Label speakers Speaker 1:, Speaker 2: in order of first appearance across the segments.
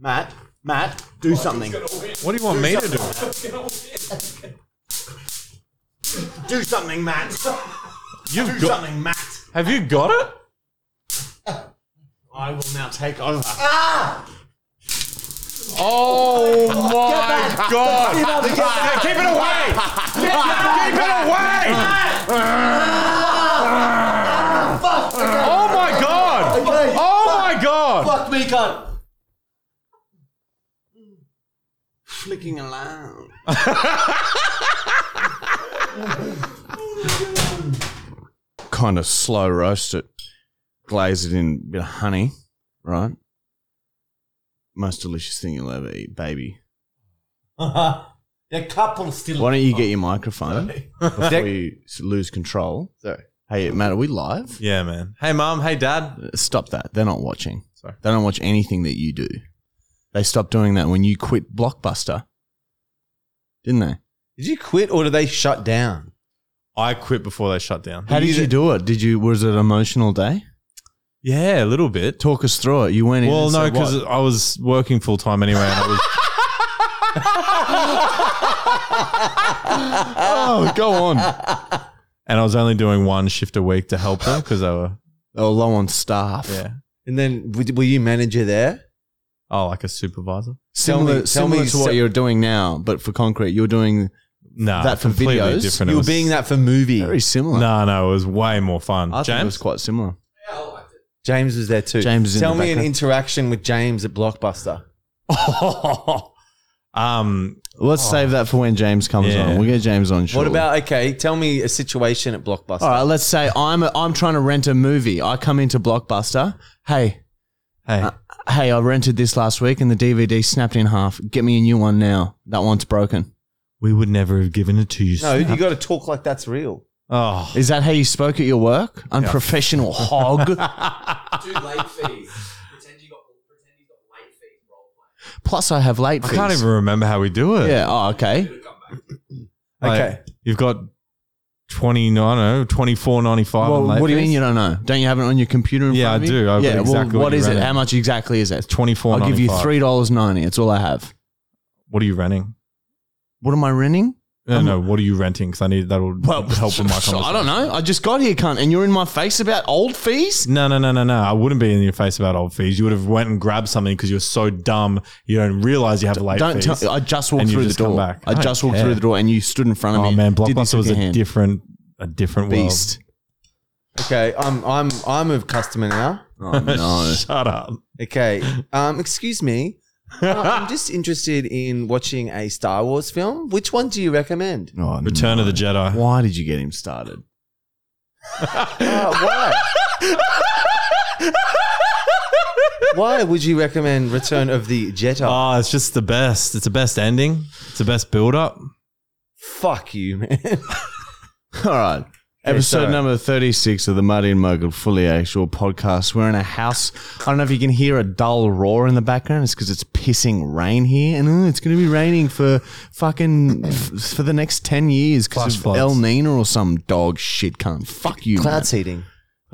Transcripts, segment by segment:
Speaker 1: Matt, Matt, do something.
Speaker 2: What do you want me to do?
Speaker 1: Do something, Matt.
Speaker 2: You've
Speaker 1: Do
Speaker 2: got,
Speaker 1: something, Matt.
Speaker 2: have you got it?
Speaker 1: I will now take over. Ah!
Speaker 2: Oh my god! Now Keep it away! Keep it away!
Speaker 1: Ah.
Speaker 2: Oh my god! Oh my god!
Speaker 1: Fuck me, cunt. Flicking around.
Speaker 2: Kind of slow roast it, glaze it in a bit of honey, right? Most delicious thing you'll ever eat, baby.
Speaker 1: the couple still.
Speaker 2: Why don't you get your microphone before you s- lose control?
Speaker 3: Sorry.
Speaker 2: Hey, Matt, are we live?
Speaker 3: Yeah, man. Hey, mom. Hey, dad.
Speaker 2: Stop that. They're not watching.
Speaker 3: Sorry.
Speaker 2: They don't watch anything that you do. They stopped doing that when you quit Blockbuster, didn't they?
Speaker 1: Did you quit or did they shut down?
Speaker 3: I quit before they shut down.
Speaker 2: How did you do it? Did you? Was it an emotional day?
Speaker 3: Yeah, a little bit.
Speaker 2: Talk us through it. You went in.
Speaker 3: Well,
Speaker 2: and
Speaker 3: no,
Speaker 2: said what?
Speaker 3: because I was working full time anyway, and I was
Speaker 2: oh, go on.
Speaker 3: and I was only doing one shift a week to help them because they were
Speaker 2: They were low on staff.
Speaker 3: yeah.
Speaker 1: And then w- were you manager there?
Speaker 3: Oh, like a supervisor?
Speaker 2: Similar,
Speaker 1: Tell me- tell
Speaker 2: similar
Speaker 1: me
Speaker 2: to what
Speaker 1: so-
Speaker 2: you're doing now, but for concrete, you're doing
Speaker 3: No,
Speaker 2: That for
Speaker 3: completely
Speaker 2: videos?
Speaker 3: Different. It
Speaker 1: you were
Speaker 3: was-
Speaker 1: being that for movie.
Speaker 2: very similar.
Speaker 3: No, no, it was way more fun.
Speaker 2: I think it
Speaker 3: James,
Speaker 2: was quite similar.
Speaker 1: James was there too.
Speaker 2: James is in
Speaker 1: Tell
Speaker 2: the
Speaker 1: me an
Speaker 2: background.
Speaker 1: interaction with James at Blockbuster.
Speaker 3: um,
Speaker 2: Let's save that for when James comes
Speaker 3: Yeah.
Speaker 2: on. We'll get James on.
Speaker 1: What
Speaker 2: Shortly.
Speaker 1: about okay? Tell me a situation at
Speaker 2: All
Speaker 1: Blockbuster.
Speaker 2: right, let's say I'm I'm trying to rent a movie. I come into Blockbuster. Hey,
Speaker 3: hey,
Speaker 2: Uh, hey, I rented this last week and the DVD snapped in half. Get me a new one now. That one's broken.
Speaker 3: we would never have given it to you.
Speaker 2: Oh,
Speaker 1: No, you got to talk like that's real.
Speaker 3: Oh,
Speaker 2: Is that how you spoke at your work? Unprofessional hog.
Speaker 4: do late fees. Pretend you got pretend you got late fees role play.
Speaker 2: Plus, I have late
Speaker 3: I
Speaker 2: fees.
Speaker 3: can't even remember how we do it.
Speaker 2: Yeah. Oh, okay.
Speaker 4: Good comeback.
Speaker 3: Like,
Speaker 1: Okay.
Speaker 3: you've got twenty. I don't know, twenty four ninety five.
Speaker 2: Well, what do you mean you don't know? Don't you have it on your computer? In
Speaker 3: Yeah,
Speaker 2: front of
Speaker 3: I
Speaker 2: you?
Speaker 3: do. I've got
Speaker 2: yeah.
Speaker 3: exactly
Speaker 2: well,
Speaker 3: what
Speaker 2: what
Speaker 3: you
Speaker 2: is it?
Speaker 3: ran it.
Speaker 2: How much exactly is it?
Speaker 3: Twenty four.
Speaker 2: I'll give you three dollars ninety. It's all I have.
Speaker 3: What are you renting?
Speaker 2: What am I renting?
Speaker 3: No, no. What are you renting? Because I need that'll help with my conversation.
Speaker 2: I don't know. I just got here, cunt, and you're in my face about old fees.
Speaker 3: No, no, no, no, no. I wouldn't be in your face about old fees. You would have went and grabbed something because you're so dumb. You don't realize you have late
Speaker 2: Don't
Speaker 3: fees.
Speaker 2: tell. I just walked
Speaker 3: And you
Speaker 2: through the
Speaker 3: just come
Speaker 2: door.
Speaker 3: back.
Speaker 2: I
Speaker 3: I
Speaker 2: just
Speaker 3: don't
Speaker 2: walked
Speaker 3: care.
Speaker 2: through the door, and you stood in front of me.
Speaker 3: oh man,
Speaker 2: and did this
Speaker 3: Blockbuster was
Speaker 2: with
Speaker 3: a
Speaker 2: your hand.
Speaker 3: different, a different
Speaker 2: beast.
Speaker 1: Okay, I'm I'm I'm a customer now.
Speaker 2: Oh no!
Speaker 3: World. Shut up.
Speaker 1: Okay, um, excuse me. Uh, I'm just interested in watching a Star Wars film. Which one do you recommend?
Speaker 2: Oh,
Speaker 3: Return of the Jedi.
Speaker 2: Why did you get him started?
Speaker 1: Uh, why? why would you recommend Return of the Jedi?
Speaker 5: Ah,
Speaker 3: Oh, it's just the best. It's the best ending. It's the best build up.
Speaker 1: Fuck you, man.
Speaker 2: All right. Episode
Speaker 1: so-
Speaker 2: number 36 of the Muddy and Mogul Fully Actual podcast. We're in a house. I don't know if you can hear a dull roar in the background. It's because it's pissing rain here. And oh, it's going to be raining for fucking f- for the next 10 years
Speaker 3: Flash
Speaker 2: because of
Speaker 3: floods.
Speaker 2: El Nino or some dog shit cunt. Fuck you. man.
Speaker 1: Cloud seeding.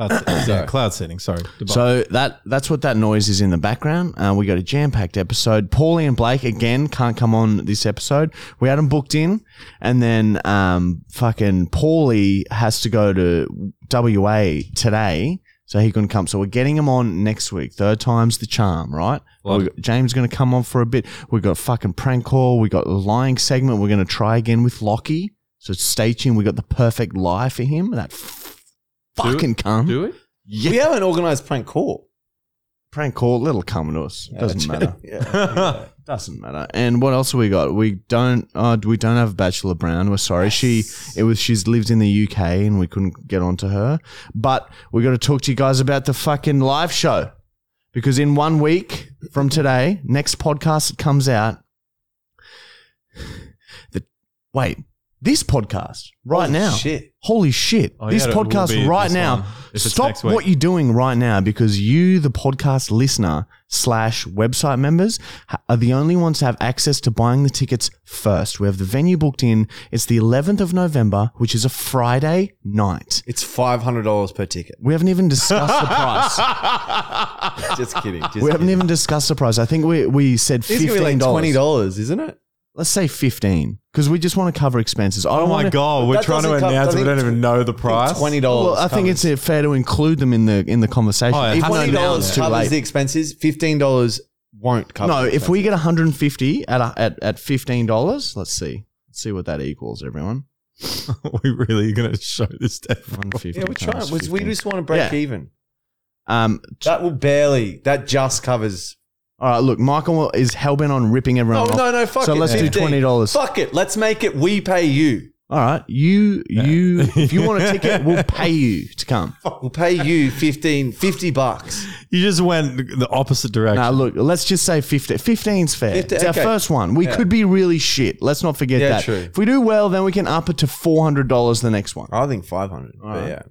Speaker 3: That's, yeah, cloud seeding. Sorry.
Speaker 2: So that that's what that noise is in the background. Uh, we got a jam packed episode. Paulie and Blake again can't come on this episode. We had them booked in, and then um, fucking Paulie has to go to WA today, so he couldn't come. So we're getting him on next week. Third time's the charm, right?
Speaker 3: Love
Speaker 2: We got- James going to come on for a bit. We got fucking prank call. We got the lying segment. We're going to try again with Lockie. So stay tuned. We got the perfect lie for him. That f-
Speaker 3: Do it.
Speaker 2: fucking cum.
Speaker 3: do it.
Speaker 1: We have an organised prank call.
Speaker 2: prank call, little come to us. Doesn't matter.
Speaker 1: Yeah.
Speaker 2: Doesn't matter. And what else have we got? We don't. Uh, we don't have Bachelor Brown. We're sorry. She. It was. She's lived in the UK, and we couldn't get onto her. But we got to talk to you guys about the fucking live show, because in one week from today, next podcast that comes out. The wait. this podcast right
Speaker 1: Holy
Speaker 2: now.
Speaker 1: shit.
Speaker 2: Holy shit.
Speaker 5: Oh,
Speaker 2: this
Speaker 5: yeah, it will be
Speaker 2: podcast right
Speaker 5: this
Speaker 2: now.
Speaker 5: one, if it's
Speaker 2: Stop
Speaker 5: next week.
Speaker 2: what you're doing right now because you, the podcast listener slash website members, ha- are the only ones to have access to buying the tickets first. We have the venue booked in. It's the 11th of November, which is a Friday night.
Speaker 1: It's five hundred dollars per ticket.
Speaker 2: We haven't even discussed the price.
Speaker 1: Just kidding. Just
Speaker 2: We haven't
Speaker 1: kidding.
Speaker 2: even discussed the price. I think we, we said
Speaker 1: It's
Speaker 2: fifteen
Speaker 1: gonna be like twenty
Speaker 2: dollars.
Speaker 1: dollars, isn't it?
Speaker 2: Let's say fifteen because we just want to cover expenses. I
Speaker 5: Oh
Speaker 2: don't
Speaker 5: my
Speaker 2: wanna-
Speaker 5: god, we're
Speaker 1: That
Speaker 5: trying to
Speaker 1: doesn't come-
Speaker 5: announce it. We don't
Speaker 1: doesn't-
Speaker 5: even know the price.
Speaker 1: Twenty
Speaker 2: Well,
Speaker 1: dollars.
Speaker 2: I think it's uh, fair to include them in the in the conversation.
Speaker 5: Oh, yeah.
Speaker 2: Even though
Speaker 1: Twenty
Speaker 2: now
Speaker 1: dollars
Speaker 2: it's too
Speaker 1: covers
Speaker 2: late.
Speaker 1: the expenses. Fifteen dollars won't cover.
Speaker 2: no,
Speaker 1: the
Speaker 2: if we
Speaker 1: expenses.
Speaker 2: get 150 at a, at at 15 dollars, let's see, let's see what that equals, everyone.
Speaker 5: we really going to show this to everyone.
Speaker 2: 150.
Speaker 1: yeah, we're
Speaker 2: times
Speaker 1: trying. we- We
Speaker 2: 15.
Speaker 1: just want to break
Speaker 2: Yeah.
Speaker 1: even.
Speaker 2: um. t-
Speaker 1: That will barely. That just covers.
Speaker 2: all right, look, Michael is hell bent on ripping
Speaker 1: Oh
Speaker 2: everyone. off.
Speaker 1: no, no, fuck
Speaker 2: So
Speaker 1: it.
Speaker 2: let's do
Speaker 1: 15.
Speaker 2: twenty dollars.
Speaker 1: Fuck it. Let's make it. We pay you.
Speaker 2: All right, you you if you want a ticket, we'll pay you to come.
Speaker 1: We'll pay you 15, 50 bucks.
Speaker 5: You just went the opposite direction.
Speaker 2: Now look, let's just say 50. 15's fair.
Speaker 1: 50,
Speaker 2: it's our
Speaker 1: okay.
Speaker 2: first one. We
Speaker 1: Yeah.
Speaker 2: could be really shit. Let's not forget
Speaker 1: Yeah,
Speaker 2: that.
Speaker 1: true.
Speaker 2: If we do well, then we can up it to four hundred dollars the next one.
Speaker 1: I think five hundred.
Speaker 2: Alright.
Speaker 1: Yeah.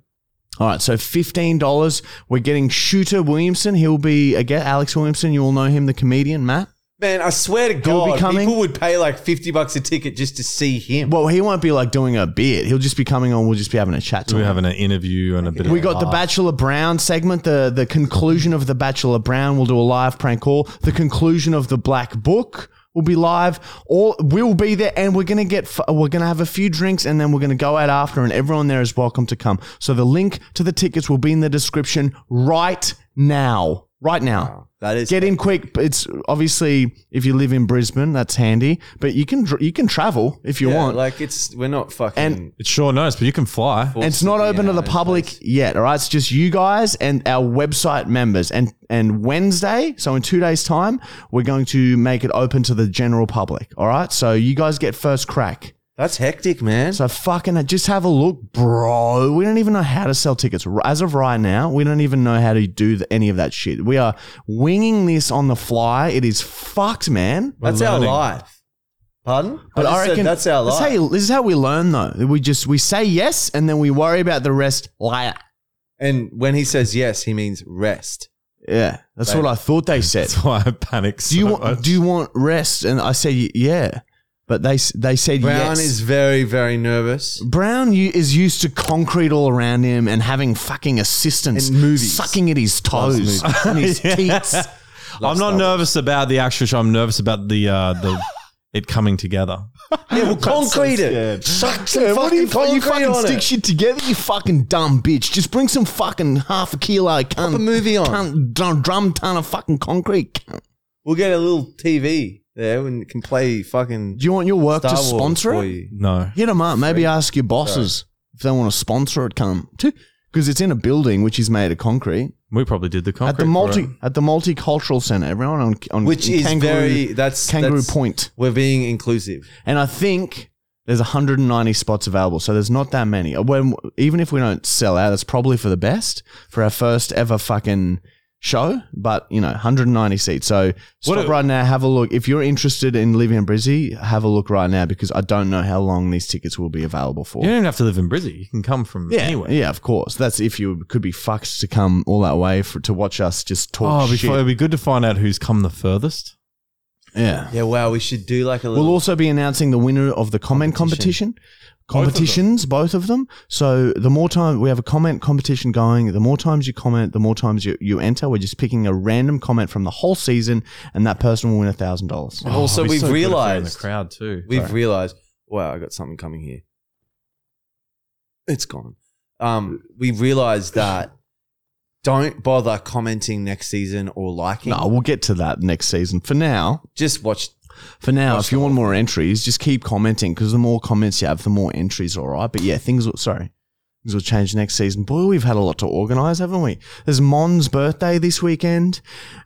Speaker 2: All right, so fifteen dollars. We're getting Shooter Williamson. He'll be again Alex Williamson. You all know him, the comedian Matt.
Speaker 1: Man, I swear to
Speaker 2: He'll be
Speaker 1: God,
Speaker 2: coming.
Speaker 1: people would pay like fifty bucks a ticket just to see him.
Speaker 2: Well, he won't be like doing a bit. He'll just be coming on. We'll just be having a chat. To
Speaker 5: We're
Speaker 2: him.
Speaker 5: having an interview and a bit.
Speaker 2: We
Speaker 5: of
Speaker 2: got the
Speaker 5: laugh.
Speaker 2: Bachelor Brown segment, the the conclusion of the Bachelor Brown. We'll do a live prank call. The conclusion of the Black Book will be live. All we'll be there, and we're gonna get f- we're gonna have a few drinks, and then we're gonna go out after, and everyone there is welcome to come. So the link to the tickets will be in the description right now. Right now.
Speaker 1: that is
Speaker 2: Get in quick. It's obviously if you live in Brisbane, that's handy. But you can dr- you can travel if you
Speaker 1: Yeah,
Speaker 2: want.
Speaker 1: Like it's we're not fucking.
Speaker 2: And-
Speaker 5: It's short notice, but you can fly.
Speaker 2: And it's not open to the public yet. All right, it's just you guys and our website members. And and Wednesday, so in two days' time, we're going to make it open to the general public. All right, so you guys get first crack.
Speaker 1: That's hectic, man.
Speaker 2: So fucking just have a look, bro. We don't even know how to sell tickets as of right now. We don't even know how to do the, any of that shit. We are winging this on the fly. It is fucked, man.
Speaker 1: that's our
Speaker 5: learning.
Speaker 1: life. Pardon?
Speaker 2: But
Speaker 1: just
Speaker 2: I,
Speaker 1: said
Speaker 2: reckon
Speaker 1: that's our
Speaker 2: That's
Speaker 1: life.
Speaker 2: how you- this is how we learn, though. We just we say yes, and then we worry about the rest later.
Speaker 1: and when he says yes, he means rest.
Speaker 2: Yeah, that's
Speaker 1: Right.
Speaker 2: what I thought they said.
Speaker 5: That's why I panic.
Speaker 2: Do you want do you want rest? And I said y- yeah, but they s- they said
Speaker 1: Brown
Speaker 2: yes.
Speaker 1: is very, very nervous.
Speaker 2: Brown u- is used to concrete all around him and having fucking assistants
Speaker 1: And movies.
Speaker 2: sucking at his toes and his teats.
Speaker 5: I'm not nervous about the actual show. I'm nervous about the uh, the it coming together.
Speaker 1: Yeah, well, concrete it. Suck some fucking
Speaker 2: fu-
Speaker 1: concrete
Speaker 2: you fucking
Speaker 1: on
Speaker 2: stick
Speaker 1: it.
Speaker 2: shit together, you fucking dumb bitch. Just bring some fucking half a kilo
Speaker 1: Pop a
Speaker 2: cunt,
Speaker 1: movie on.
Speaker 2: cunt drum, drum ton of fucking concrete. cunt.
Speaker 1: We'll get a little TV there and it can play fucking
Speaker 2: Do you want your work
Speaker 1: Star
Speaker 2: to
Speaker 1: Wars
Speaker 2: sponsor
Speaker 1: for
Speaker 2: it?
Speaker 1: you.
Speaker 5: No,
Speaker 2: Hit them up. Maybe ask your bosses if they want to sponsor it. Come because it's in a building which is made of concrete,
Speaker 5: we probably did the concrete
Speaker 2: at the
Speaker 5: for
Speaker 2: multi
Speaker 5: it.
Speaker 2: at the multicultural center. Everyone on, on
Speaker 1: Which
Speaker 2: in
Speaker 1: is
Speaker 2: Kangaroo,
Speaker 1: very that's
Speaker 2: Kangaroo
Speaker 1: that's-
Speaker 2: Point,
Speaker 1: We're being inclusive.
Speaker 2: and I think there's 190 spots available, so there's not that many. When even if we don't sell out, that's probably for the best for our first ever fucking show. But you know, 190 seats. So stop
Speaker 5: a-
Speaker 2: right now. Have a look if you're interested in living in Brizzy. Have a look right now because I don't know how long these tickets will be available for.
Speaker 5: You don't even have to live in Brizzy. You can come from
Speaker 2: Yeah,
Speaker 5: anywhere.
Speaker 2: yeah, of course. That's if you could be fucked to come all that way for, to watch us just talk
Speaker 5: Oh,
Speaker 2: shit.
Speaker 5: before, it'd be good to find out who's come the furthest.
Speaker 2: yeah.
Speaker 1: Yeah, wow, we should do like a little
Speaker 2: We'll also be announcing the winner of the comment competition.
Speaker 5: of them.
Speaker 2: Competitions, both of them. So the more time we have a comment competition going, the more times you comment, the more times you, you enter. We're just picking a random comment from the whole season, and that person will win a thousand dollars.
Speaker 1: And also,
Speaker 5: Oh, it'd be
Speaker 1: we've
Speaker 5: so good if we were in the
Speaker 1: realized
Speaker 5: crowd too.
Speaker 1: we've
Speaker 5: Sorry.
Speaker 1: realized. Wow, I got something coming here. It's gone. Um, we realized that don't bother commenting next season or liking.
Speaker 2: No, we'll get to that next season. For now,
Speaker 1: Just watch.
Speaker 2: For now,
Speaker 1: That's
Speaker 2: if you want more entries, just keep commenting because the more comments you have, the more entries. All right, but yeah, things will sorry, things will change next season. Boy, we've had a lot to organise, haven't we? There's Mon's birthday this weekend,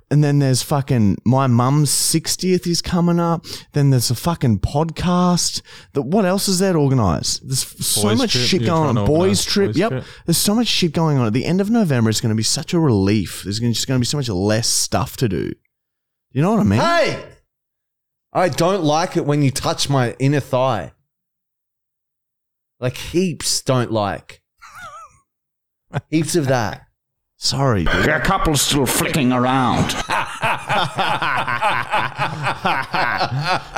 Speaker 2: and then there's fucking my mum's sixtieth is coming up. Then there's a fucking podcast. That what else is there to organise? There's f- so
Speaker 5: Boys
Speaker 2: much
Speaker 5: trip,
Speaker 2: shit
Speaker 5: you're
Speaker 2: going
Speaker 5: trying
Speaker 2: on.
Speaker 5: to
Speaker 2: Boys
Speaker 5: organise
Speaker 2: trip.
Speaker 5: boys
Speaker 2: yep.
Speaker 5: trip.
Speaker 2: There's so much shit going on. At the end of November, it's going to be such a relief. There's gonna- just going to be so much less stuff to do. You know what I mean?
Speaker 1: Hey, I don't like it when you touch my inner thigh. Like heaps don't like. heaps of that.
Speaker 2: Sorry, dude.
Speaker 6: There are couples still flicking around.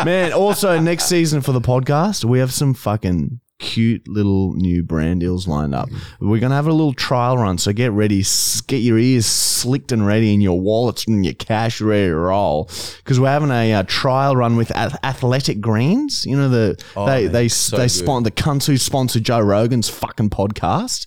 Speaker 2: man. Also, next season for the podcast, we have some fucking cute little new brand deals lined up. We're gonna have a little trial run, so get ready, s- get your ears slicked and ready, and your wallets and your cash ready to roll, because we're having a uh, trial run with Ath- Athletic Greens. You know the
Speaker 1: Oh,
Speaker 2: they
Speaker 1: man,
Speaker 2: they
Speaker 1: so
Speaker 2: they
Speaker 1: good.
Speaker 2: spon- the cunts who sponsor Joe Rogan's fucking podcast,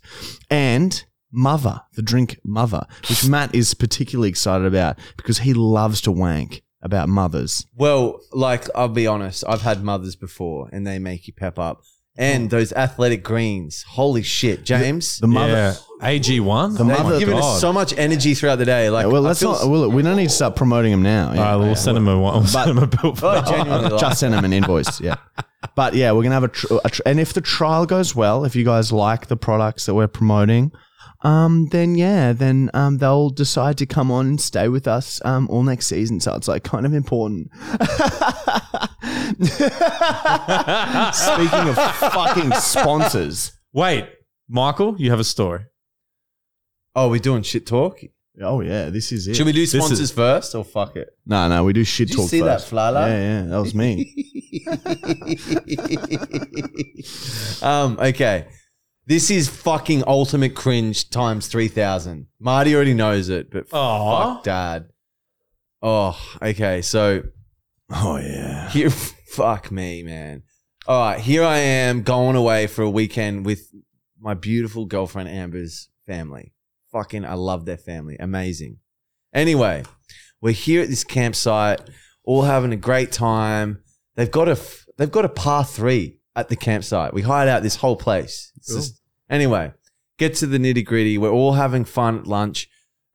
Speaker 2: and. Mother, the drink Mother, which Matt is particularly excited about because he loves to wank about mothers.
Speaker 1: Well, like I'll be honest, I've had mothers before, and they make you pep up. And those athletic greens, holy shit, James!
Speaker 2: Mm. The mother.
Speaker 5: Yeah. AG one. The
Speaker 1: they've given us so much energy throughout the day. Like,
Speaker 2: Yeah, well,
Speaker 1: I
Speaker 2: let's
Speaker 1: feel
Speaker 2: not. Well, we don't need to start promoting them now.
Speaker 5: All
Speaker 2: Yeah.
Speaker 5: right, we'll send him a one. We'll send him a bill for
Speaker 1: Oh,
Speaker 5: that.
Speaker 1: genuinely, like,
Speaker 2: Just send them an invoice. Yeah. But yeah, we're gonna have a, tr- a tr- and if the trial goes well, if you guys like the products that we're promoting, um, then yeah, then um, they'll decide to come on and stay with us um all next season. So it's like kind of important. Speaking of fucking sponsors,
Speaker 5: Wait, Michael, you have a story.
Speaker 1: oh, we're doing shit talk.
Speaker 2: oh yeah, this is it.
Speaker 1: Should we do
Speaker 5: is-
Speaker 1: sponsors first, or fuck it?
Speaker 2: no, no, we do shit
Speaker 1: Did you
Speaker 2: talk.
Speaker 1: see that
Speaker 2: first.
Speaker 1: fly-la?
Speaker 2: Yeah, yeah, that was me.
Speaker 1: um, okay. This is fucking ultimate cringe times 3000. Marty already knows it, but
Speaker 5: Aw.
Speaker 1: fuck dad. Oh, okay. So
Speaker 2: oh yeah.
Speaker 1: here, fuck me, man. All right. Here I am going away for a weekend with my beautiful girlfriend Amber's family. Fucking, I love their family. Amazing. Anyway, we're here at this campsite, all having a great time. They've got a f- they've got a par three at the campsite. We hired out this whole place. It's just- anyway, get to the nitty gritty. We're all having fun at lunch.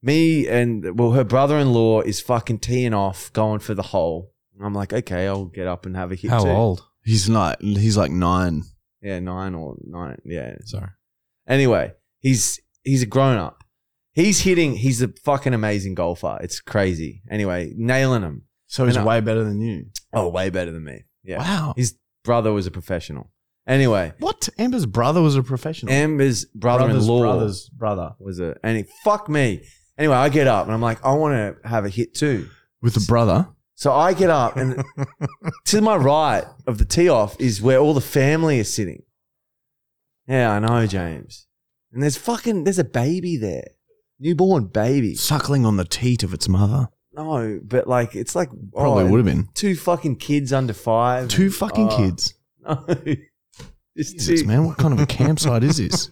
Speaker 1: Me and well, her brother in law is fucking teeing off, going for the hole. And I'm like, okay, I'll get up and have a hit.
Speaker 5: How
Speaker 1: too.
Speaker 5: old?
Speaker 2: He's not. He's like nine.
Speaker 1: Yeah, nine or nine. Yeah,
Speaker 5: Sorry.
Speaker 1: Anyway, he's he's a grown up. He's hitting. He's a fucking amazing golfer. It's crazy. Anyway, nailing him.
Speaker 2: So he's
Speaker 1: And I-
Speaker 2: way better than you.
Speaker 1: Oh, way better than me. Yeah,
Speaker 2: Wow.
Speaker 1: his brother was a professional. Anyway,
Speaker 2: What? Amber's brother was a professional.
Speaker 1: Amber's brother-in-law
Speaker 2: brother's brother
Speaker 1: was a and he fuck me. Anyway, I get up and I'm like, I want to have a hit too.
Speaker 2: with a brother.
Speaker 1: So I get up and to my right of the tee off is where all the family is sitting. Yeah, I know, James. And there's fucking there's a baby there. Newborn baby.
Speaker 2: Suckling on the teat of its mother.
Speaker 1: No, but like it's like
Speaker 2: Probably
Speaker 1: oh,
Speaker 2: would have been.
Speaker 1: two fucking kids under five.
Speaker 2: Two fucking
Speaker 1: Oh,
Speaker 2: kids.
Speaker 1: No. Just
Speaker 2: Jesus,
Speaker 1: two-
Speaker 2: man. What kind of a campsite is this?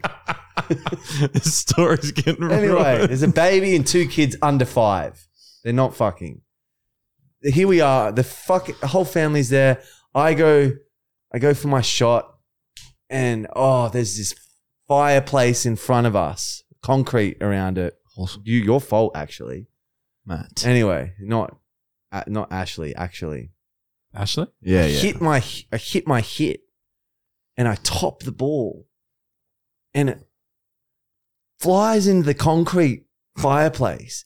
Speaker 5: this story's getting
Speaker 1: Anyway,
Speaker 5: ruined.
Speaker 1: there's a baby and two kids under five. They're not fucking. Here we are. The fuck whole family's there. I go, I go for my shot, and oh, there's this fireplace in front of us, concrete around it.
Speaker 2: Awesome.
Speaker 1: You, your fault actually.
Speaker 2: Matt.
Speaker 1: Anyway, not, uh, not Ashley. Actually,
Speaker 5: Ashley,
Speaker 2: Yeah, yeah.
Speaker 1: hit my, I hit my hit, and I top the ball, and it flies into the concrete fireplace,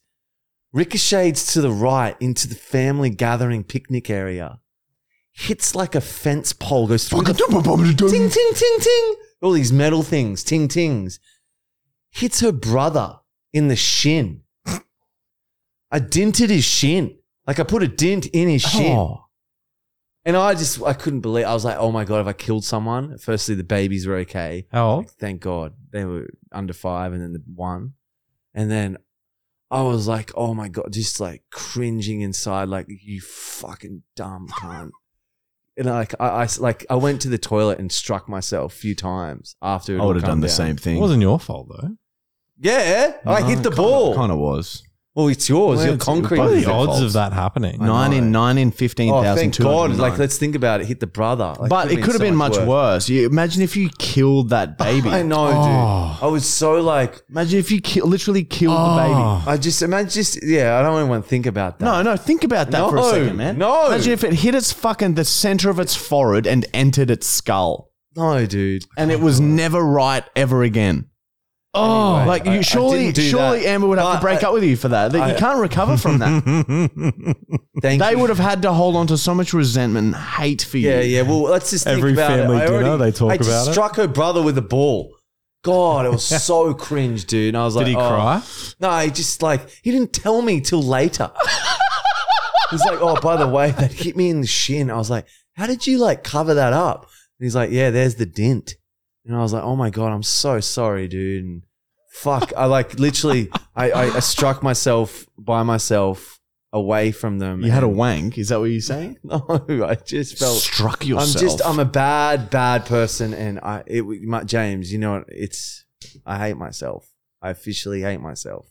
Speaker 1: ricochets to the right into the family gathering picnic area, hits like a fence pole, goes through the ting ting ting ting, all these metal things, ting tings, hits her brother in the shin. I dinted his shin, like I put a dint in his shin.
Speaker 5: Oh.
Speaker 1: And I just I couldn't believe I was like, oh my god, have I killed someone? Firstly, the babies were okay.
Speaker 5: How old?
Speaker 1: Thank God. They were under five and then the one. And then I was like, oh my god, just like cringing inside, like you fucking dumb cunt. And like I, I like I went to the toilet and struck myself a few times after. it
Speaker 2: I
Speaker 1: all
Speaker 2: would have
Speaker 1: calmed
Speaker 2: done the
Speaker 1: down.
Speaker 2: same
Speaker 5: It
Speaker 2: thing.
Speaker 5: wasn't your fault though.
Speaker 1: Yeah, I hit the ball.
Speaker 2: Kind of was.
Speaker 1: well, it's yours.
Speaker 2: Well,
Speaker 1: Your
Speaker 2: it's-
Speaker 1: concrete.
Speaker 2: but
Speaker 5: What are the
Speaker 2: your
Speaker 5: odds
Speaker 2: fault.
Speaker 5: of that happening?
Speaker 1: I know.
Speaker 2: Nine in, nine in
Speaker 1: oh, thank God!
Speaker 2: 15,209.
Speaker 1: Like, let's think about it. Hit the brother. Like,
Speaker 2: but it could have
Speaker 1: so
Speaker 2: been much worse. You, imagine if you killed that baby.
Speaker 1: I know,
Speaker 5: Oh.
Speaker 1: dude. I was so like,
Speaker 2: Imagine if you ki- literally killed the baby.
Speaker 5: Oh.
Speaker 1: I just imagine, just yeah. I don't even think about that.
Speaker 2: No, no, think about that for a
Speaker 1: No,
Speaker 2: second, man.
Speaker 1: no.
Speaker 2: Imagine if it hit its fucking the center of its forehead and entered its skull.
Speaker 1: no, dude.
Speaker 2: And it was never right ever again. Oh,
Speaker 1: Oh. Anyway,
Speaker 2: like
Speaker 1: I- I
Speaker 2: you surely,
Speaker 1: didn't do
Speaker 2: surely
Speaker 1: that.
Speaker 2: Amber would have to
Speaker 1: But
Speaker 2: break
Speaker 1: I-
Speaker 2: up with you for that. That
Speaker 1: I-
Speaker 2: you can't recover from that.
Speaker 1: Thank
Speaker 2: they
Speaker 1: you.
Speaker 2: would have had to hold on to so much resentment and hate for you.
Speaker 1: Yeah, yeah. Well, let's just think
Speaker 5: Every
Speaker 1: about it.
Speaker 5: family
Speaker 1: I
Speaker 5: dinner, they talk
Speaker 1: I just
Speaker 5: about it.
Speaker 1: Struck her brother with a ball. God, it was so cringe, dude. And I was like,
Speaker 5: Did he
Speaker 1: oh.
Speaker 5: cry?
Speaker 1: No, he just like he didn't tell me till later. he's like, oh, by the way, that hit me in the shin. I was like, how did you like cover that up? And he's like, yeah, there's the dent. And I was like, oh my god, I'm so sorry, dude. And fuck, I like literally, I, I, I struck myself by myself away from them.
Speaker 2: You had a
Speaker 1: And-
Speaker 2: wank. Is that what you're saying?
Speaker 1: no, I just felt
Speaker 2: Struck
Speaker 1: I'm
Speaker 2: yourself.
Speaker 1: just I'm a bad bad person, and I it my, James, you know what? It's I hate myself. I officially hate myself.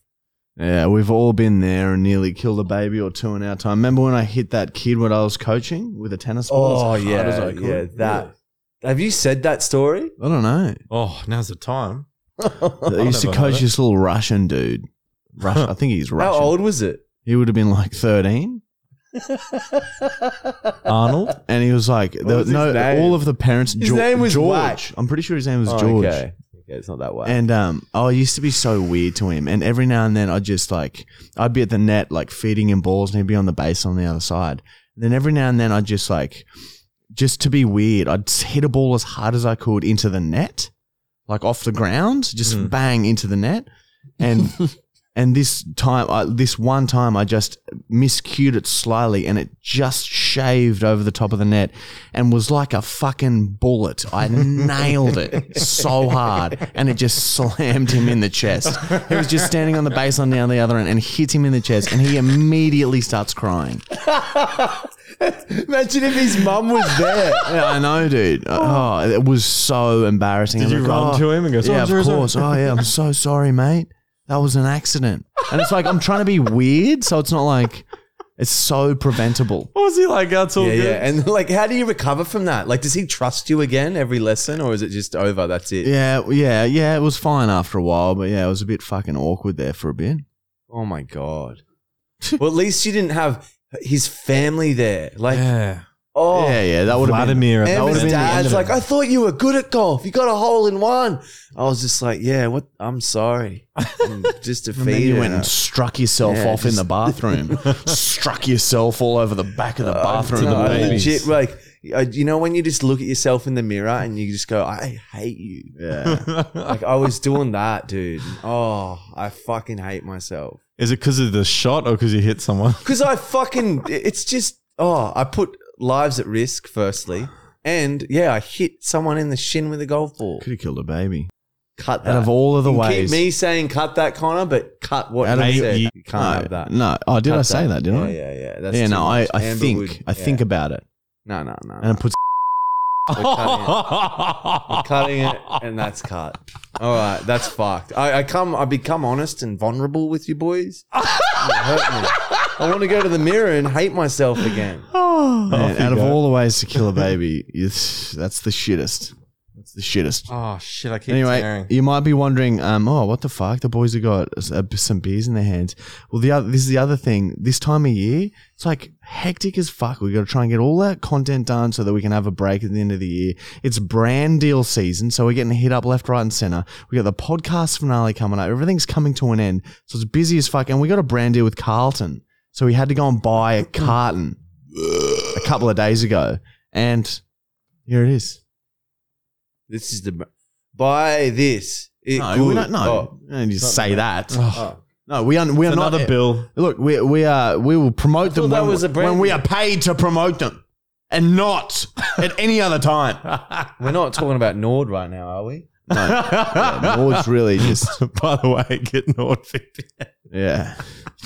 Speaker 2: Yeah, we've all been there and nearly killed a baby or two in our time. Remember when I hit that kid when I was coaching with a tennis ball? as
Speaker 1: Oh
Speaker 2: hard as
Speaker 1: yeah,
Speaker 2: I could?
Speaker 1: yeah. That have you said that story?
Speaker 2: I don't know.
Speaker 5: Oh, now's the time.
Speaker 2: I used
Speaker 5: never
Speaker 2: to
Speaker 5: heard
Speaker 2: coach
Speaker 5: it.
Speaker 2: this little Russian dude. Russian, I think he's
Speaker 1: How
Speaker 2: Russian.
Speaker 1: old was it?
Speaker 2: He would have been like 13.
Speaker 5: Arnold?
Speaker 2: And he was like, there
Speaker 1: was
Speaker 2: was no,
Speaker 1: his name?
Speaker 2: all of the parents.
Speaker 1: His
Speaker 2: Geor-
Speaker 1: name was
Speaker 2: George.
Speaker 1: Whack.
Speaker 2: I'm pretty sure his name was George.
Speaker 1: Oh, Okay. okay, it's not that way.
Speaker 2: And um, oh, I used to be so weird to him. And every now and then, I'd just like, I'd be at the net, like feeding him balls, and he'd be on the base on the other side. And then every now and then, I'd just like, just to be weird, I'd s- hit a ball as hard as I could into the net, like off the ground, just
Speaker 1: Hmm.
Speaker 5: Mm.
Speaker 2: bang into the net. And and this time, I, this one time, I just miscued it slyly, and it just shaved over the top of the net, and was like a fucking bullet. I nailed it so hard, and it just slammed him in the chest. He was just standing on the baseline down the other end, and hit him in the chest, and he immediately starts crying.
Speaker 1: Imagine if his mum was there.
Speaker 2: Yeah, I know, dude. Oh, it was so embarrassing.
Speaker 5: Did
Speaker 2: I'm
Speaker 5: you
Speaker 2: like,
Speaker 5: run
Speaker 2: "Oh,
Speaker 5: to him and go, "Sorry,
Speaker 2: Yeah,
Speaker 5: sorry,
Speaker 2: of
Speaker 5: sorry."
Speaker 2: course. Oh, yeah. I'm so sorry, mate. That was an accident. And it's like I'm trying to be weird, so it's not like it's so preventable.
Speaker 5: What was he like? That's all
Speaker 1: yeah,
Speaker 5: good.
Speaker 1: yeah. And like, how do you recover from that? Like, does he trust you again every lesson, or is it just over? That's it.
Speaker 2: Yeah, yeah, yeah. It was fine after a while, but yeah, it was a bit fucking awkward there for a bit.
Speaker 1: Oh my god. well, at least you didn't have his family there. Like,
Speaker 5: yeah.
Speaker 1: oh,
Speaker 2: yeah, yeah. That would have been.
Speaker 5: Vladimir.
Speaker 1: And
Speaker 2: that would've
Speaker 1: his
Speaker 2: been the end
Speaker 1: dad's
Speaker 2: of it.
Speaker 1: like, I thought you were good at golf. You got a hole in one. I was just like, yeah, what? I'm sorry. I'm just
Speaker 2: And then
Speaker 1: defeated.
Speaker 2: you went and struck yourself
Speaker 1: Yeah,
Speaker 2: off in the bathroom. struck yourself all over the back of the bathroom.
Speaker 1: No, I
Speaker 2: wall.
Speaker 1: legit, like, I- you know, when you just look at yourself in the mirror and you just go, I hate you.
Speaker 2: Yeah.
Speaker 1: Like, I was doing that, dude. Oh, I fucking hate myself.
Speaker 5: Is it because of the shot or because you hit someone?
Speaker 1: Because I fucking, it's just, oh, I put lives at risk, firstly. And yeah, I hit someone in the shin with a golf ball.
Speaker 2: Could have killed a baby.
Speaker 1: Cut that.
Speaker 2: Out of all of the
Speaker 1: You can
Speaker 2: ways.
Speaker 1: Keep me saying cut that, Connor, but cut what
Speaker 2: Out of
Speaker 1: you
Speaker 2: eight
Speaker 1: said.
Speaker 5: ye-
Speaker 1: You can't
Speaker 2: no,
Speaker 1: have that.
Speaker 2: No. Oh, did
Speaker 1: Cut
Speaker 2: I say that? Didn't
Speaker 1: yeah,
Speaker 2: I?
Speaker 1: Yeah, yeah. That's
Speaker 2: yeah,
Speaker 1: too
Speaker 2: no, I,
Speaker 1: much.
Speaker 2: I
Speaker 1: Amber
Speaker 2: think
Speaker 1: would-
Speaker 2: I
Speaker 1: yeah.
Speaker 2: think about it,
Speaker 1: No, no, no.
Speaker 2: and
Speaker 1: no.
Speaker 2: it puts
Speaker 1: We're cutting it, and that's cut. All right, that's fucked. I, I come, I become honest and vulnerable with you boys. It hurt me. I want to go to the mirror and hate myself again.
Speaker 2: man,
Speaker 5: Off you
Speaker 2: out of
Speaker 5: go.
Speaker 2: all the ways to kill a baby. it's, that's the shittest. That's the shittest.
Speaker 5: Oh shit! I keep
Speaker 2: Anyway,
Speaker 5: tearing.
Speaker 2: you might be wondering, um, oh, what the fuck? The boys have got s- uh, some beers in their hands. Well, the other, this is the other thing. This time of year, it's like hectic as fuck. We got to try and get all that content done so that we can have a break at the end of the year. It's brand deal season, so we're getting hit up left, right, and center. We got the podcast finale coming up. Everything's coming to an end, so it's busy as fuck. And we got a brand deal with Carlton, so we had to go and buy a carton a couple of days ago, and here it is.
Speaker 1: This is the buy this. It
Speaker 2: No,
Speaker 1: good.
Speaker 2: we don't, no,
Speaker 1: Oh,
Speaker 2: and you say that.
Speaker 1: oh.
Speaker 2: No, we are, we are
Speaker 5: It's
Speaker 2: not.
Speaker 5: another bill.
Speaker 2: Look, we we are we will promote them
Speaker 1: that
Speaker 2: when,
Speaker 1: was a brand
Speaker 2: when we
Speaker 1: deal.
Speaker 2: are paid to promote them, and not at any other time.
Speaker 1: We're not talking about Nord right now, are we?
Speaker 2: Yeah, Nord's really just
Speaker 5: By the way, get Nord VPN.
Speaker 2: yeah.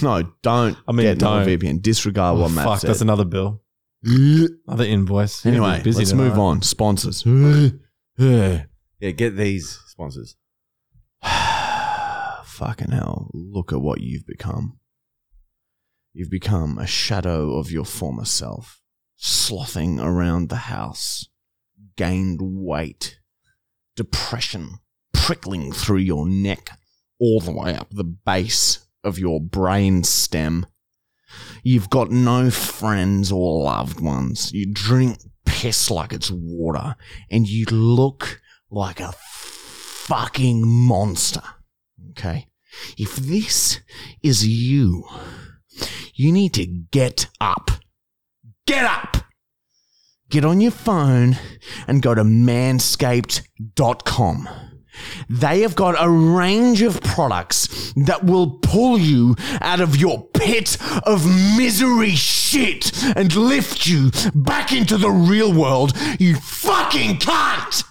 Speaker 2: No, don't.
Speaker 5: I mean,
Speaker 2: get
Speaker 5: don't.
Speaker 2: NordVPN.
Speaker 3: Oh,
Speaker 2: Disregard what Matt
Speaker 5: Fuck,
Speaker 2: said.
Speaker 5: that's another bill. Another invoice. You're
Speaker 2: anyway,
Speaker 5: busy
Speaker 2: let's
Speaker 5: tonight.
Speaker 2: move on. Sponsors.
Speaker 5: Yeah.
Speaker 1: Yeah, get these sponsors.
Speaker 2: Fucking hell! Look at what you've become. You've become a shadow of your former self, slothing around the house. gained weight, depression prickling through your neck all the way up the base of your brain stem. You've got no friends or loved ones. You drink piss like it's water, and you look like a fucking monster. Okay. If this is you, you need to get up. Get up! Get on your phone and go to manscaped.com. They have got a range of products that will pull you out of your pit of misery shit and lift you back into the real world, you fucking cunt!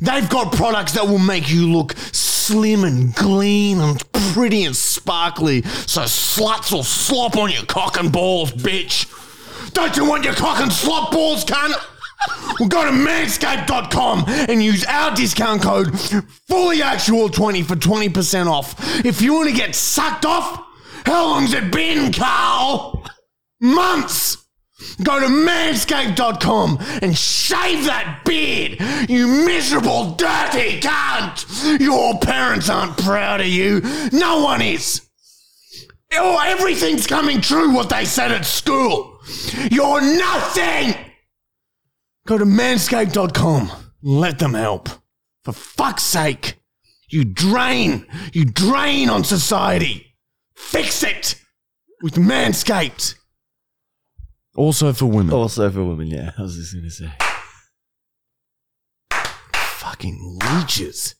Speaker 2: They've got products that will make you look slim and clean and pretty and sparkly, so sluts will slop on your cock and balls, bitch. Don't you want your cock and slop balls, cunt? Well, go to manscaped.com and use our discount code FULLYACTUAL20 for 20% off. If you want to get sucked off, how long's it been, Carl? Months! Go to manscaped.com and shave that beard, you miserable, dirty cunt! Your parents aren't proud of you. No one is. Oh, everything's coming true what they said at school. You're nothing! Go to manscaped.com. Let them help. For fuck's sake. You drain. You drain on society. Fix it with Manscaped. Oh, Also for women.
Speaker 1: Also for women, yeah. I was just gonna say.
Speaker 2: fucking leeches.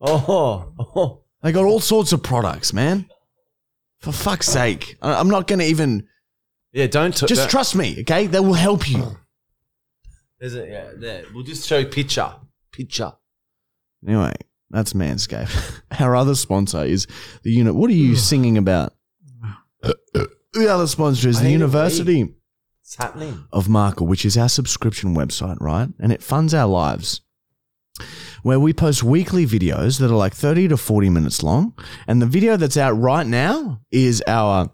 Speaker 1: Oh, oh.
Speaker 2: They got all sorts of products, man. For fuck's sake. I- I'm not going to even.
Speaker 1: yeah. Don't t-
Speaker 2: Just
Speaker 1: don't-
Speaker 2: trust me, okay? They will help you.
Speaker 1: There's a, yeah, there. We'll just show picture, picture.
Speaker 2: Anyway, that's Manscaped. Our other sponsor is the unit. What are you singing about? Uh, the other sponsor is
Speaker 1: I
Speaker 2: the
Speaker 1: hate it,
Speaker 2: University
Speaker 1: It's happening.
Speaker 2: of Markle, which is our subscription website, right? And it funds our lives. Where we post weekly videos that are like 30 to 40 minutes long. And the video that's out right now is our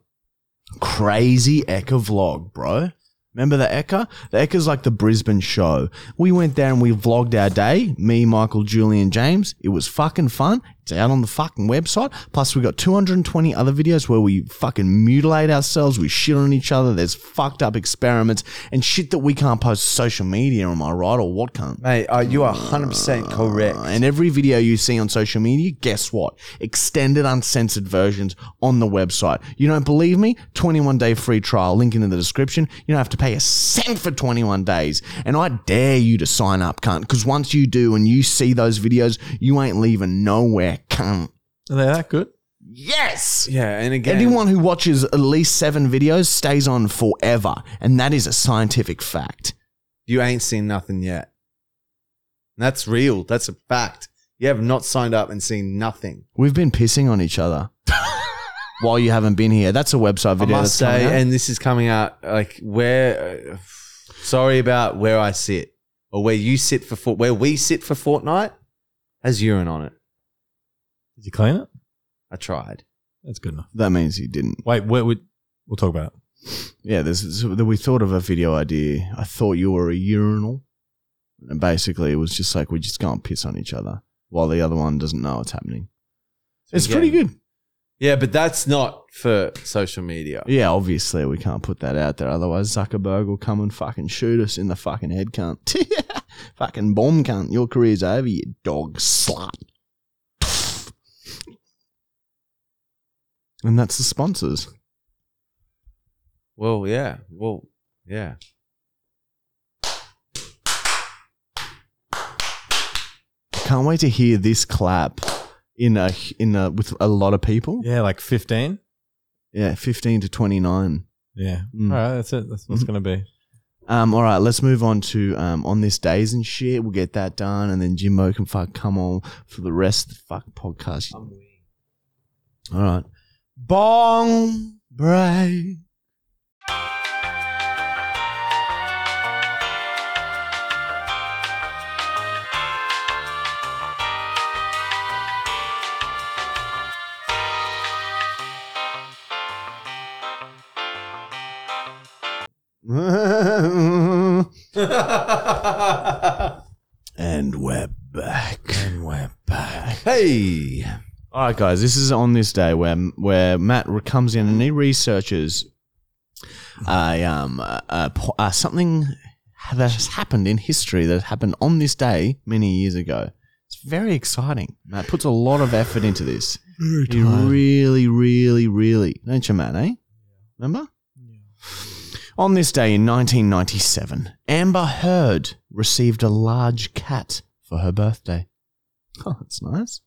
Speaker 2: crazy Eka vlog, bro. Remember the Eka? The Eka's like the Brisbane show. We went there and we vlogged our day. Me, Michael, Julian, James. It was fucking fun. It's out on the fucking website. Plus, we got 220 other videos where we fucking mutilate ourselves. We shit on each other. There's fucked up experiments and shit that we can't post to social media. Am I right or what can't?
Speaker 1: Mate, uh, you are 100% correct.
Speaker 2: Uh, and every video you see on social media, guess what? Extended, uncensored versions on the website. You don't believe me? 21 day free trial, link in the description. You don't have to pay a cent for 21 days. And I dare you to sign up, cunt, because once you do and you see those videos, you ain't leaving nowhere, cunt.
Speaker 5: Are they that good?
Speaker 2: Yes!
Speaker 1: yeah, and again,
Speaker 2: Anyone who watches at least seven videos stays on forever. And that is a scientific fact.
Speaker 1: you ain't seen nothing yet. And that's real. That's a fact. You have not signed up and seen nothing.
Speaker 2: We've been pissing on each other while you haven't been here. That's a website video.
Speaker 1: I must
Speaker 2: that's coming
Speaker 1: say,
Speaker 2: out.
Speaker 1: and this is coming out like where. Uh, sorry about where I sit or where you sit for Fort, where we sit for Fortnite has urine on it.
Speaker 5: Did you clean it?
Speaker 1: I tried.
Speaker 5: That's good enough.
Speaker 2: that means he didn't.
Speaker 5: Wait, we, we, we'll talk about it.
Speaker 2: Yeah, this is, we thought of a video idea. I thought you were a urinal, and basically it was just like we just go and piss on each other while the other one doesn't know what's happening. It's pretty
Speaker 1: Again.
Speaker 2: good.
Speaker 1: Yeah, but that's not for social media.
Speaker 2: Yeah, obviously we can't put that out there, otherwise Zuckerberg will come and fucking shoot us in the fucking head, cunt. fucking bomb, cunt. Your career's over, you dog slut. And that's the sponsors.
Speaker 1: Well, yeah. Well, yeah.
Speaker 2: Can't wait to hear this clap in a in a with a lot of people.
Speaker 5: Yeah, like 15?
Speaker 2: Yeah, 15 to 29.
Speaker 5: Yeah.
Speaker 2: Mm.
Speaker 5: All right, that's it. That's what's going to be.
Speaker 2: Um, all right, let's move on to um, on this days and shit. We'll get that done, and then Jimbo can fuck come on for the rest of the fuck podcast. All right, bong break. and we're back. And we're back.
Speaker 1: Hey.
Speaker 2: All right, guys. This is on this day where where Matt re- comes in and he researches a um a, a po- uh, something that has happened in history that happened on this day many years ago. It's very exciting. Matt puts a lot of effort into this. He
Speaker 5: tired.
Speaker 2: really, really, really, don't you, Matt? Eh? Remember? On this day in 1997, Amber Heard received a large cat for her birthday. Oh, that's nice.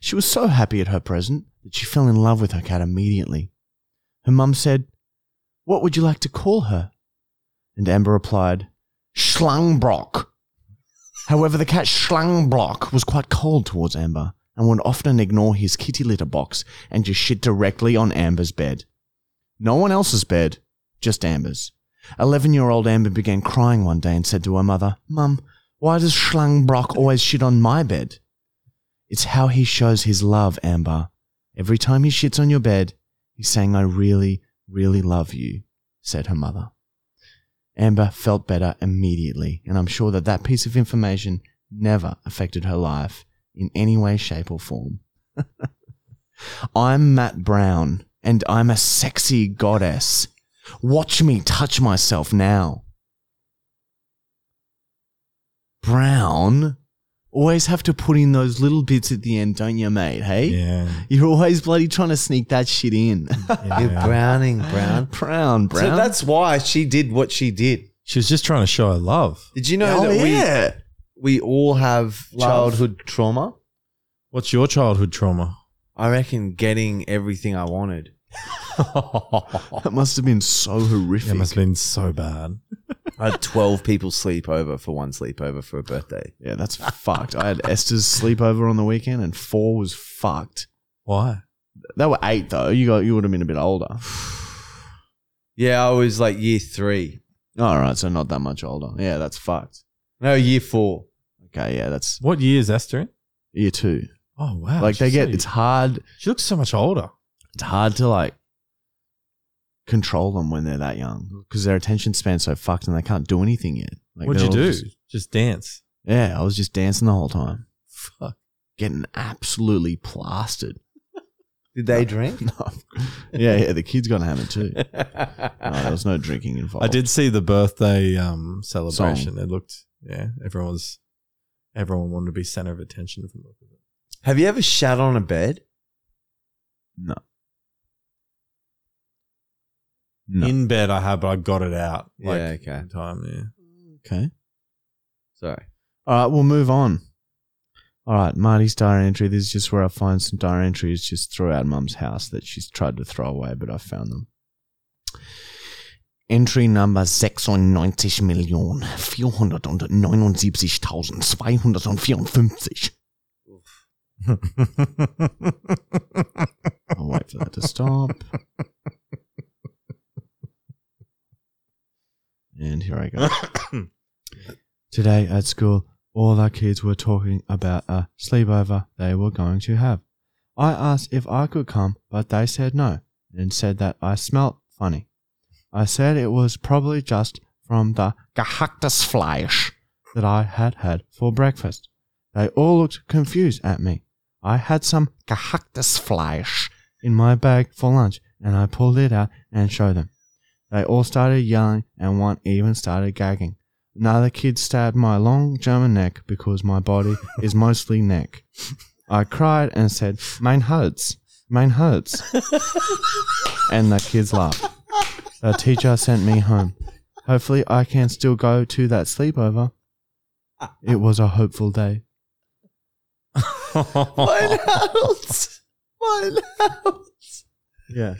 Speaker 2: She was so happy at her present that she fell in love with her cat immediately. Her mum said, What would you like to call her? And Amber replied, Schlangbrock. However, the cat Schlangbrock was quite cold towards Amber and would often ignore his kitty litter box and just shit directly on Amber's bed. No one else's bed, just Amber's. 11 year old Amber began crying one day and said to her mother, Mum, why does Schlangbrock always shit on my bed? It's how he shows his love, Amber. Every time he shits on your bed, he's saying, I really, really love you, said her mother. Amber felt better immediately, and I'm sure that that piece of information never affected her life in any way, shape, or form. I'm Matt Brown, and I'm a sexy goddess. Watch me touch myself now. Brown, always have to put in those little bits at the end, don't you, mate? Hey,
Speaker 5: Yeah.
Speaker 2: you're always bloody trying to sneak that shit in.
Speaker 1: You're
Speaker 5: yeah.
Speaker 1: browning, Brown.
Speaker 2: Brown, Brown.
Speaker 1: So that's why she did what she did.
Speaker 5: She was just trying to show her love.
Speaker 1: Did you know
Speaker 2: oh,
Speaker 1: that
Speaker 2: yeah.
Speaker 1: we we all have childhood trauma?
Speaker 5: What's your childhood trauma?
Speaker 1: I reckon getting everything I wanted.
Speaker 2: That must have been so horrific.
Speaker 5: It must have been so bad.
Speaker 1: I had twelve people sleep over for one sleepover for a birthday.
Speaker 2: yeah, that's fucked. I had Esther's sleepover on the weekend, and four was fucked.
Speaker 5: Why?
Speaker 2: They were eight though. You got you would have been a bit older.
Speaker 1: Yeah, I was like year three.
Speaker 2: All right, so not that much older. Yeah, that's fucked.
Speaker 1: No, year four.
Speaker 2: Okay, yeah, that's
Speaker 5: What year is Esther in?
Speaker 2: year two.
Speaker 5: Oh wow!
Speaker 2: like they
Speaker 5: she's
Speaker 2: get
Speaker 5: so-
Speaker 2: it's hard.
Speaker 5: She looks so much older.
Speaker 2: It's hard to like control them when they're that young because their attention span's so fucked and they can't do anything yet. Like,
Speaker 5: What'd you
Speaker 2: they're
Speaker 5: do?
Speaker 2: all just-
Speaker 5: Just, dance.
Speaker 2: yeah, I was just dancing the whole time,
Speaker 5: Fuck.
Speaker 2: getting absolutely plastered.
Speaker 1: Did they drink?
Speaker 2: No. yeah, yeah, the kid's gonna have it too. No, there
Speaker 1: I
Speaker 2: was no drinking involved.
Speaker 5: I did see the birthday um, celebration. It looked yeah. Everyone was everyone wanted to be center of attention from the look of it.
Speaker 1: Have you ever shat on a bed?
Speaker 2: No. No.
Speaker 5: In bed, I had, but I got it out. Like,
Speaker 1: Yeah, okay.
Speaker 5: in Time. Yeah.
Speaker 2: okay.
Speaker 1: Sorry.
Speaker 2: All right, we'll move on. All right, Marty's diary entry. This is just where I find some diary entries just throughout Mum's house that she's tried to throw away, but I found them. Entry number 96,479,254. I'll wait for that to stop. And here I go. Today at school, all our kids were talking about a sleepover they were going to have. I asked if I could come, but they said no and said that I smelt funny. I said it was probably just from the gehacktes Fleisch that I had had for breakfast. They all looked confused at me. I had some gehacktes Fleisch in my bag for lunch and I pulled it out and showed them. They all started yelling and one even started gagging. Another kid stabbed my long German neck because my body is mostly neck. I cried and said, Mein Hurts, mein Hurts. and the kids laughed. The teacher sent me home. Hopefully, I can still go to that sleepover. It was a hopeful day.
Speaker 1: Mine house. Mine house.
Speaker 2: Yeah,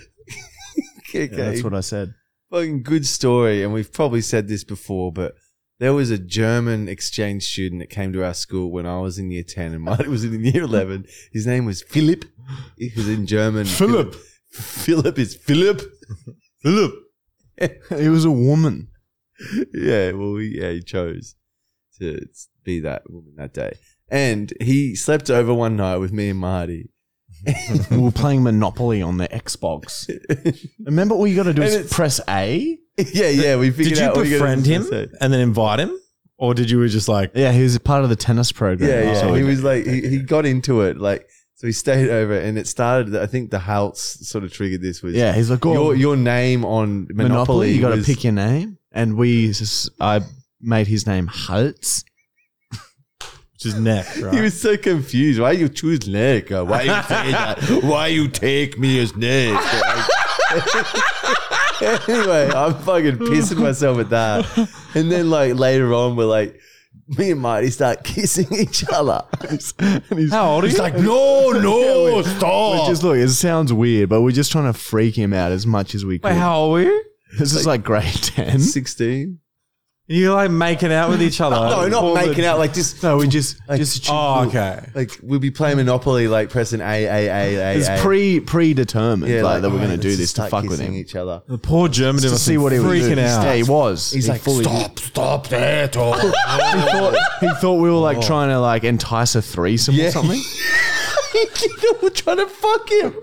Speaker 1: Okay,
Speaker 2: that's what I said.
Speaker 1: fucking good story, and we've probably said this before, but there was a German exchange student that came to our school when I was in year ten, and Marty was in year eleven. His name was Philip. He was in German.
Speaker 5: Philip.
Speaker 1: Philip is Philip. Philip.
Speaker 2: It was a woman.
Speaker 1: Yeah. Well, he- yeah, he chose to be that woman that day, and he slept over one night with me and Marty.
Speaker 2: we were playing Monopoly on the Xbox. Remember, all you got to do
Speaker 1: And
Speaker 2: is
Speaker 1: it's-
Speaker 2: press A.
Speaker 1: yeah, yeah. We figured
Speaker 5: Did you
Speaker 1: out. all gotta
Speaker 5: befriend
Speaker 1: do
Speaker 5: him
Speaker 1: is say-
Speaker 5: and then invite him, or did you were just like
Speaker 2: Yeah, he was part of the tennis program.
Speaker 1: Yeah, yeah.
Speaker 2: So
Speaker 1: he was like, he, he got into it, like, so he stayed over, and it started. I think the house sort of triggered this was
Speaker 2: yeah, he's like, oh,
Speaker 1: your your name on Monopoly.
Speaker 2: Monopoly, you got to
Speaker 1: was-
Speaker 2: pick your name, and we s- I made his name Holtz.
Speaker 5: Just neck, right?
Speaker 1: He was so confused. Why you choose Nick? Uh, Why you say that? Why you take me as Nick? anyway, I'm fucking pissing myself at that. And then like later on, we're like, me and Marty start kissing each other.
Speaker 2: How old
Speaker 1: He's like, no, no, stop.
Speaker 2: just look, it sounds weird, but we're just trying to freak him out as much as we could.
Speaker 5: Wait, how old were you?
Speaker 2: this is like grade 10.
Speaker 1: 16.
Speaker 5: You like making out with each other?
Speaker 1: No, not making out like just
Speaker 2: No, we just, just
Speaker 5: Oh, okay.
Speaker 1: like we'll be playing Monopoly, like pressing A A A A.
Speaker 2: It's
Speaker 1: A.
Speaker 2: pre predetermined
Speaker 1: Yeah, oh,
Speaker 2: like, that we're
Speaker 1: "Alright,
Speaker 2: going to
Speaker 1: let's
Speaker 2: do
Speaker 1: just
Speaker 2: this to
Speaker 1: start
Speaker 2: fuck with
Speaker 1: kissing
Speaker 2: him.
Speaker 1: each other.
Speaker 5: The poor German
Speaker 2: To
Speaker 5: must
Speaker 2: see
Speaker 5: be
Speaker 2: what he was
Speaker 5: freaking
Speaker 2: doing.
Speaker 5: out.
Speaker 2: Yeah, he was.
Speaker 1: He's
Speaker 2: He
Speaker 1: like,
Speaker 2: fully-
Speaker 1: stop, stop that. Oh.
Speaker 2: He thought, he thought we were like trying to like entice a threesome
Speaker 1: Yeah.
Speaker 2: or something.
Speaker 1: We're trying to fuck him.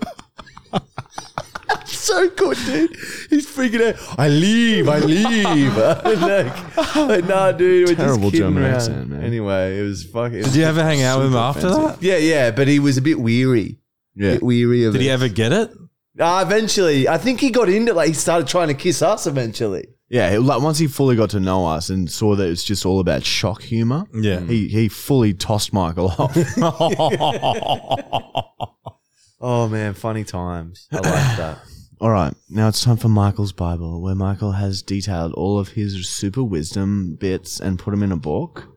Speaker 1: so good, dude. He's freaking out. I leave. I leave. like, like, nah, dude. We're
Speaker 2: Terrible
Speaker 1: just kidding
Speaker 2: German
Speaker 1: around.
Speaker 2: accent, man.
Speaker 1: Anyway, it was fucking.
Speaker 5: Did you ever hang out with him
Speaker 2: Super
Speaker 5: after
Speaker 2: offensive.
Speaker 5: that?
Speaker 1: yeah, yeah, but he was a bit weary.
Speaker 2: Yeah.
Speaker 1: Bit weary of
Speaker 5: Did
Speaker 1: it.
Speaker 5: he ever get it?
Speaker 1: Ah, eventually, I think he got into like he started trying to kiss us. Eventually,
Speaker 2: Yeah, it- like once he fully got to know us and saw that it's just all about shock humor,
Speaker 5: Yeah.
Speaker 2: he he fully tossed Michael off.
Speaker 1: oh man, funny times. I like that.
Speaker 2: all right, now it's time for Michael's Bible, where Michael has detailed all of his super wisdom bits and put them in a book,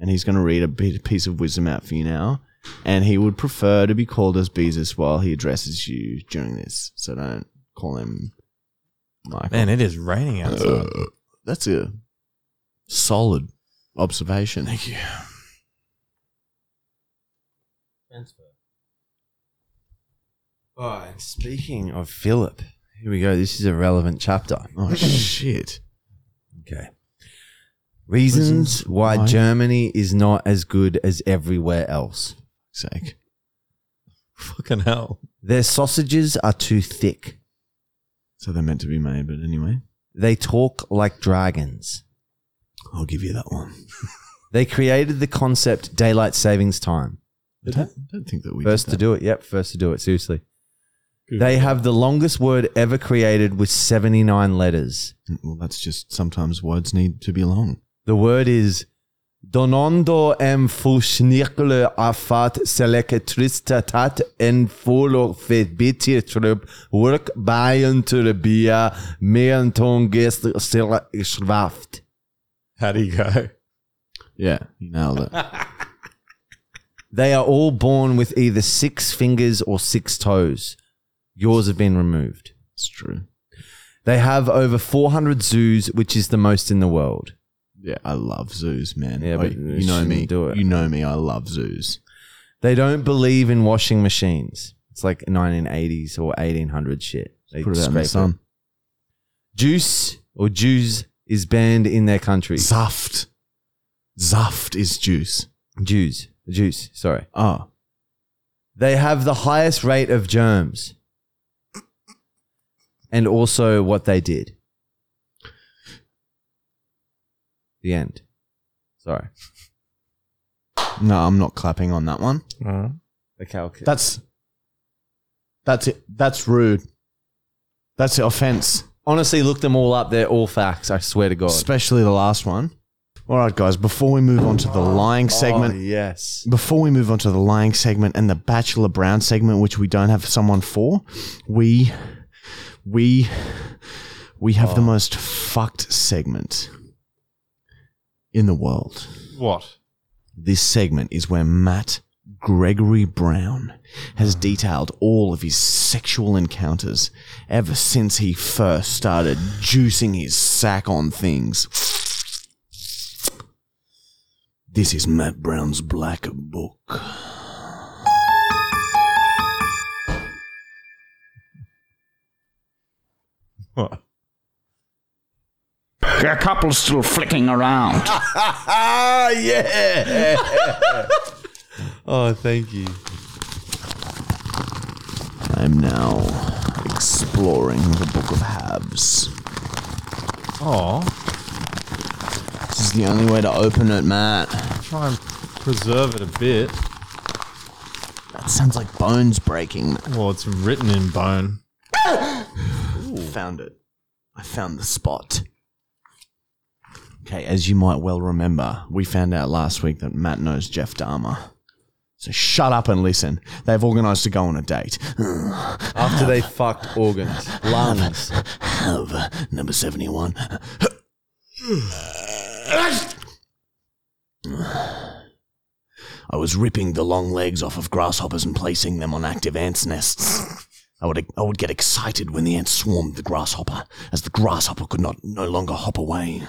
Speaker 2: and he's going to read a bit, piece of wisdom out for you now. And he would prefer to be called as Beezus while he addresses you during this, so don't call him Michael.
Speaker 5: Man, it is raining outside.
Speaker 2: Uh, that's a solid observation. Thank you.
Speaker 1: All right. Speaking of Philip, here we go. This is a relevant chapter.
Speaker 2: Oh shit.
Speaker 1: Okay. Reasons
Speaker 2: Reasons
Speaker 1: why,
Speaker 2: why-
Speaker 1: Germany is not as good as everywhere else.
Speaker 2: sake.
Speaker 5: Fucking hell.
Speaker 1: Their sausages are too thick.
Speaker 2: So they're meant to be made, but anyway,
Speaker 1: They talk like dragons.
Speaker 2: I'll give you that one.
Speaker 1: They created the concept daylight savings time.
Speaker 2: I don't, don't think that we
Speaker 1: First to
Speaker 2: did
Speaker 1: do it. Yep, first to do it. Seriously.
Speaker 5: Good.
Speaker 1: They have the longest word ever created with 79 letters.
Speaker 2: that. Well, that's just sometimes words need to be long.
Speaker 1: The word is Donando em fushnikle afat selektristatat en fulo fet bitiertrup work bayen to the beer meanton gest schwaft.
Speaker 5: How do you go?
Speaker 2: Yeah, you nailed it.
Speaker 1: They are all born with either six fingers or six toes. Yours have been removed.
Speaker 2: it's true.
Speaker 1: They have over 400 zoos, which is the most in the world.
Speaker 2: Yeah, I love zoos, man.
Speaker 1: Yeah,
Speaker 2: Oh,
Speaker 1: but
Speaker 2: you,
Speaker 1: you
Speaker 2: know
Speaker 1: shouldn't
Speaker 2: me.
Speaker 1: do it.
Speaker 2: You know me. I love zoos.
Speaker 1: They don't believe in washing machines. It's like 1980s or 1800 shit. They
Speaker 2: Put it out in the
Speaker 1: scrape
Speaker 2: sun.
Speaker 1: Juice or Jews is banned in their country.
Speaker 2: Zaft. Zaft is juice.
Speaker 1: Jews. Juice, sorry.
Speaker 2: Oh,
Speaker 1: They have the highest rate of germs. And also what they did. The end. Sorry.
Speaker 2: no, I'm not clapping on that one.
Speaker 1: Okay, okay.
Speaker 2: That's that's it. That's rude. That's the offense.
Speaker 1: Honestly, look them all up. They're all facts. I swear to God.
Speaker 2: especially the last one. All right, guys, before we move on to the lying segment,
Speaker 1: Oh, yes.
Speaker 2: before we move on to the lying segment and the Bachelor Brown segment, which we don't have someone for, we we we have the most fucked segment in the world.
Speaker 5: What?
Speaker 2: This segment is where Matt Gregory Brown has detailed all of his sexual encounters ever since he first started juicing his sack on things. This is Matt Brown's Black Book.
Speaker 5: What?
Speaker 6: A couple still flicking around.
Speaker 1: Ah, yeah. oh, thank you.
Speaker 2: I'm now exploring the Book of Halves.
Speaker 5: Oh,
Speaker 2: This is the only way to open it, Matt.
Speaker 5: try and preserve it a bit.
Speaker 2: That sounds like bones breaking.
Speaker 5: Well, it's written in bone.
Speaker 2: Found it. I found the spot.
Speaker 7: Okay, as you might well remember, we found out last week that Matt knows Jeff Dahmer. So shut up and listen. They've organised to go on a date.
Speaker 1: After they fucked organs, lungs.
Speaker 7: Have uh, number 71. I was ripping the long legs off of grasshoppers and placing them on active ants' nests. I would, I would get excited when the ant swarmed the grasshopper, as the grasshopper could not no longer hop away.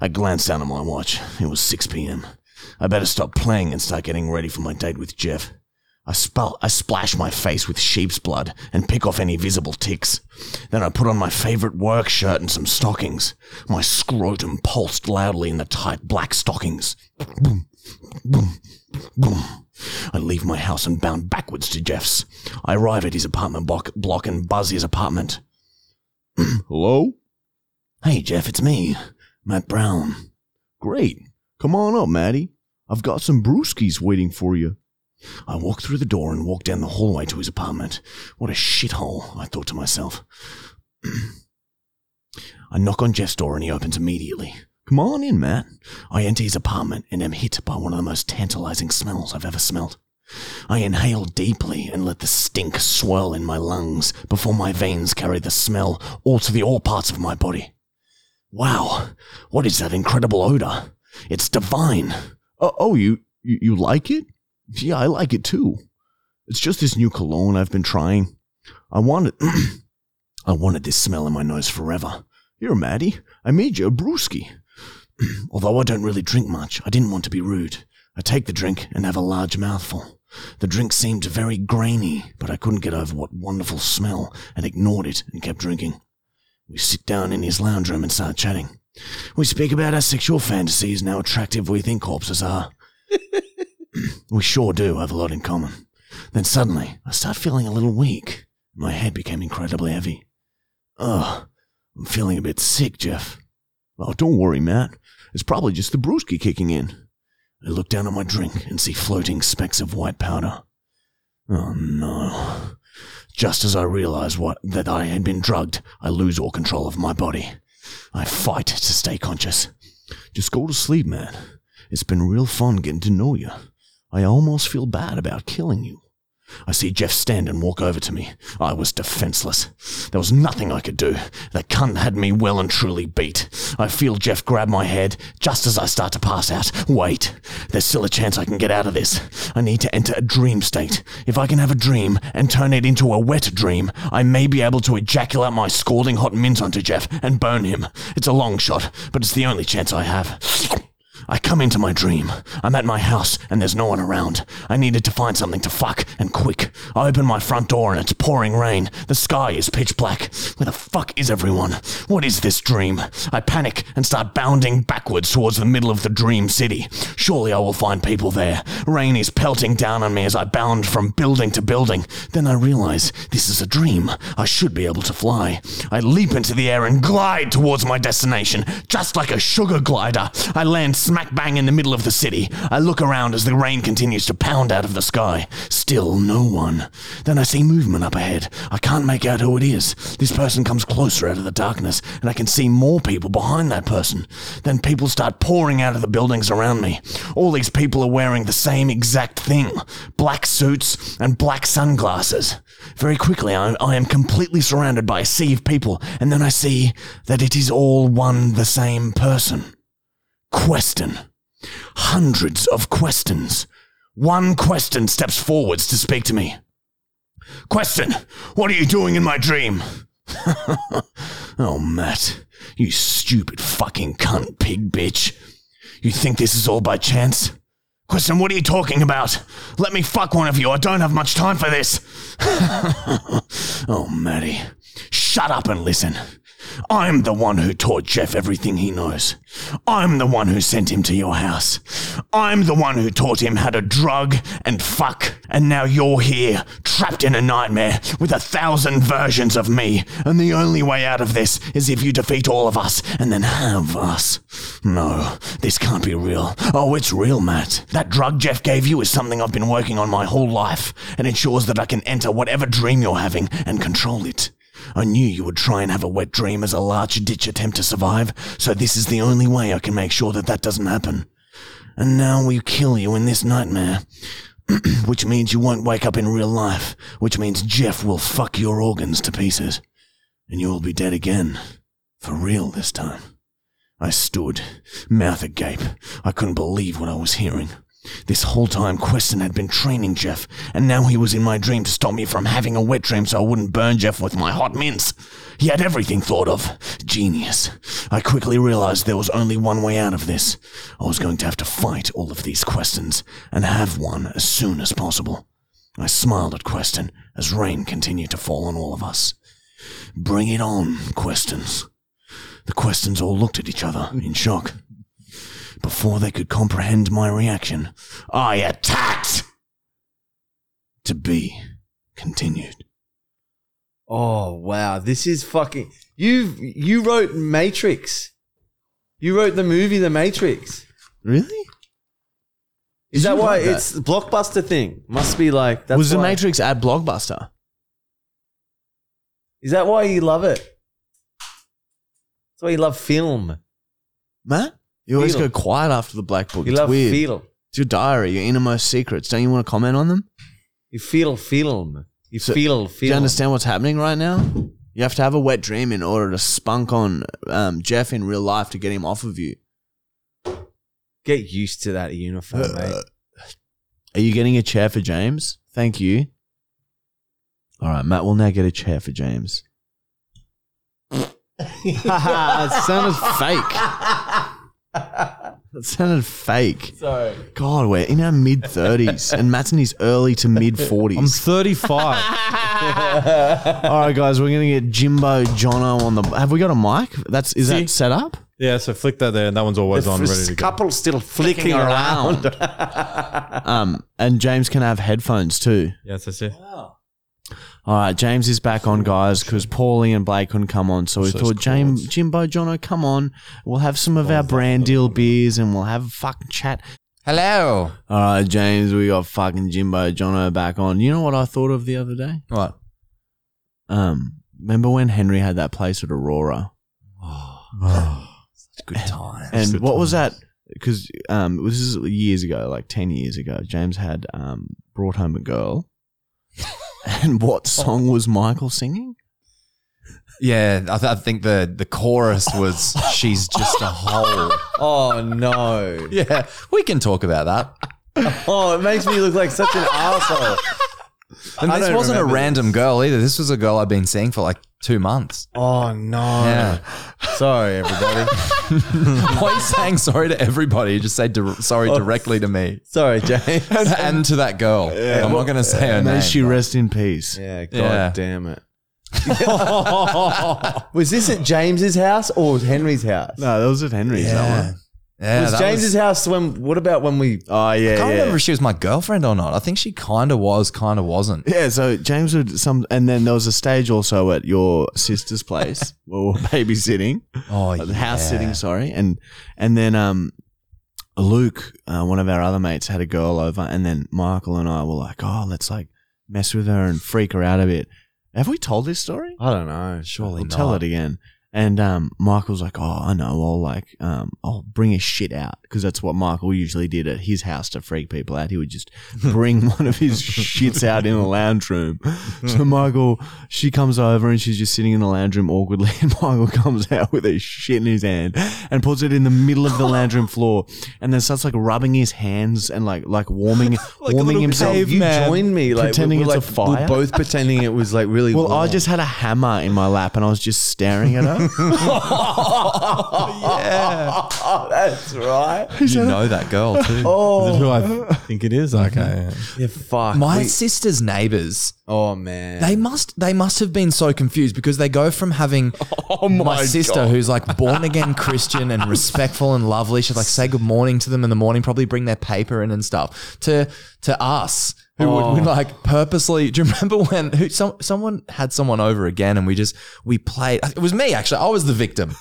Speaker 7: I glanced down at my watch. It was 6 p.m. I better stop playing and start getting ready for my date with Jeff. I, spl- I splash my face with sheep's blood and pick off any visible ticks. Then I put on my favorite work shirt and some stockings. My scrotum pulsed loudly in the tight black stockings. Boom, boom, boom. I leave my house and bound backwards to Jeff's. I arrive at his apartment block, block and buzz his apartment. Hello? Hey, Jeff, it's me, Matt Brown. Great. Come on up, Matty. I've got some brewskis waiting for you. I walked through the door and walked down the hallway to his apartment. What a shithole, Oh, I thought to myself. I knock on Jeff's door and he opens immediately. Come on in, Matt. I enter his apartment and am hit by one of the most tantalizing smells I've ever smelt. I inhale deeply and let the stink swirl in my lungs before my veins carry the smell all to the all parts of my body. Wow, what is that incredible odor? It's divine.
Speaker 2: Uh,
Speaker 7: Oh, oh you, you you like it? Yeah, I like it too. It's just this new cologne I've been trying. I wanted I wanted this smell in my nose forever. Here, Maddie, I made you a brewski. Although I don't really drink much, I didn't want to be rude. I take the drink and have a large mouthful. The drink seemed very grainy, but I couldn't get over what wonderful smell and ignored it and kept drinking. We sit down in his lounge room and start chatting. We speak about our sexual fantasies and how attractive we think corpses are. we sure do have a lot in common. Then suddenly, I start feeling a little weak. My head became incredibly heavy. Ugh, I'm feeling a bit sick, Jeff. Oh, don't worry, Matt. It's probably just the brewski kicking in. I look down at my drink and see floating specks of white powder. Oh no. Just as I realize what that I had been drugged, I lose all control of my body. I fight to stay conscious. Just go to sleep, man. It's been real fun getting to know you. I almost feel bad about killing you. I see Jeff stand and walk over to me. I was defenseless. There was nothing I could do. That cunt had me well and truly beat. I feel Jeff grab my head just as I start to pass out. Wait, there's still a chance I can get out of this. I need to enter a dream state. If I can have a dream and turn it into a wet dream, I may be able to ejaculate my scalding hot mint onto Jeff and burn him. It's a long shot, but it's the only chance I have. I come into my dream. I'm at my house and there's no one around. I needed to find something to fuck and quick. I open my front door and it's pouring rain. The sky is pitch black. Where the fuck is everyone? What is this dream? I panic and start bounding backwards towards the middle of the dream city. Surely I will find people there. Rain is pelting down on me as I bound from building to building. Then I realize this is a dream. I should be able to fly. I leap into the air and glide towards my destination, just like a sugar glider. I land smack bang in the middle of the city. I look around as the rain continues to pound out of the sky. Still no one. Then I see movement up ahead. I can't make out who it is. This person comes closer out of the darkness, and I can see more people behind that person. Then people start pouring out of the buildings around me. All these people are wearing the same exact thing black suits and black sunglasses. Very quickly, I, I am completely surrounded by a sea of people, and then I see that it is all one the same person question. Hundreds of questions. One question steps forwards to speak to me. Question, what are you doing in my dream? oh, Matt, you stupid fucking cunt pig bitch. You think this is all by chance? Question, what are you talking about? Let me fuck one of you. I don't have much time for this. oh, Matty, shut up and listen. I'm the one who taught Jeff everything he knows. I'm the one who sent him to your house. I'm the one who taught him how to drug and fuck. And now you're here, trapped in a nightmare with a thousand versions of me. And the only way out of this is if you defeat all of us and then have us. No, this can't be real. Oh, it's real, Matt. That drug Jeff gave you is something I've been working on my whole life and ensures that I can enter whatever dream you're having and control it.
Speaker 2: I knew you would try and have a wet dream as a large ditch attempt to survive, so this is the only way I can make sure that that doesn't happen. And now we kill you in this nightmare. which means you won't wake up in real life, which means Jeff will fuck your organs to pieces. And you will be dead again. For real this time. I stood, mouth agape. I couldn't believe what I was hearing. This whole time, Queston had been training Jeff, and now he was in my dream to stop me from having a wet dream so I wouldn't burn Jeff with my hot mints. He had everything thought of. Genius. I quickly realized there was only one way out of this. I was going to have to fight all of these questions and have one as soon as possible. I smiled at Queston as rain continued to fall on all of us. Bring it on, Questons. The Questons all looked at each other in shock. Before they could comprehend my reaction, I attacked! To be continued.
Speaker 1: Oh wow, this is fucking you. You wrote Matrix. You wrote the movie The Matrix.
Speaker 2: Really?
Speaker 1: Is that
Speaker 2: You
Speaker 1: why
Speaker 2: wrote that?
Speaker 1: it's the blockbuster thing? Must be like that's
Speaker 2: was The
Speaker 1: why-
Speaker 2: Matrix at Blockbuster?
Speaker 1: Is that why you love it? That's why you love film.
Speaker 2: Matt? You always
Speaker 1: Feel.
Speaker 2: go quiet after the Black Book.
Speaker 1: You
Speaker 2: it's
Speaker 1: love
Speaker 2: weird.
Speaker 1: film.
Speaker 2: It's your diary, your innermost secrets. Don't you want to comment on them?
Speaker 1: You feel film. You
Speaker 2: So,
Speaker 1: feel film.
Speaker 2: Do you understand what's happening right now? You have to have a wet dream in order to spunk on um, Jeff in real life to get him off of you.
Speaker 1: Get used to that uniform, mate.
Speaker 2: Are you getting a chair for James? Thank you. All right, Matt will now get a chair for James. that sounded fake. That sounded fake.
Speaker 1: Sorry.
Speaker 2: God, we're in our mid 30s, and Matt's in his early to mid 40s.
Speaker 5: I'm 35.
Speaker 2: All right, guys, we're gonna get Jimbo Jono on the. Have we got a mic? That's is that set up?
Speaker 5: yeah, so flick that there, and that one's always on, ready to go.
Speaker 1: couple still flicking around.
Speaker 2: Um, and James can have headphones too.
Speaker 5: Yeah, that's it.
Speaker 2: All right, James is back on, guys, because Paulie and Blake couldn't come on, so we
Speaker 5: So it's
Speaker 2: thought, James,
Speaker 5: cool.
Speaker 2: Jimbo Jono, come on. We'll have some of our brand deal beers and we'll have a fucking chat.
Speaker 1: Hello.
Speaker 2: All right, James, we got fucking Jimbo Jono back on. You know what I thought of the other day?
Speaker 5: What?
Speaker 2: Um, remember when Henry had that place at Aurora?
Speaker 1: Good time.
Speaker 2: and
Speaker 5: Good
Speaker 2: what was that?
Speaker 5: times.
Speaker 2: Because um, this is years ago, like ten years ago. James had um, brought home a girl, and what song was Michael singing?
Speaker 8: Yeah, I, th- I think the the chorus was she's just a hole.
Speaker 1: Oh no.
Speaker 8: Yeah, we can talk about that.
Speaker 1: Oh, it makes me look like such an asshole.
Speaker 8: And
Speaker 1: I
Speaker 8: this
Speaker 1: don't
Speaker 8: wasn't a
Speaker 1: remember
Speaker 8: random girl either. This was a girl I've been seeing for like two months.
Speaker 1: Oh no.
Speaker 8: Yeah.
Speaker 1: Sorry, everybody.
Speaker 8: Why are you saying sorry to everybody? You just say dir- sorry directly to me
Speaker 1: Sorry, James.
Speaker 8: and to that girl. I'm not going to say her
Speaker 2: May
Speaker 8: name.
Speaker 2: she rest in peace.
Speaker 1: Yeah, god
Speaker 8: Yeah.
Speaker 1: damn it. was this at James's house or was Henry's house?
Speaker 2: No, that was at Henry's. That
Speaker 8: yeah.
Speaker 2: one.
Speaker 8: Yeah,
Speaker 1: was
Speaker 8: that
Speaker 1: James's house when what about when we
Speaker 2: Oh yeah,
Speaker 8: I can't
Speaker 2: yeah.
Speaker 8: remember if she was my girlfriend or not. I think she kind of was, kind of wasn't.
Speaker 2: Yeah, so James would some, and then there was a stage also at your sister's place where we were babysitting.
Speaker 8: Oh,
Speaker 2: Uh,
Speaker 8: yeah.
Speaker 2: the house sitting, sorry, and and then um, Luke, uh, one of our other mates, had a girl over, and then Michael and I were like, oh, let's like mess with her and freak her out a bit. Have we told this story?
Speaker 1: I don't know.
Speaker 8: Surely
Speaker 2: we'll
Speaker 8: not.
Speaker 2: tell it again. And um, Michael's like, oh, I know, I'll like, um, I'll bring his shit out because that's what Michael usually did at his house to freak people out. He would just bring one of his shits out in the lounge room. So Michael, she comes over and she's just sitting in the lounge room awkwardly, and Michael comes out with a shit in his hand and puts it in the middle of the lounge room floor, and then starts like rubbing his hands and like like warming warming himself.
Speaker 1: you joined me like
Speaker 2: pretending
Speaker 1: we were,
Speaker 2: it's a
Speaker 1: like, we
Speaker 2: fire?
Speaker 1: We're both pretending it was like really
Speaker 2: well, I
Speaker 1: warm.
Speaker 2: just had a hammer in my lap and I was just staring at her.
Speaker 1: Oh, that's right. Oh,
Speaker 8: You know that girl too.
Speaker 5: Is it who I think it is? Okay. yeah.
Speaker 1: Yeah, fuck.
Speaker 8: My
Speaker 1: We-
Speaker 8: sister's neighbors
Speaker 1: oh man.
Speaker 8: They must they must have been so confused because they go from having my, sister who's like born again Christian and respectful and lovely. She'd like say good morning to them in the morning, probably bring their paper in and stuff. To to us who would we like purposely do you remember when who some, someone had someone over again and we just we played it was me actually. I was the victim.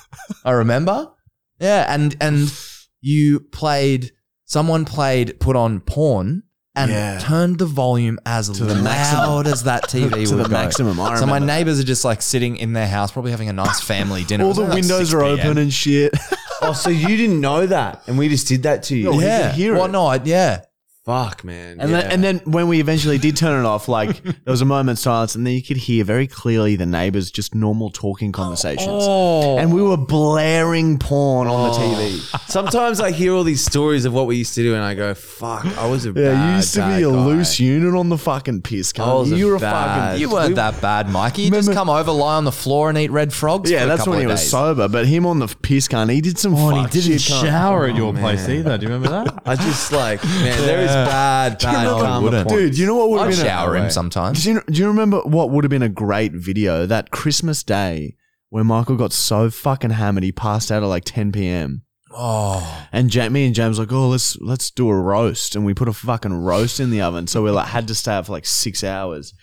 Speaker 8: I remember. Yeah, and and you played someone played put on porn and
Speaker 2: Yeah.
Speaker 8: turned the volume as loud as that TV
Speaker 2: to
Speaker 8: would
Speaker 2: the
Speaker 8: go.
Speaker 2: maximum. I
Speaker 8: So my
Speaker 2: remember.
Speaker 8: neighbors are just like sitting in their house, probably having a nice family dinner. It
Speaker 2: all
Speaker 8: was
Speaker 2: the
Speaker 8: only, like,
Speaker 2: windows
Speaker 8: 6
Speaker 2: are
Speaker 8: PM.
Speaker 2: open and shit.
Speaker 1: Oh, so you didn't know that, and we just did that to you.
Speaker 2: No. Oh, he
Speaker 8: yeah.
Speaker 2: could hear
Speaker 8: well,
Speaker 2: it.
Speaker 8: no, I, yeah.
Speaker 1: Fuck, man.
Speaker 2: And then, and then when we eventually did turn it off, like there was a moment's silence, and then you could hear very clearly the neighbors just normal talking conversations.
Speaker 8: Oh,
Speaker 2: And we were blaring porn on the TV.
Speaker 1: sometimes I hear all these stories of what we used to do, and I go, "Fuck, I was a bad, bad guy.
Speaker 2: unit on the fucking piss,
Speaker 1: I was a bad-
Speaker 8: you weren't that bad, Mikey. You just come over, lie on the floor, and eat red frogs.
Speaker 2: Yeah,
Speaker 8: for a
Speaker 2: that's
Speaker 8: couple
Speaker 2: when he
Speaker 8: of
Speaker 2: was
Speaker 8: days.
Speaker 2: sober. But him on the piss cunt, he did some
Speaker 5: Oh,
Speaker 2: fuck
Speaker 5: and he didn't
Speaker 2: shit, cunt.
Speaker 5: shower at
Speaker 2: Oh,
Speaker 5: your place either. Do you remember that?
Speaker 1: I just like, man, there is
Speaker 5: Yeah.
Speaker 1: bad, bad
Speaker 5: remember-
Speaker 1: karma.
Speaker 5: Wouldn't.
Speaker 1: points.
Speaker 2: Dude, you know what would have
Speaker 8: I
Speaker 2: been?
Speaker 8: shower
Speaker 2: a,
Speaker 8: him sometimes.
Speaker 2: Do you, do you remember what would have been a great video that Christmas day where Michael got so fucking hammered he passed out at like 10 p.m.
Speaker 8: Oh,
Speaker 2: And ja- me and James like, oh, let's let's do a roast, and we put a fucking roast in the oven. So we like had to stay up for like six hours,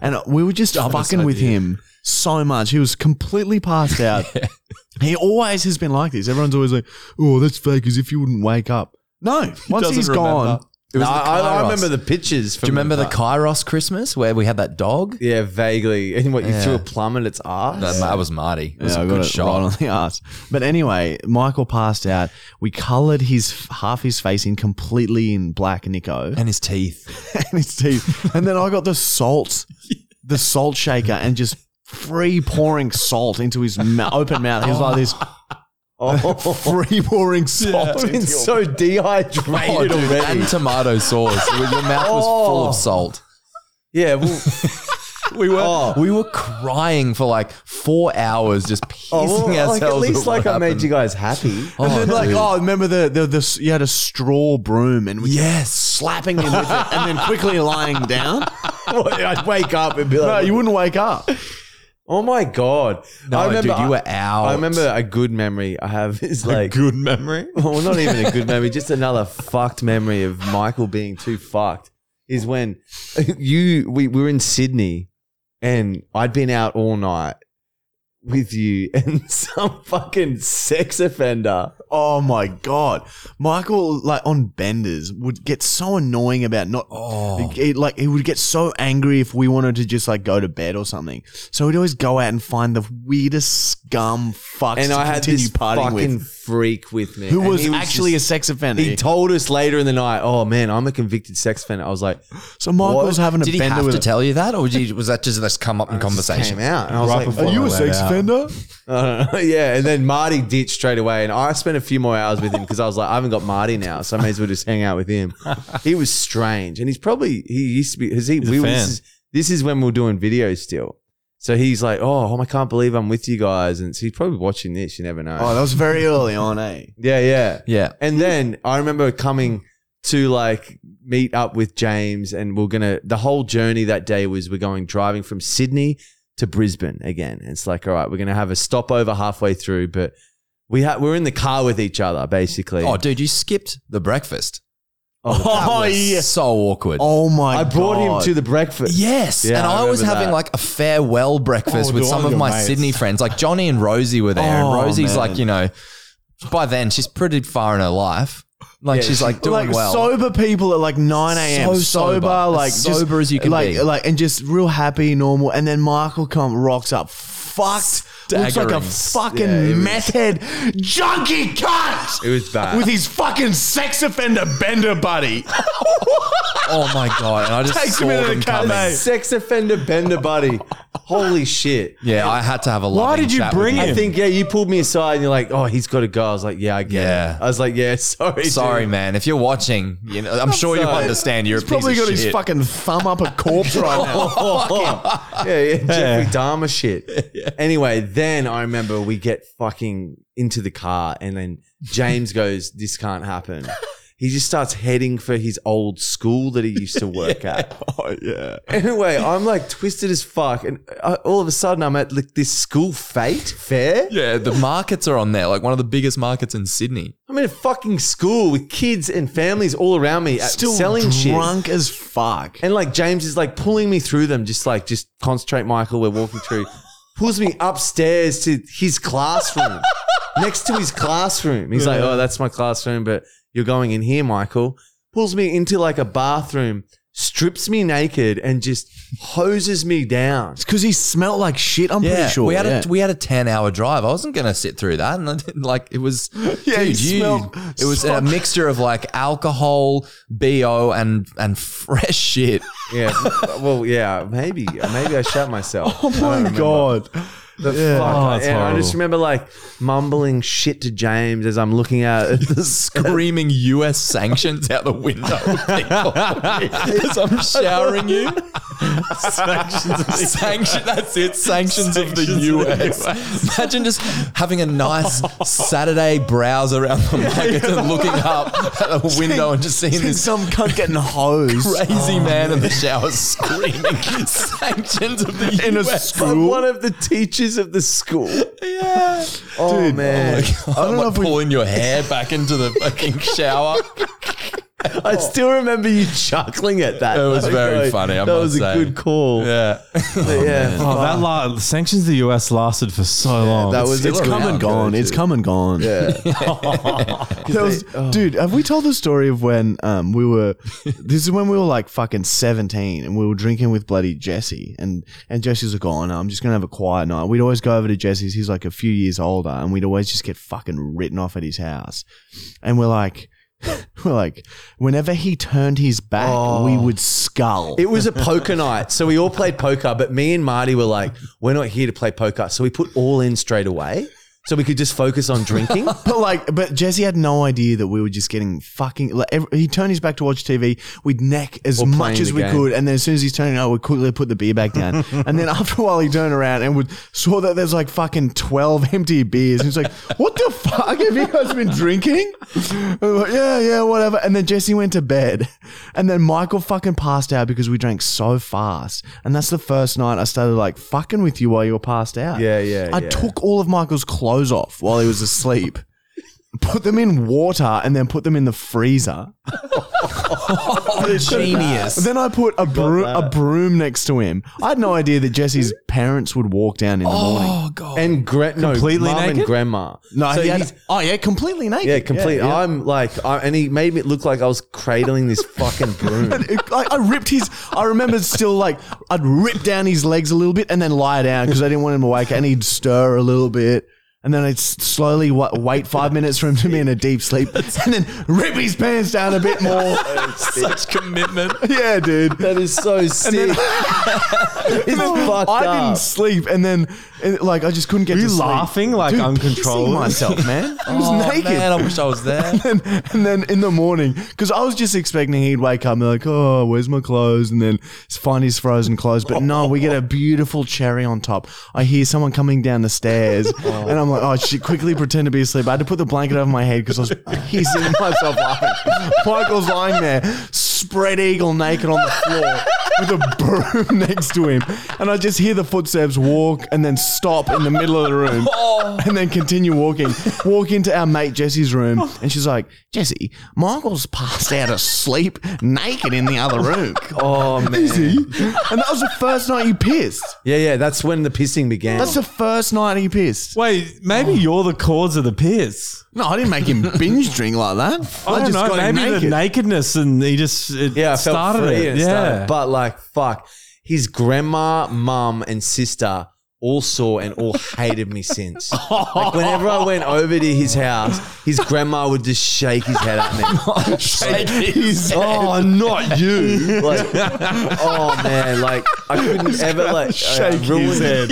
Speaker 2: and we were just fucking with him so much. He was completely passed out. He always has been like this. Everyone's always like, oh, that's fake, as if you wouldn't wake up. No, once
Speaker 5: doesn't
Speaker 2: he's gone,
Speaker 5: remember.
Speaker 1: No,
Speaker 8: the
Speaker 1: I, I
Speaker 8: Kairos.
Speaker 1: remember the pictures.
Speaker 8: do
Speaker 1: From
Speaker 8: you remember the
Speaker 1: car?
Speaker 8: Kairos Christmas where we had that dog?
Speaker 1: Yeah, vaguely. And what you
Speaker 8: Yeah.
Speaker 1: threw a plum at its ass?
Speaker 8: That, that was Marty. It was
Speaker 2: yeah,
Speaker 8: a
Speaker 2: I
Speaker 8: good
Speaker 2: got it
Speaker 8: shot.
Speaker 2: right on the ass. But anyway, Michael passed out. We coloured his half his face in completely in black Nico.
Speaker 8: and his teeth.
Speaker 2: and his teeth. And then I got the salt, the salt shaker, and just free pouring salt into his mou- open mouth. He was like this. free pouring salt.
Speaker 1: Oh, I've been so dehydrated already.
Speaker 8: and tomato sauce. Your mouth was full
Speaker 1: Oh.
Speaker 8: of salt.
Speaker 1: yeah, well, we were. Oh,
Speaker 8: We were crying for like four hours, just pissing
Speaker 1: oh, well,
Speaker 8: ourselves.
Speaker 1: like, at
Speaker 8: at
Speaker 1: least
Speaker 8: what
Speaker 1: like I made
Speaker 8: happened.
Speaker 1: you guys happy.
Speaker 2: And then like,
Speaker 8: dude.
Speaker 2: oh, remember the, the the you had a straw broom and we
Speaker 8: Yes.
Speaker 2: slapping him with it, and then quickly lying down.
Speaker 1: I'd wake up and be like,
Speaker 2: No, you wouldn't wake up.
Speaker 1: "Oh my god!"
Speaker 8: No, dude, you were out.
Speaker 1: I remember a good memory I have is like,
Speaker 5: Good memory.
Speaker 1: well, not even a good memory, just another fucked memory of Michael being too fucked. Is when you we, we were in Sydney, and I'd been out all night with you, and some fucking sex offender.
Speaker 2: Oh my god, Michael, like on benders, would get so annoying about not.
Speaker 8: Oh.
Speaker 2: It- like he would get so angry if we wanted to just like go to bed or something. So he'd always go out and find the weirdest scum fucks
Speaker 1: and
Speaker 2: to
Speaker 1: I had
Speaker 2: continue
Speaker 1: this
Speaker 2: partying
Speaker 1: fucking
Speaker 2: with.
Speaker 1: freak with me,
Speaker 2: Who
Speaker 1: And
Speaker 2: was,
Speaker 1: he
Speaker 2: actually
Speaker 1: just-
Speaker 2: a sex offender?
Speaker 1: He told us later in the night, "Oh man, I'm a convicted sex offender." I was like,
Speaker 2: so Michael
Speaker 1: What?
Speaker 2: was having a
Speaker 8: Did he
Speaker 2: bender
Speaker 8: have
Speaker 2: with
Speaker 8: to
Speaker 2: a-
Speaker 8: tell you that, or was, you, was that just that's come up in
Speaker 1: "This
Speaker 8: conversation?
Speaker 1: came out," and I was
Speaker 5: Right
Speaker 1: like,
Speaker 5: before- Are you a sex offender?
Speaker 1: I don't know. Uh, yeah, and then Marty ditched straight away, and I spent a few more hours with him because I was like, I haven't got Marty now, so I may as well just hang out with him. He was strange, and he's probably he used to be. Has he?
Speaker 5: He's a
Speaker 1: we were-
Speaker 5: fan.
Speaker 1: This, is, this is when we are doing videos still, so he's like, oh, I can't believe I'm with you guys, and so he's probably watching this. You never know.
Speaker 2: Oh, that was very early on, eh?
Speaker 1: yeah, yeah.
Speaker 8: Yeah.
Speaker 1: And then I remember coming to like meet up with James, and we're gonna. The whole journey that day was we're going driving from Sydney to Brisbane again. And it's like, all right, we're gonna have a stopover halfway through, but we ha- we're in the car with each other basically.
Speaker 8: Oh, dude, you skipped the breakfast.
Speaker 1: Oh,
Speaker 8: That
Speaker 2: Oh,
Speaker 8: was
Speaker 2: yeah.
Speaker 8: So awkward.
Speaker 2: Oh my!
Speaker 1: I brought
Speaker 2: God.
Speaker 1: him to the breakfast.
Speaker 8: Yes,
Speaker 1: Yeah,
Speaker 8: and
Speaker 1: I
Speaker 8: I, was
Speaker 1: remember
Speaker 8: having
Speaker 1: that.
Speaker 8: like a farewell breakfast
Speaker 5: Oh,
Speaker 8: with
Speaker 5: to
Speaker 8: some
Speaker 5: all
Speaker 8: of
Speaker 5: your
Speaker 8: my
Speaker 5: mates.
Speaker 8: Sydney friends. Like Johnny and Rosie were there,
Speaker 2: Oh,
Speaker 8: and
Speaker 2: man.
Speaker 8: Rosie's like, you know, by then she's pretty far in her life. Like
Speaker 1: Yeah,
Speaker 8: she's like doing
Speaker 2: like
Speaker 8: well.
Speaker 2: sober people at like nine a.m.
Speaker 8: So
Speaker 2: sober,
Speaker 8: sober.
Speaker 2: like
Speaker 8: As
Speaker 2: just-
Speaker 8: sober as you can
Speaker 2: like,
Speaker 8: be.
Speaker 2: like, and just real happy, normal. And then Michael come rocks up, fucked, looks like a
Speaker 8: Staggering.
Speaker 2: fucking
Speaker 1: Yeah, it was-
Speaker 2: meth head junkie cunt
Speaker 1: It was bad.
Speaker 2: with his fucking sex offender bender buddy.
Speaker 8: oh my god! And I just
Speaker 2: Takes
Speaker 8: saw
Speaker 2: him into the
Speaker 8: them coming.
Speaker 2: cafe.
Speaker 1: sex offender bender buddy. Holy shit.
Speaker 8: Yeah, I had to have a. Why
Speaker 5: did you bring
Speaker 1: I
Speaker 5: him?
Speaker 1: think yeah, you pulled me aside and you're like, oh, he's got to go. I was like, yeah, I get
Speaker 8: Yeah.
Speaker 1: it. I was like, yeah, sorry,
Speaker 8: Sorry,
Speaker 1: dude.
Speaker 8: man. If you're watching, you know, I'm, sure you
Speaker 1: sorry.
Speaker 8: understand. You're a piece
Speaker 2: Probably
Speaker 8: of
Speaker 2: got
Speaker 8: shit.
Speaker 2: his fucking thumb up a corpse right now.
Speaker 1: yeah, yeah, Jeffrey Dahmer shit. Anyway, then I remember we get fucking into the car, and then James goes, "This can't happen." He just starts heading for his old school that he used to work at.
Speaker 2: Oh yeah.
Speaker 1: Anyway, I'm like twisted as fuck, and I, all of a sudden I'm at like this school fate fair.
Speaker 8: yeah, the markets are on there. Like one of the biggest markets in Sydney.
Speaker 1: I'm in a fucking school with kids and families all around me, at-
Speaker 2: Still
Speaker 1: selling shit.
Speaker 2: drunk as fuck.
Speaker 1: And like James is like pulling me through them, just like just concentrate, Michael. We're walking through. Pulls me upstairs to his classroom, next to his classroom. He's like, "Oh, that's my classroom, but you're going in here, Michael." pulls me into like a bathroom, strips me naked, and just hoses me down.
Speaker 2: It's because he smelled like shit. I'm
Speaker 8: Yeah,
Speaker 2: pretty sure.
Speaker 8: we had
Speaker 2: yeah.
Speaker 8: a we had a ten hour drive. I wasn't gonna sit through that, and I didn't, like it was,
Speaker 2: Yeah,
Speaker 8: dude,
Speaker 2: you
Speaker 8: you,
Speaker 2: smelled-
Speaker 8: it was a mixture of like alcohol, bo, and and fresh shit.
Speaker 1: Yeah. well, yeah, maybe. Maybe I shut myself. Oh my
Speaker 2: God.
Speaker 1: The fuck? and I just remember like mumbling shit to James as I'm looking out at the
Speaker 8: Screaming US sanctions out the window of people as I'm showering you. sanctions, Sanction, that's it. Sanctions, of the US. Imagine just having a nice Saturday browse around the market and looking up at a window and just seeing
Speaker 2: Seen
Speaker 8: this
Speaker 2: some cunt getting hosed
Speaker 8: crazy Oh, man in the shower screaming sanctions of the
Speaker 2: in a
Speaker 8: US.
Speaker 2: school.
Speaker 1: one of the teachers of the school.
Speaker 8: yeah.
Speaker 1: Oh man.
Speaker 8: I don't know if pulling your hair back into the fucking shower.
Speaker 1: I still remember you chuckling at that.
Speaker 8: It was
Speaker 1: Like,
Speaker 8: very
Speaker 1: like,
Speaker 8: funny, I
Speaker 1: that
Speaker 8: must
Speaker 1: was a
Speaker 8: say.
Speaker 1: good call. Yeah.
Speaker 8: Yeah.
Speaker 1: yeah.
Speaker 3: Oh, that la- sanctions of the US lasted for so long.
Speaker 1: that was
Speaker 2: It's
Speaker 1: still
Speaker 2: come and
Speaker 1: around,
Speaker 2: gone.
Speaker 1: though,
Speaker 2: It's
Speaker 1: too.
Speaker 2: come and gone.
Speaker 1: Yeah. oh.
Speaker 2: There was- Dude, have we told the story of when um, we were? this is when we were like fucking seventeen, and we were drinking with bloody Jesse, and and Jesse's like, "Oh no, I'm just gonna have a quiet night." We'd always go over to Jesse's. He's like a few years older, and we'd always just get fucking written off at his house. And we're like, we're like, whenever he turned his back, we would scull.
Speaker 1: Oh. It was a poker night. So we all played poker, but me and Marty were like, we're not here to play poker. So we put all in straight away so we could just focus on drinking.
Speaker 2: But like, but Jesse had no idea that we were just getting fucking. Like, ev he turned his back to watch TV. We'd neck as
Speaker 1: Or
Speaker 2: much
Speaker 1: playing
Speaker 2: as
Speaker 1: the
Speaker 2: we
Speaker 1: game.
Speaker 2: could, and then as soon as he's turning out, we'd quickly put the beer back down. and then after a while, he turned around and would saw that there's like fucking twelve empty beers. And he's like, "What the fuck have you guys been drinking?" And we're like, yeah, yeah, whatever. And then Jesse went to bed, and then Michael fucking passed out because we drank so fast. And that's the first night I started like fucking with you while you were passed out.
Speaker 1: Yeah, yeah,
Speaker 2: I
Speaker 1: yeah.
Speaker 2: took all of Michael's clothes off while he was asleep put them in water and then put them in the freezer.
Speaker 8: Genius.
Speaker 2: Then I put a, bro- a broom next to him. I had no idea that Jesse's parents would walk down in the morning.
Speaker 8: Oh god.
Speaker 1: And gra- no,
Speaker 3: Completely
Speaker 1: mum and
Speaker 3: naked?
Speaker 1: grandma.
Speaker 2: No,
Speaker 1: So
Speaker 2: he had-
Speaker 1: he's-
Speaker 2: oh yeah, completely naked.
Speaker 1: yeah, complete. Oh.
Speaker 2: yeah.
Speaker 1: I'm like, I, and he made me look like I was cradling this fucking broom.
Speaker 2: It- like, I ripped his. I remember still like I'd rip down his legs a little bit and then lie down because I didn't want him awake, and he'd stir a little bit. And then I'd s- slowly wa wait five minutes for him to be in a deep sleep, and then rip his pants down a bit more.
Speaker 8: Such commitment.
Speaker 2: yeah, dude.
Speaker 1: that is so sick. it's fucked
Speaker 2: I
Speaker 1: up.
Speaker 2: didn't sleep, and then and, like I just couldn't get.
Speaker 3: Were
Speaker 2: to
Speaker 3: you
Speaker 2: sleep.
Speaker 3: laughing, like,
Speaker 2: Dude,
Speaker 3: uncontrollably?
Speaker 2: pissing myself, man. I was
Speaker 8: Oh,
Speaker 2: naked.
Speaker 8: Man, I wish I was there.
Speaker 2: And, and then in the morning, because I was just expecting he'd wake up and be like, "Oh, where's my clothes?" and then find his frozen clothes. But no, we get a beautiful cherry on top. I hear someone coming down the stairs, and I'm like, "Oh shit!" Quickly pretend to be asleep. I had to put the blanket over my head because I was pissing myself laughing. Michael's lying there, spread eagle naked on the floor with a broom next to him, and I just hear the footsteps walk and then stop in the middle of the room and then continue walking. Walk into our mate Jesse's room, and she's like, Jesse, Michael's passed out asleep naked in the other room.
Speaker 1: Oh man.
Speaker 2: Is he? And that was the first night you pissed.
Speaker 1: Yeah, yeah. That's when the pissing began.
Speaker 2: That's the first night he pissed.
Speaker 3: Wait,
Speaker 1: Oh.
Speaker 3: maybe you're the cause of the piss.
Speaker 2: No, I didn't make him binge drink like that. I,
Speaker 3: I, don't
Speaker 2: just
Speaker 3: know.
Speaker 2: got him
Speaker 3: Maybe
Speaker 2: naked.
Speaker 3: the nakedness and he just it
Speaker 1: yeah, I felt
Speaker 3: started
Speaker 1: free
Speaker 3: it.
Speaker 1: and it
Speaker 3: yeah,
Speaker 1: started. but like, fuck. His grandma, mum, and sister all saw and all hated me since. Like whenever I went over to his house, his grandma would just shake his head at me.
Speaker 2: oh, not you.
Speaker 1: Like, oh man, like I couldn't ever like shake
Speaker 3: his head.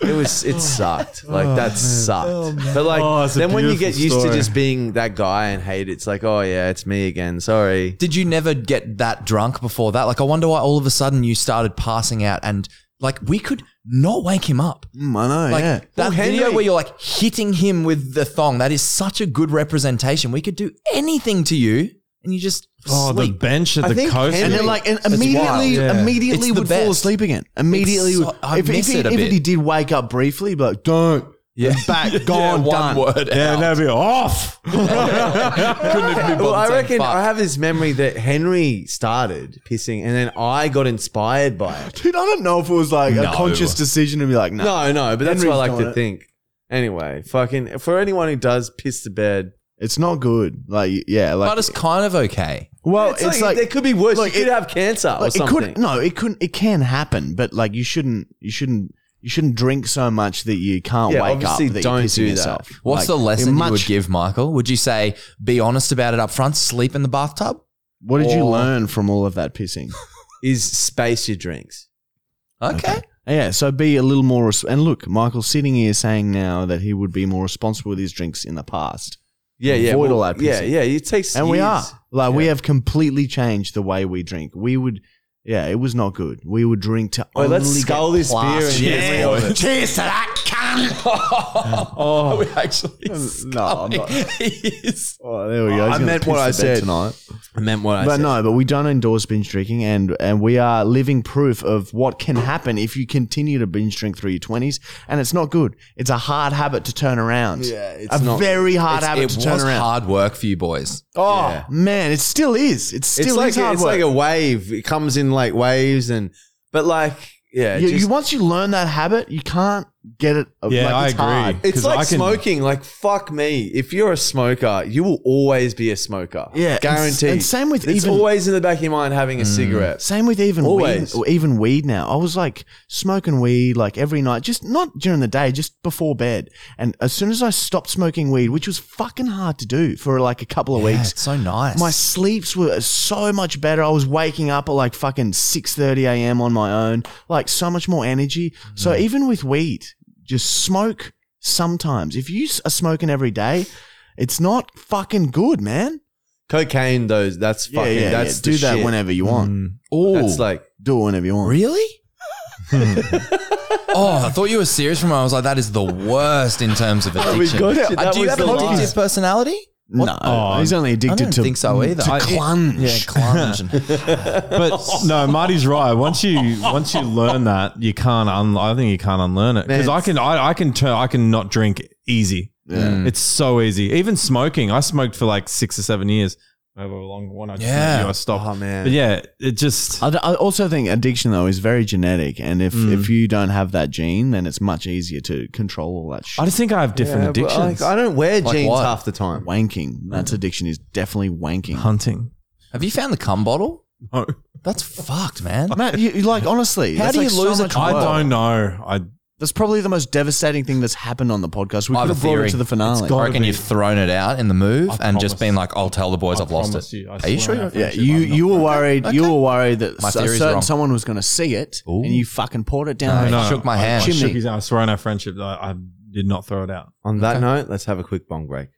Speaker 1: It was it sucked. Like that sucked. but like
Speaker 3: Oh, it's a
Speaker 1: then when you get
Speaker 3: beautiful
Speaker 1: used to
Speaker 3: story.
Speaker 1: just being that guy and hate, it's like, oh yeah, it's me again. Sorry.
Speaker 8: Did you never get that drunk before that? Like, I wonder why all of a sudden you started passing out and like we could not wake him up.
Speaker 2: Mm, I know,
Speaker 8: Like
Speaker 2: yeah.
Speaker 8: that
Speaker 1: Well, Henry-
Speaker 8: video where you're like hitting him with the thong. That is such a good representation. We could do anything to you, and you just
Speaker 3: oh,
Speaker 8: sleep.
Speaker 3: the bench at
Speaker 1: I
Speaker 3: the
Speaker 1: think
Speaker 3: coast.
Speaker 2: And then, like, and immediately,
Speaker 1: wild.
Speaker 3: Yeah.
Speaker 2: immediately
Speaker 8: It's the
Speaker 2: would fall
Speaker 8: best.
Speaker 2: asleep again. Immediately,
Speaker 8: It's
Speaker 2: would,
Speaker 8: so- I
Speaker 2: if, if,
Speaker 8: miss
Speaker 2: he,
Speaker 8: it a
Speaker 2: if
Speaker 8: bit.
Speaker 2: he did wake up briefly, but like, don't, yeah, back, gone, done.
Speaker 8: word.
Speaker 3: yeah,
Speaker 8: out.
Speaker 3: that'd be off.
Speaker 8: Couldn't even be bothered
Speaker 1: Well, I
Speaker 8: saying
Speaker 1: reckon
Speaker 8: fuck.
Speaker 1: I have this memory that Henry started pissing, and then I got inspired by it.
Speaker 2: Dude, I don't know if it was like a conscious decision to be like, no.
Speaker 1: No, no, but that's
Speaker 2: Henry's
Speaker 1: what I like
Speaker 2: doing
Speaker 1: to
Speaker 2: it.
Speaker 1: think. Anyway, fucking for anyone who does piss the bed,
Speaker 2: It's not good. Like yeah, like
Speaker 8: but it's kind of okay.
Speaker 2: well,
Speaker 1: it's, like, there could be worse.
Speaker 2: look,
Speaker 1: you could
Speaker 2: it-
Speaker 1: have cancer or
Speaker 2: like, it
Speaker 1: something.
Speaker 2: could no, it couldn't. It can happen, but like you shouldn't. You shouldn't. You shouldn't drink so much that you can't
Speaker 1: Yeah,
Speaker 2: wake up.
Speaker 1: obviously
Speaker 2: that
Speaker 1: don't
Speaker 2: you're pissing
Speaker 1: do that.
Speaker 2: yourself.
Speaker 8: What's
Speaker 2: Like,
Speaker 8: the lesson
Speaker 2: much-
Speaker 8: you would give, Michael? Would you say be honest about it up front, sleep in the bathtub?
Speaker 2: What did you
Speaker 8: or-
Speaker 2: learn from all of that pissing?
Speaker 1: Is space your drinks?
Speaker 8: Okay.
Speaker 2: Yeah, so be a little more. Res- and look, Michael's sitting here saying now that he would be more responsible with his drinks in the past,
Speaker 1: Yeah, yeah.
Speaker 2: Avoid all that
Speaker 1: Yeah,
Speaker 2: pissing.
Speaker 1: yeah. It takes
Speaker 2: and we
Speaker 1: years.
Speaker 2: are like we
Speaker 1: Yeah.
Speaker 2: have completely changed the way we drink. We would, yeah, it was not good. We would drink to
Speaker 1: Wait,
Speaker 2: only
Speaker 1: let's
Speaker 2: get
Speaker 1: scull this beer and
Speaker 2: plastered.
Speaker 1: get rid of it.
Speaker 6: Cheers to that cunt!
Speaker 8: oh, we actually.
Speaker 2: No, I'm not.
Speaker 8: Yes.
Speaker 2: Oh, there we go.
Speaker 1: I
Speaker 2: He's gonna
Speaker 1: meant what
Speaker 2: piss
Speaker 1: I
Speaker 2: the bed
Speaker 1: said.
Speaker 2: tonight.
Speaker 1: I meant what I
Speaker 2: But
Speaker 1: said.
Speaker 2: no, but we don't endorse binge drinking, and and we are living proof of what can happen if you continue to binge drink through your twenties, and it's not good. It's a hard habit to turn around.
Speaker 1: Yeah, it's
Speaker 2: a
Speaker 1: not-
Speaker 2: very hard habit
Speaker 8: It
Speaker 2: to
Speaker 8: was
Speaker 2: turn around.
Speaker 8: hard work for you boys.
Speaker 2: Oh
Speaker 1: Yeah.
Speaker 2: man, it still is. It still
Speaker 1: it's like
Speaker 2: is hard
Speaker 1: it's
Speaker 2: work.
Speaker 1: like a wave. It comes in like waves, and but like yeah,
Speaker 2: you,
Speaker 1: just-
Speaker 2: you- once you learn that habit, you can't get it. uh,
Speaker 3: Yeah,
Speaker 2: like, it's
Speaker 3: I agree.
Speaker 2: hard.
Speaker 1: it's
Speaker 3: 'Cause
Speaker 1: like
Speaker 3: I can-
Speaker 1: smoking. Like fuck me, if you're a smoker, you will always be a smoker.
Speaker 2: Yeah, and-
Speaker 1: guaranteed.
Speaker 2: and same with
Speaker 1: it's
Speaker 2: even-
Speaker 1: always in the back of your mind having a cigarette.
Speaker 2: Same with even
Speaker 1: Always.
Speaker 2: weed, even weed now. I was like smoking weed like every night, just not during the day, just before bed. And as soon as I stopped smoking weed, which was fucking hard to do for like a couple of
Speaker 8: Yeah,
Speaker 2: weeks,
Speaker 8: it's so nice.
Speaker 2: my sleeps were so much better. I was waking up at like fucking six thirty a.m. on my own, like so much more energy.
Speaker 1: Mm.
Speaker 2: So even with weed, just smoke sometimes. If you s- are smoking every day, it's not fucking good, man.
Speaker 1: Cocaine, those that's fucking that's
Speaker 2: do
Speaker 1: the
Speaker 2: that
Speaker 1: shit. Mm.
Speaker 2: whenever you want.
Speaker 8: Ooh.
Speaker 1: That's like
Speaker 2: Do it whenever you want.
Speaker 8: Really? oh, I thought you were serious for a moment. I was like, that is the worst in terms of
Speaker 2: Oh,
Speaker 8: addiction.
Speaker 1: got you.
Speaker 8: Uh,
Speaker 1: That
Speaker 8: Do you
Speaker 1: was
Speaker 8: have an
Speaker 1: the
Speaker 8: addictive
Speaker 1: line.
Speaker 8: personality?
Speaker 2: No, he's only
Speaker 8: I
Speaker 2: addicted
Speaker 8: don't
Speaker 2: to
Speaker 8: think so either.
Speaker 2: To
Speaker 8: I-
Speaker 2: clunge.
Speaker 8: Yeah, clunge. and-
Speaker 3: But no, Marty's right. Once you once you learn that, you can't. Un- I think you can't unlearn it because I can. I, I can turn. I can not drink easy. It's so easy. Even smoking. I smoked for like six or seven years. However long one I just
Speaker 8: Yeah.
Speaker 3: knew I stopped.
Speaker 1: oh man,
Speaker 3: But yeah, it just.
Speaker 2: I, d- I also think addiction though is very genetic, and if
Speaker 8: Mm.
Speaker 2: if you don't have that gene, then it's much easier to control all that shit.
Speaker 3: I just think I have different
Speaker 1: Yeah, but,
Speaker 3: addictions.
Speaker 1: Like, I don't wear
Speaker 8: Like
Speaker 1: jeans
Speaker 8: what?
Speaker 1: half the time.
Speaker 2: wanking. That's addiction is definitely wanking.
Speaker 3: Hunting.
Speaker 8: Have you found the cum bottle?
Speaker 3: No.
Speaker 8: That's fucked, man.
Speaker 2: Matt, you, you like honestly,
Speaker 8: How
Speaker 2: that's,
Speaker 8: do you
Speaker 2: like, so
Speaker 8: lose a
Speaker 2: much
Speaker 3: I
Speaker 2: work.
Speaker 3: don't know. I
Speaker 2: That's probably the most devastating thing that's happened on the podcast. We
Speaker 8: I
Speaker 2: could
Speaker 8: have a
Speaker 2: have brought
Speaker 8: theory.
Speaker 2: it to the finale.
Speaker 3: gotta
Speaker 8: I reckon
Speaker 3: be-
Speaker 8: you've thrown it out in the move
Speaker 3: I
Speaker 8: and
Speaker 3: promise.
Speaker 8: just been like, I'll tell the boys
Speaker 3: I
Speaker 8: I've lost
Speaker 3: promise
Speaker 8: it.
Speaker 3: you, I
Speaker 8: Are
Speaker 3: swear
Speaker 8: you sure
Speaker 3: I
Speaker 8: you're-
Speaker 3: have
Speaker 2: yeah,
Speaker 3: friendship,
Speaker 2: you
Speaker 3: I'm not
Speaker 2: you were worried. You were worried that
Speaker 8: My
Speaker 2: a
Speaker 8: theory's
Speaker 2: certain
Speaker 8: wrong.
Speaker 2: someone was going to see it,
Speaker 8: Ooh.
Speaker 2: and you fucking poured it
Speaker 3: I
Speaker 2: down.
Speaker 3: know.
Speaker 8: shook my
Speaker 3: I-
Speaker 8: hand.
Speaker 3: I, shook
Speaker 2: Chimney.
Speaker 3: his hand. I swear on our friendship, I, I did not throw it out.
Speaker 1: On that note, let's have a quick bong break.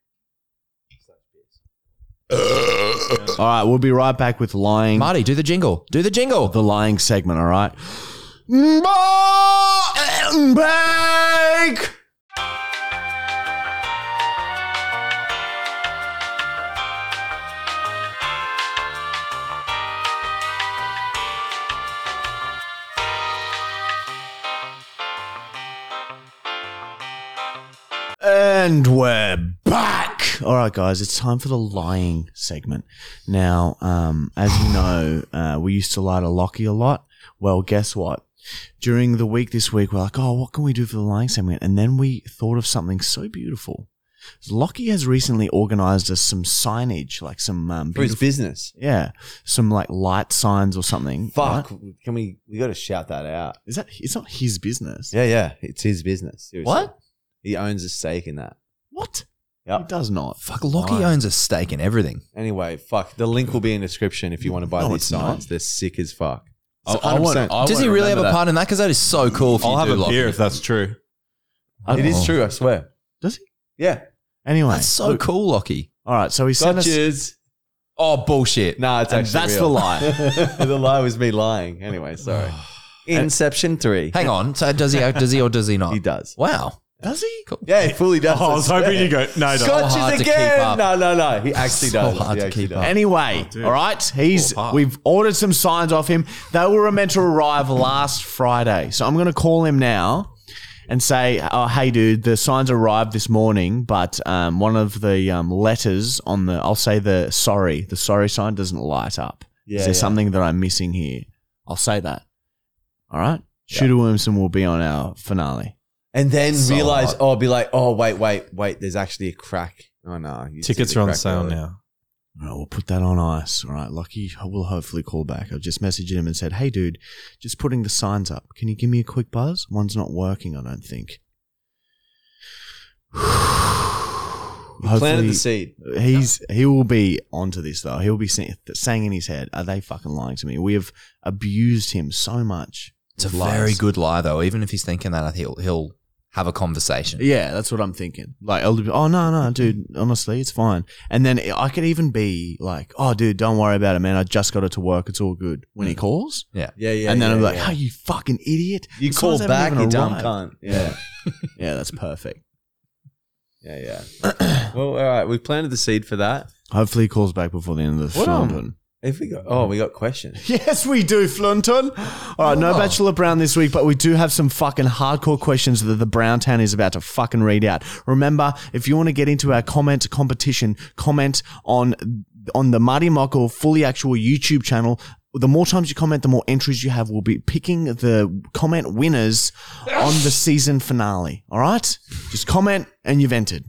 Speaker 2: All right, we'll be right back with lying.
Speaker 8: Marty, do the jingle. Do the jingle.
Speaker 2: the lying segment, all right? Break! And we're back. All right, guys, it's time for the lying segment. Now, um, as you know, uh, we used to lie to Lockie a lot. Well, guess what? During the week this week, we're like, oh, what can we do for the lying segment? And then we thought of something so beautiful. Lockie has recently organized us some signage, like some um,
Speaker 1: For his
Speaker 2: beautiful,
Speaker 1: business.
Speaker 2: yeah, some like light signs or something.
Speaker 1: Fuck,
Speaker 2: right?
Speaker 1: can we? We got to shout that out.
Speaker 2: Is that, it's not his business.
Speaker 1: Yeah, yeah, it's his business. seriously.
Speaker 8: What?
Speaker 1: He owns a stake in that.
Speaker 2: What?
Speaker 1: Yep.
Speaker 2: He does not.
Speaker 8: Fuck, Lockie owns a stake in everything.
Speaker 1: Anyway, fuck. The link will be in description if you want to buy
Speaker 2: No,
Speaker 1: these
Speaker 2: it's not.
Speaker 1: signs. They're sick as fuck.
Speaker 3: I-
Speaker 1: It's
Speaker 3: I want-
Speaker 1: 100%.
Speaker 8: Does he really have a part in that? Because that is so cool. If
Speaker 3: I'll
Speaker 8: you
Speaker 3: have
Speaker 8: do,
Speaker 3: a
Speaker 8: Lockie.
Speaker 3: beer if that's true.
Speaker 2: I
Speaker 1: It
Speaker 2: don't-
Speaker 1: is true, I swear.
Speaker 2: Does he?
Speaker 1: Yeah.
Speaker 2: Anyway,
Speaker 8: That's so cool, Lockie.
Speaker 2: all right. So he sent us.
Speaker 1: Gotchas.
Speaker 8: Oh bullshit!
Speaker 1: Nah, it's
Speaker 2: And
Speaker 1: actually
Speaker 2: that's the
Speaker 1: real.
Speaker 2: lie.
Speaker 1: the lie was me lying. Anyway, sorry. Inception three.
Speaker 8: Hang on. So does he? Does he or does he not?
Speaker 1: He does.
Speaker 8: Wow.
Speaker 2: Does he?
Speaker 1: Yeah, he fully does.
Speaker 3: Oh, I was hoping you go. No,
Speaker 8: So
Speaker 3: no.
Speaker 1: Scotches
Speaker 8: hard to keep
Speaker 1: again.
Speaker 8: up.
Speaker 1: No, no, no. He actually
Speaker 8: So
Speaker 1: does.
Speaker 8: hard
Speaker 1: He
Speaker 8: to
Speaker 1: actually
Speaker 8: keep
Speaker 1: does.
Speaker 8: up.
Speaker 2: Anyway, all right. He's we've ordered some signs off him. They were meant to arrive last Friday, so I'm going to call him now and say, "Oh, hey, dude, the signs arrived this morning, but um, one of the um, letters on the, I'll say the sorry, the sorry sign doesn't light up.
Speaker 1: Yeah,
Speaker 2: Is there
Speaker 1: yeah.
Speaker 2: something that I'm missing here? I'll say that. All right. Shooter Williamson will be on our finale.
Speaker 1: And then
Speaker 8: So
Speaker 1: realize,
Speaker 8: hard.
Speaker 1: oh, be like, oh, wait, wait, wait. There's actually a crack Oh no, you
Speaker 3: Tickets
Speaker 1: see the
Speaker 3: are on
Speaker 1: crack
Speaker 3: sale
Speaker 1: early.
Speaker 3: now.
Speaker 2: All right, we'll put that on ice. All right, Lockie will hopefully call back. I've just messaged him and said, hey, dude, just putting the signs up. Can you give me a quick buzz? One's not working, I don't think.
Speaker 1: You planted
Speaker 2: Hopefully-
Speaker 1: the seed.
Speaker 2: He's he will be onto this though. He'll be saying, saying in his head, "Are they fucking lying to me? We have abused him so much."
Speaker 8: It's a
Speaker 2: with lies."
Speaker 8: very good lie, though. Even if he's thinking that, he'll he'll have a conversation.
Speaker 2: Yeah, that's what I'm thinking. Like, I'll be, oh no, no, dude, honestly, it's fine. And then I could even be like, "Oh, dude, don't worry about it, man. I just got it to work. It's all good." When
Speaker 1: Mm.
Speaker 2: he calls,
Speaker 1: Yeah, yeah.
Speaker 2: and then
Speaker 1: yeah,
Speaker 2: I'm like,
Speaker 1: yeah.
Speaker 2: "Oh, you fucking idiot!
Speaker 1: you
Speaker 2: the
Speaker 1: call
Speaker 2: signs haven't
Speaker 1: back,
Speaker 2: even
Speaker 1: you dumb
Speaker 2: arrived."
Speaker 1: cunt. Yeah,
Speaker 2: Yeah, that's perfect.
Speaker 1: yeah, yeah. well, all right, we planted the seed for that.
Speaker 2: Hopefully, he calls back before the end of the
Speaker 1: What, um,
Speaker 2: Flunton.
Speaker 1: If we got, oh, we got questions.
Speaker 2: Yes, we do, Flunton. All right, no
Speaker 8: Wow.
Speaker 2: Bachelor Brown this week, but we do have some fucking hardcore questions that the Brown Town is about to fucking read out. Remember, if you want to get into our comment competition, comment on on the Marty Mockle fully actual YouTube channel. The more times you comment, the more entries you have. We'll be picking the comment winners on the season finale. All right, just comment and you've entered.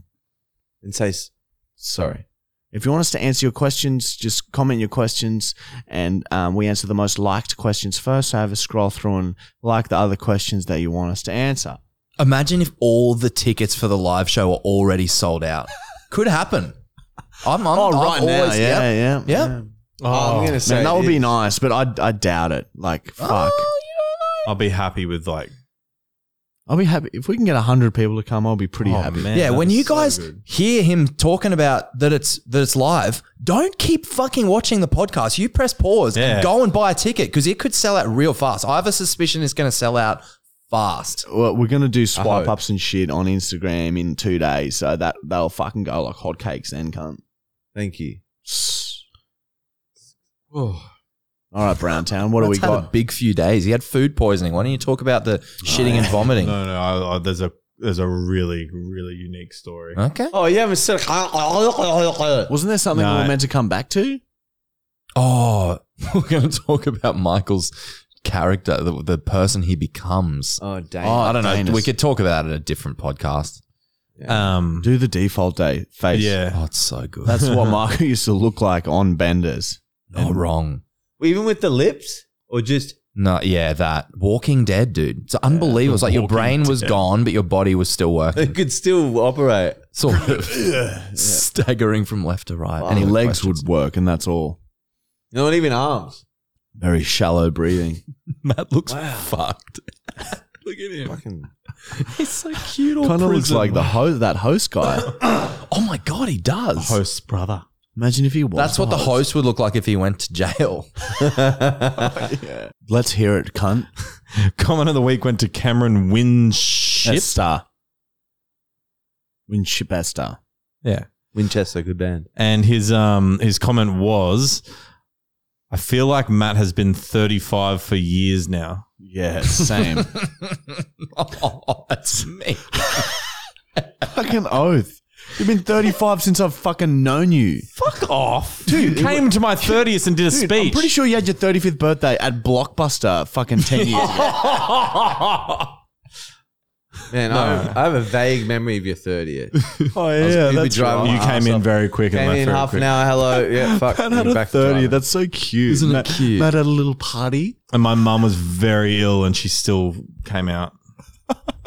Speaker 1: And say, s-
Speaker 2: Sorry. If you want us to answer your questions, just comment your questions, and um, we answer the most liked questions first. So have a scroll through and like the other questions that you want us to answer.
Speaker 8: Imagine if all the tickets for the live show are already sold out. Could happen. I'm, I'm, I'm always,
Speaker 2: Oh, yeah,
Speaker 8: yep.
Speaker 2: yeah,
Speaker 8: Yep.
Speaker 1: oh, I'm gonna say
Speaker 2: Man, that would
Speaker 1: this.
Speaker 2: be nice, but I, I doubt it. Like, fuck.
Speaker 3: I'll be happy with like
Speaker 2: I'll be happy if we can get hundred people to come. I'll be pretty
Speaker 3: Oh,
Speaker 2: happy.
Speaker 3: man,
Speaker 8: yeah,
Speaker 3: that'd
Speaker 8: when
Speaker 3: be
Speaker 8: you
Speaker 3: so
Speaker 8: guys
Speaker 3: good.
Speaker 8: hear him talking about that it's that it's live, don't keep fucking watching the podcast. You press pause
Speaker 3: Yeah.
Speaker 8: and go and buy a ticket because it could sell out real fast. I have a suspicion it's going to sell out fast.
Speaker 2: Well, we're gonna do swipe
Speaker 1: hope.
Speaker 2: ups and shit on Instagram in two days, so that they'll fucking go like hotcakes then, cunt.
Speaker 1: Thank you.
Speaker 2: All right, Brown Town, what do we
Speaker 8: Matt's had
Speaker 2: got?
Speaker 8: A big few days. He had food poisoning. Why don't you talk about the shitting and vomiting?
Speaker 3: No, no. I, I, there's a there's a really really unique story.
Speaker 8: Okay.
Speaker 1: Oh, you haven't said.
Speaker 2: Wasn't there something we
Speaker 3: No.
Speaker 2: were meant to come back to?
Speaker 8: Oh, we're going to talk about Michael's character, the, the person he becomes.
Speaker 1: Oh, damn.
Speaker 2: Oh,
Speaker 8: I don't know.
Speaker 2: Danus.
Speaker 8: We could talk about it in a different podcast.
Speaker 3: Um,
Speaker 2: Do the default day face.
Speaker 3: yeah.
Speaker 8: Oh, it's so good.
Speaker 2: That's what Michael used to look like on Benders.
Speaker 8: not wrong.
Speaker 1: Even with the lips, or just
Speaker 8: No, yeah, that Walking Dead, dude. It's unbelievable. it's like your
Speaker 3: Walking
Speaker 8: brain was
Speaker 3: Dead.
Speaker 8: gone, but your body was still
Speaker 1: they
Speaker 8: working.
Speaker 1: could still operate.
Speaker 8: sort of staggering from left to
Speaker 3: Oh,
Speaker 8: right.
Speaker 2: And
Speaker 8: Any
Speaker 2: his legs
Speaker 8: questions?
Speaker 2: would work, and that's all.
Speaker 1: Not even arms.
Speaker 2: Very shallow breathing.
Speaker 8: Matt looks fucked.
Speaker 3: Look at him.
Speaker 1: Fucking
Speaker 8: He's so cute.
Speaker 2: Kind of looks like the host, that host guy.
Speaker 8: oh my god, he does.
Speaker 3: Host's brother.
Speaker 2: Imagine if he was.
Speaker 8: That's what the host would look like if he went to jail.
Speaker 2: Let's hear it, cunt.
Speaker 3: Comment of the week went to Cameron Winship.
Speaker 2: Shipstar. Winchipester.
Speaker 3: Yeah.
Speaker 1: Winchester, good band.
Speaker 3: And his um his comment was, I feel like Matt has been 35 for years now.
Speaker 2: Yeah, same.
Speaker 8: oh, that's me.
Speaker 2: fucking oath. You've been 35 since I've fucking known you.
Speaker 3: Fuck off, dude. You came to my 30th and did a
Speaker 2: Dude,
Speaker 3: speech.
Speaker 2: I'm pretty sure you had your 35th birthday at Blockbuster fucking 10 years ago.
Speaker 1: Man, I, have, I have a vague memory of your 30th.
Speaker 2: Oh,
Speaker 1: yeah, Uber that's driving right.
Speaker 3: you
Speaker 1: my ass
Speaker 3: came in
Speaker 1: off.
Speaker 3: very quick and
Speaker 1: Came
Speaker 3: left
Speaker 1: in
Speaker 3: very
Speaker 1: half
Speaker 3: quick.
Speaker 1: an hour. Hello. Yeah, fuck.
Speaker 2: Matt had
Speaker 1: you're
Speaker 2: a
Speaker 1: back to
Speaker 2: 30.
Speaker 1: driving.
Speaker 2: That's so cute.
Speaker 8: Isn't it
Speaker 2: Matt,
Speaker 8: cute?
Speaker 2: Matt had a little party.
Speaker 3: And my mum was very ill, and she still came out.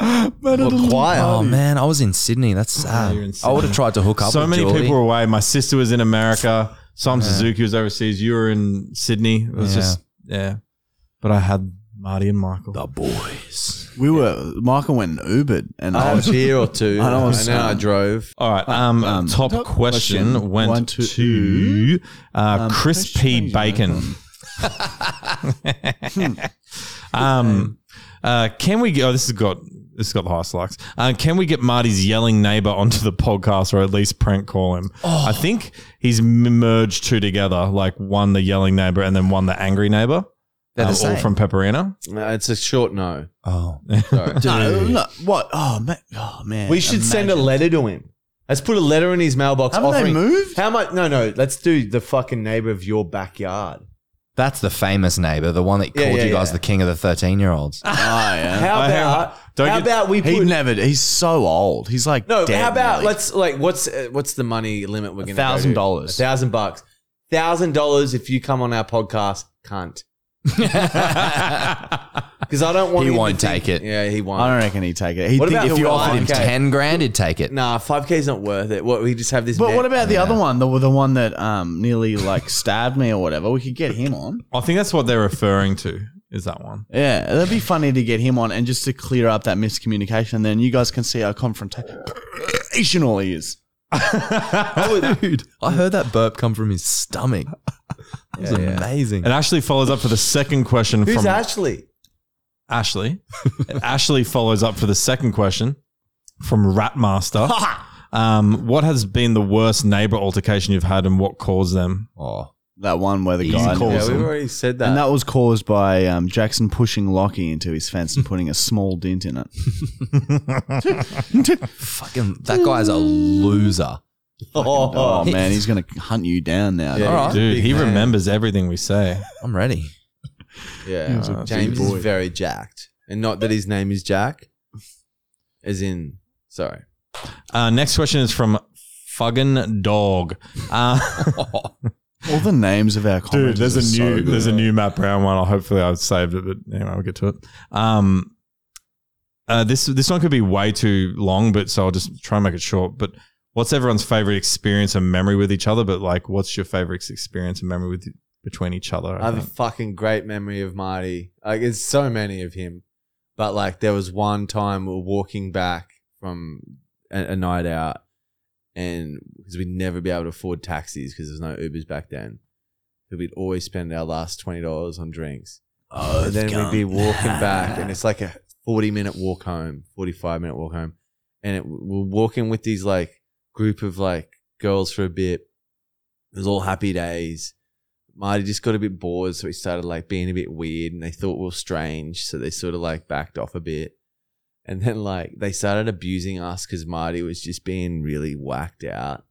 Speaker 2: Matt had a
Speaker 1: Well,
Speaker 2: little
Speaker 1: quiet.
Speaker 8: Oh man, I was in Sydney. That's sad.
Speaker 3: you're in
Speaker 8: I would have tried to hook up.
Speaker 3: so
Speaker 8: with
Speaker 3: many
Speaker 8: Julie.
Speaker 3: people were away. My sister was in America. Sam Suzuki was overseas. You were in Sydney. It was
Speaker 8: Yeah.
Speaker 3: just yeah. But I had Marty and Michael.
Speaker 8: The boys.
Speaker 2: We were, Michael went and Ubered and
Speaker 1: I
Speaker 2: I
Speaker 1: had a
Speaker 2: was.
Speaker 1: beer or two.
Speaker 2: I know what I'm
Speaker 1: and then I
Speaker 2: saying.
Speaker 1: drove.
Speaker 3: All right. Um,
Speaker 2: Um,
Speaker 3: top,
Speaker 2: top
Speaker 3: question,
Speaker 2: question
Speaker 3: went
Speaker 2: one,
Speaker 3: to,
Speaker 2: two,
Speaker 3: uh,
Speaker 2: um,
Speaker 3: Chris P.
Speaker 2: question,
Speaker 3: Bacon. um, uh, can we get? Oh, this has got this has got the highest likes. Uh, can we get Marty's yelling neighbor onto the podcast, or at least prank call him? I think he's m- merged two together, like one the yelling neighbor and then one the angry neighbor. Uh,
Speaker 8: They're the
Speaker 3: all
Speaker 8: same.
Speaker 3: from Pepperina.
Speaker 1: Uh, It's a short no.
Speaker 8: Oh,
Speaker 1: Sorry.
Speaker 2: No, no, what? Oh, man. Oh, man.
Speaker 1: we should send a letter to him. Let's put a letter in his mailbox.
Speaker 2: Haven't they
Speaker 1: offering,
Speaker 2: moved?
Speaker 1: How much? No, no. Let's do the fucking neighbor of your backyard.
Speaker 8: that's the famous neighbor, the one that
Speaker 1: Yeah,
Speaker 8: called
Speaker 1: yeah,
Speaker 8: you guys
Speaker 1: yeah.
Speaker 8: the king of the thirteen-year-olds.
Speaker 2: Oh, yeah.
Speaker 1: How
Speaker 3: I have-
Speaker 1: about
Speaker 3: Don't
Speaker 1: How
Speaker 3: get,
Speaker 1: about we put
Speaker 2: He never. He's so old. He's like
Speaker 1: No, but
Speaker 2: dead
Speaker 1: how about
Speaker 2: nearly.
Speaker 1: let's like what's uh, what's the money limit we're gonna go
Speaker 2: thousand
Speaker 1: to?
Speaker 2: dollars.
Speaker 1: A thousand bucks, thousand dollars if you come on our podcast, cunt. Because I don't want
Speaker 8: He
Speaker 1: him to
Speaker 8: won't
Speaker 1: think-
Speaker 8: take it.
Speaker 1: Yeah, he won't.
Speaker 2: I don't reckon he'd take it. He'd
Speaker 1: What
Speaker 2: think
Speaker 1: about
Speaker 2: if
Speaker 1: the
Speaker 2: you offered
Speaker 1: wine?
Speaker 2: him.
Speaker 8: If
Speaker 1: Okay.
Speaker 8: ten grand, he'd take it.
Speaker 1: Nah, five k is not worth it. What we just have this.
Speaker 2: But
Speaker 1: net-
Speaker 2: what about the other one? The the one that um nearly like stabbed me or whatever. We could get him on.
Speaker 3: I think that's what they're referring to. Is that one?
Speaker 2: Yeah, that'd be funny to get him on and just to clear up that miscommunication. Then you guys can see how confrontational he is.
Speaker 3: Oh,
Speaker 8: Dude, I heard that burp come from his stomach. It was amazing.
Speaker 3: It actually follows up for the second question
Speaker 1: who's
Speaker 3: from
Speaker 1: Ashley?
Speaker 3: Ashley. Ashley follows up for the second question from Ratmaster. um, what has been the worst neighbor altercation you've had, and what caused them?
Speaker 8: Oh,
Speaker 2: That one where the
Speaker 3: Easy
Speaker 2: guy
Speaker 3: call.
Speaker 1: Yeah,
Speaker 3: Awesome.
Speaker 1: we've already said that.
Speaker 2: and that was caused by um, Jackson pushing Lockie into his fence and putting a small dent in it.
Speaker 8: fucking that guy's a loser.
Speaker 1: oh,
Speaker 2: Oh man, he's gonna hunt you down now.
Speaker 1: Yeah,
Speaker 8: All right.
Speaker 3: Dude,
Speaker 1: Big
Speaker 3: he
Speaker 1: man.
Speaker 3: remembers everything we say.
Speaker 8: I'm ready.
Speaker 1: yeah.
Speaker 2: was a big
Speaker 1: James is
Speaker 2: boy.
Speaker 1: very jacked, and not that his name is Jack, as in sorry.
Speaker 3: Uh, next question is from Fuggin Dog. Uh,
Speaker 2: All the names of our
Speaker 3: Dude,
Speaker 2: comments.
Speaker 3: there's
Speaker 2: are
Speaker 3: a
Speaker 2: so
Speaker 3: new
Speaker 2: good.
Speaker 3: there's a new Matt Brown one. I'll hopefully I've saved it, but anyway, I'll get to it. Um, uh, this this one could be way too long, but so I'll just try and make it short. But what's everyone's favorite experience and memory with each other? But like, what's your favorite experience and memory with between each other?
Speaker 1: I
Speaker 3: I
Speaker 1: have a
Speaker 3: think?
Speaker 1: fucking great memory of Marty. Like, it's so many of him, but like there was one time we were walking back from a, a night out, and because we'd never be able to afford taxis because there's no Ubers back then, so we'd always spend our last twenty dollars on drinks. Oh, and then we'd be walking back, and it's like a forty minute walk home, forty five minute walk home, and it, we're walking with these like group of like girls for a bit. It was all happy days. Marty just got a bit bored, so he started like being a bit weird, and they thought we were strange, so they sort of like backed off a bit. And then like they started abusing us because Marty was just being really whacked out,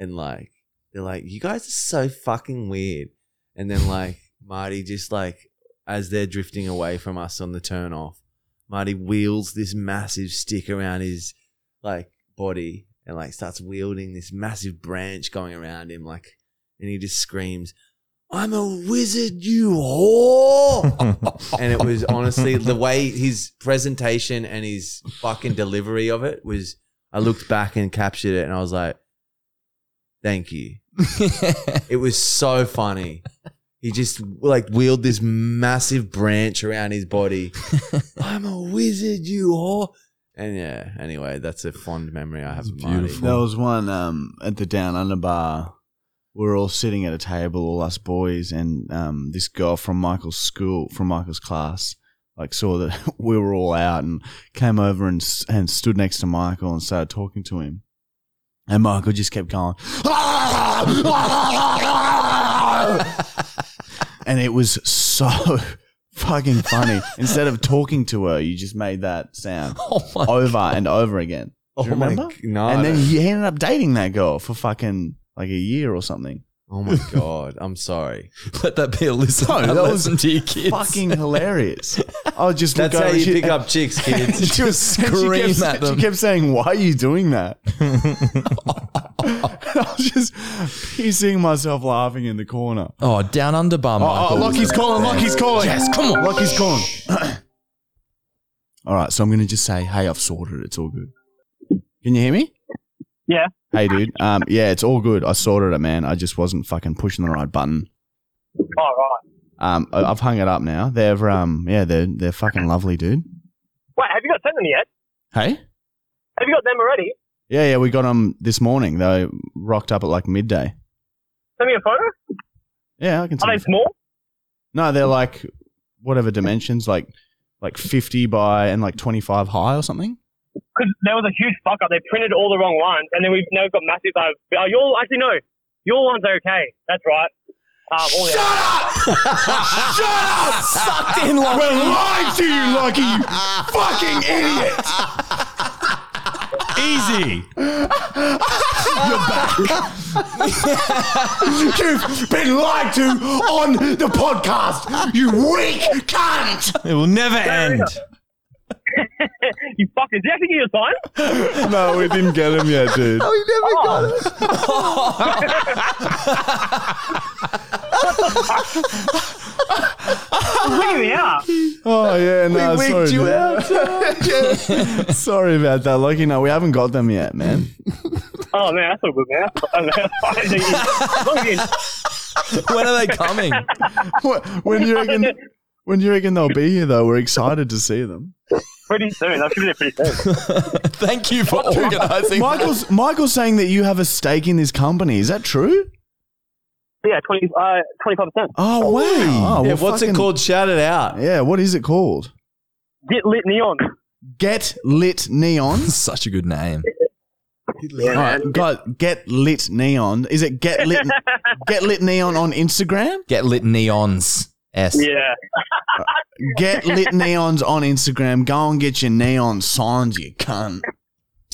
Speaker 1: and like they're like, "You guys are so fucking weird." And then like Marty just like as they're drifting away from us on the turn off, Marty wheels this massive stick around his like body and like starts wielding this massive branch going around him like, and he just screams. I'm a wizard, you whore. and it was honestly the way his presentation and his fucking delivery of it was. I looked back and captured it, and I was like, "Thank you." it was so funny. He just like wheeled this massive branch around his body. I'm a wizard, you whore. And yeah, anyway, that's a fond memory I have.
Speaker 3: That's
Speaker 1: of Marty.
Speaker 3: beautiful.
Speaker 2: There was one um, at the Down Under bar. We were all sitting at a table, all us boys, and um, this girl from Michael's school, from Michael's class, like saw that we were all out and came over and s- and stood next to Michael and started talking to him. And Michael just kept going, "Ah!" and it was so fucking funny. Instead of talking to her, you just made that sound
Speaker 8: Oh my
Speaker 2: over and over again.
Speaker 1: Oh
Speaker 2: Do you
Speaker 1: my
Speaker 2: remember?
Speaker 1: g- no, I
Speaker 2: and then
Speaker 1: don't.
Speaker 2: he ended up dating that girl for fucking like a year or something.
Speaker 1: oh my god, I'm sorry.
Speaker 8: Let that be a listen.
Speaker 2: No,
Speaker 8: a
Speaker 2: that was
Speaker 8: lesson to your kids.
Speaker 2: Fucking hilarious. I would just look
Speaker 1: That's how
Speaker 2: over
Speaker 1: you
Speaker 2: she-
Speaker 1: pick up chicks, kids.
Speaker 2: and she was
Speaker 8: Just
Speaker 2: and she
Speaker 8: scream
Speaker 2: kept,
Speaker 8: at them.
Speaker 2: She kept saying, "Why are you doing that?" I was just pissing myself laughing in the corner.
Speaker 8: oh, down under bar,
Speaker 2: Oh, oh
Speaker 8: Michael.
Speaker 2: Lockie's calling. Lockie's calling. Yes, come on. Lockie's calling. all right, so I'm going to just say, hey, I've sorted it. It's all good. Can you hear me?
Speaker 9: Yeah.
Speaker 2: Hey, dude. Um, yeah, it's all good. I sorted it, man. I just wasn't fucking pushing the right button.
Speaker 9: All right.
Speaker 2: Um, I- I've hung it up now. They're um, yeah, they're they're fucking lovely, dude.
Speaker 9: Wait, have you got sent them yet?
Speaker 2: Hey.
Speaker 9: Have you got them already?
Speaker 2: Yeah, yeah, we got them this morning. They rocked up at like midday.
Speaker 9: Send me a photo.
Speaker 2: Yeah, I
Speaker 9: Are
Speaker 2: can. send
Speaker 9: they
Speaker 2: you-
Speaker 9: small?
Speaker 2: No, they're like whatever dimensions, like like fifty by and like twenty five high or something.
Speaker 9: Because there was a huge fuck up. They printed all the wrong ones, and then we've now got massive. Uh, oh, your actually no, your one's are okay. That's right. Um, all the other-
Speaker 2: We're lying to you, Lucky. You fucking idiot.
Speaker 3: Easy.
Speaker 2: You've been lied to on the podcast. You weak cunt.
Speaker 3: It will never end.
Speaker 9: you fuckers. Did you actually get your sign?
Speaker 2: no, we didn't get him yet, dude.
Speaker 9: Oh. Bring me out.
Speaker 2: Oh yeah, no,
Speaker 1: We
Speaker 2: sorry,
Speaker 1: wigged you
Speaker 2: dude.
Speaker 1: out.
Speaker 2: sorry about that, Lucky. No, we haven't got them yet, man.
Speaker 9: Oh man, that's all good, man. That's fine, man. That's fine. As long as
Speaker 8: when are they coming?
Speaker 2: Wh- when do you
Speaker 9: you-
Speaker 2: reckon? When do you reckon they'll be here? Though we're excited to see them.
Speaker 9: Pretty soon. I should be there pretty soon.
Speaker 8: Thank you for organising.
Speaker 2: Michael's Michael's saying that you have a stake in this company. Is that true?
Speaker 9: But yeah, 20, uh, 25%.
Speaker 2: Oh, wow. Oh,
Speaker 1: Yeah,
Speaker 2: well,
Speaker 1: what's
Speaker 2: fucking-
Speaker 1: it called? Shout it out.
Speaker 2: Yeah, what is it called?
Speaker 9: Get lit neon.
Speaker 2: Get lit neon.
Speaker 8: Such a good name.
Speaker 9: Yeah,
Speaker 2: All right,
Speaker 9: man.
Speaker 2: got get lit neon. Is it get lit get lit neon on Instagram?
Speaker 8: Get lit neons. S.
Speaker 9: Yeah.
Speaker 2: Get lit neons on Instagram. Go and get your neon signs, you cunt.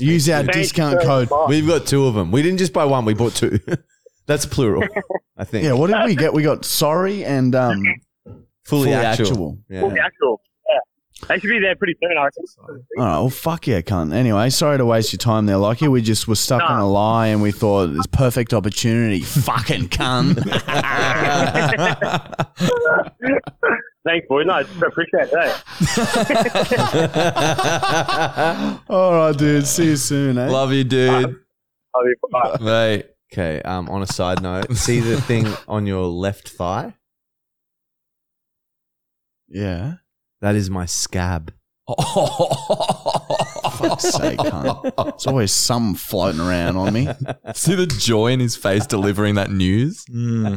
Speaker 2: Use our
Speaker 9: Thank
Speaker 2: discount
Speaker 9: you so
Speaker 2: code.
Speaker 9: much.
Speaker 1: We've got two of them. We didn't just buy one. We bought two. That's plural, I think.
Speaker 2: Yeah, what did we get? We got sorry and um
Speaker 1: fully,
Speaker 2: fully
Speaker 1: actual.
Speaker 2: actual.
Speaker 1: Yeah.
Speaker 9: Well, the actual. Yeah. They should be there pretty soon, I reckon.
Speaker 2: All right, Oh, well, fuck yeah, cunt. Anyway, sorry to waste your time there, Lockie. We just were stuck on a lie and we thought it's perfect opportunity. Fucking cunt.
Speaker 9: Thanks, boys. No, I just appreciate it. eh?
Speaker 2: All right, dude. See you soon, eh?
Speaker 1: Love you, dude.
Speaker 9: I'll be fine.
Speaker 1: Mate. Okay. Um. On a side note, see the thing on your left thigh?
Speaker 2: yeah.
Speaker 1: That is my scab.
Speaker 2: Fuck's sake, cunt. It's always something floating around on me.
Speaker 8: See the joy in his face delivering that news.
Speaker 3: Hmm.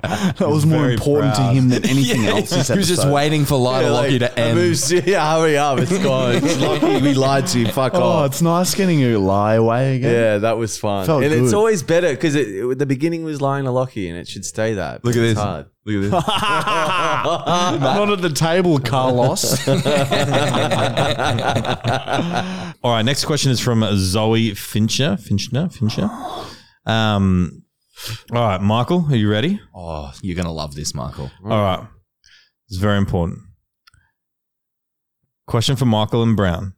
Speaker 2: That was more
Speaker 3: very
Speaker 2: important
Speaker 3: proud.
Speaker 2: to him than anything
Speaker 8: Yeah.
Speaker 2: else. This
Speaker 8: he was just
Speaker 2: episode.
Speaker 8: waiting for Lyle
Speaker 1: Yeah,
Speaker 8: to
Speaker 1: like,
Speaker 8: Lockie to end.
Speaker 1: Moose, yeah, hurry up. It's gone. It's lucky we lied to you. Fuck
Speaker 2: Oh,
Speaker 1: off.
Speaker 2: it's nice getting your lie away again.
Speaker 1: Yeah, that was fun.
Speaker 2: Felt
Speaker 1: and it's
Speaker 2: good.
Speaker 1: always better because it, it- the beginning was lying to Lockie and it should stay that.
Speaker 8: Look at
Speaker 1: It's
Speaker 8: this.
Speaker 1: hard.
Speaker 8: Look at this.
Speaker 2: Not at the table, Carlos.
Speaker 3: All right, next question is from Zoe Fincher. Finchner? Fincher? Um, all right, Michael, are you ready?
Speaker 8: Oh, you're gonna love this, Michael.
Speaker 3: All right. It's very important. Question for Michael and Brown.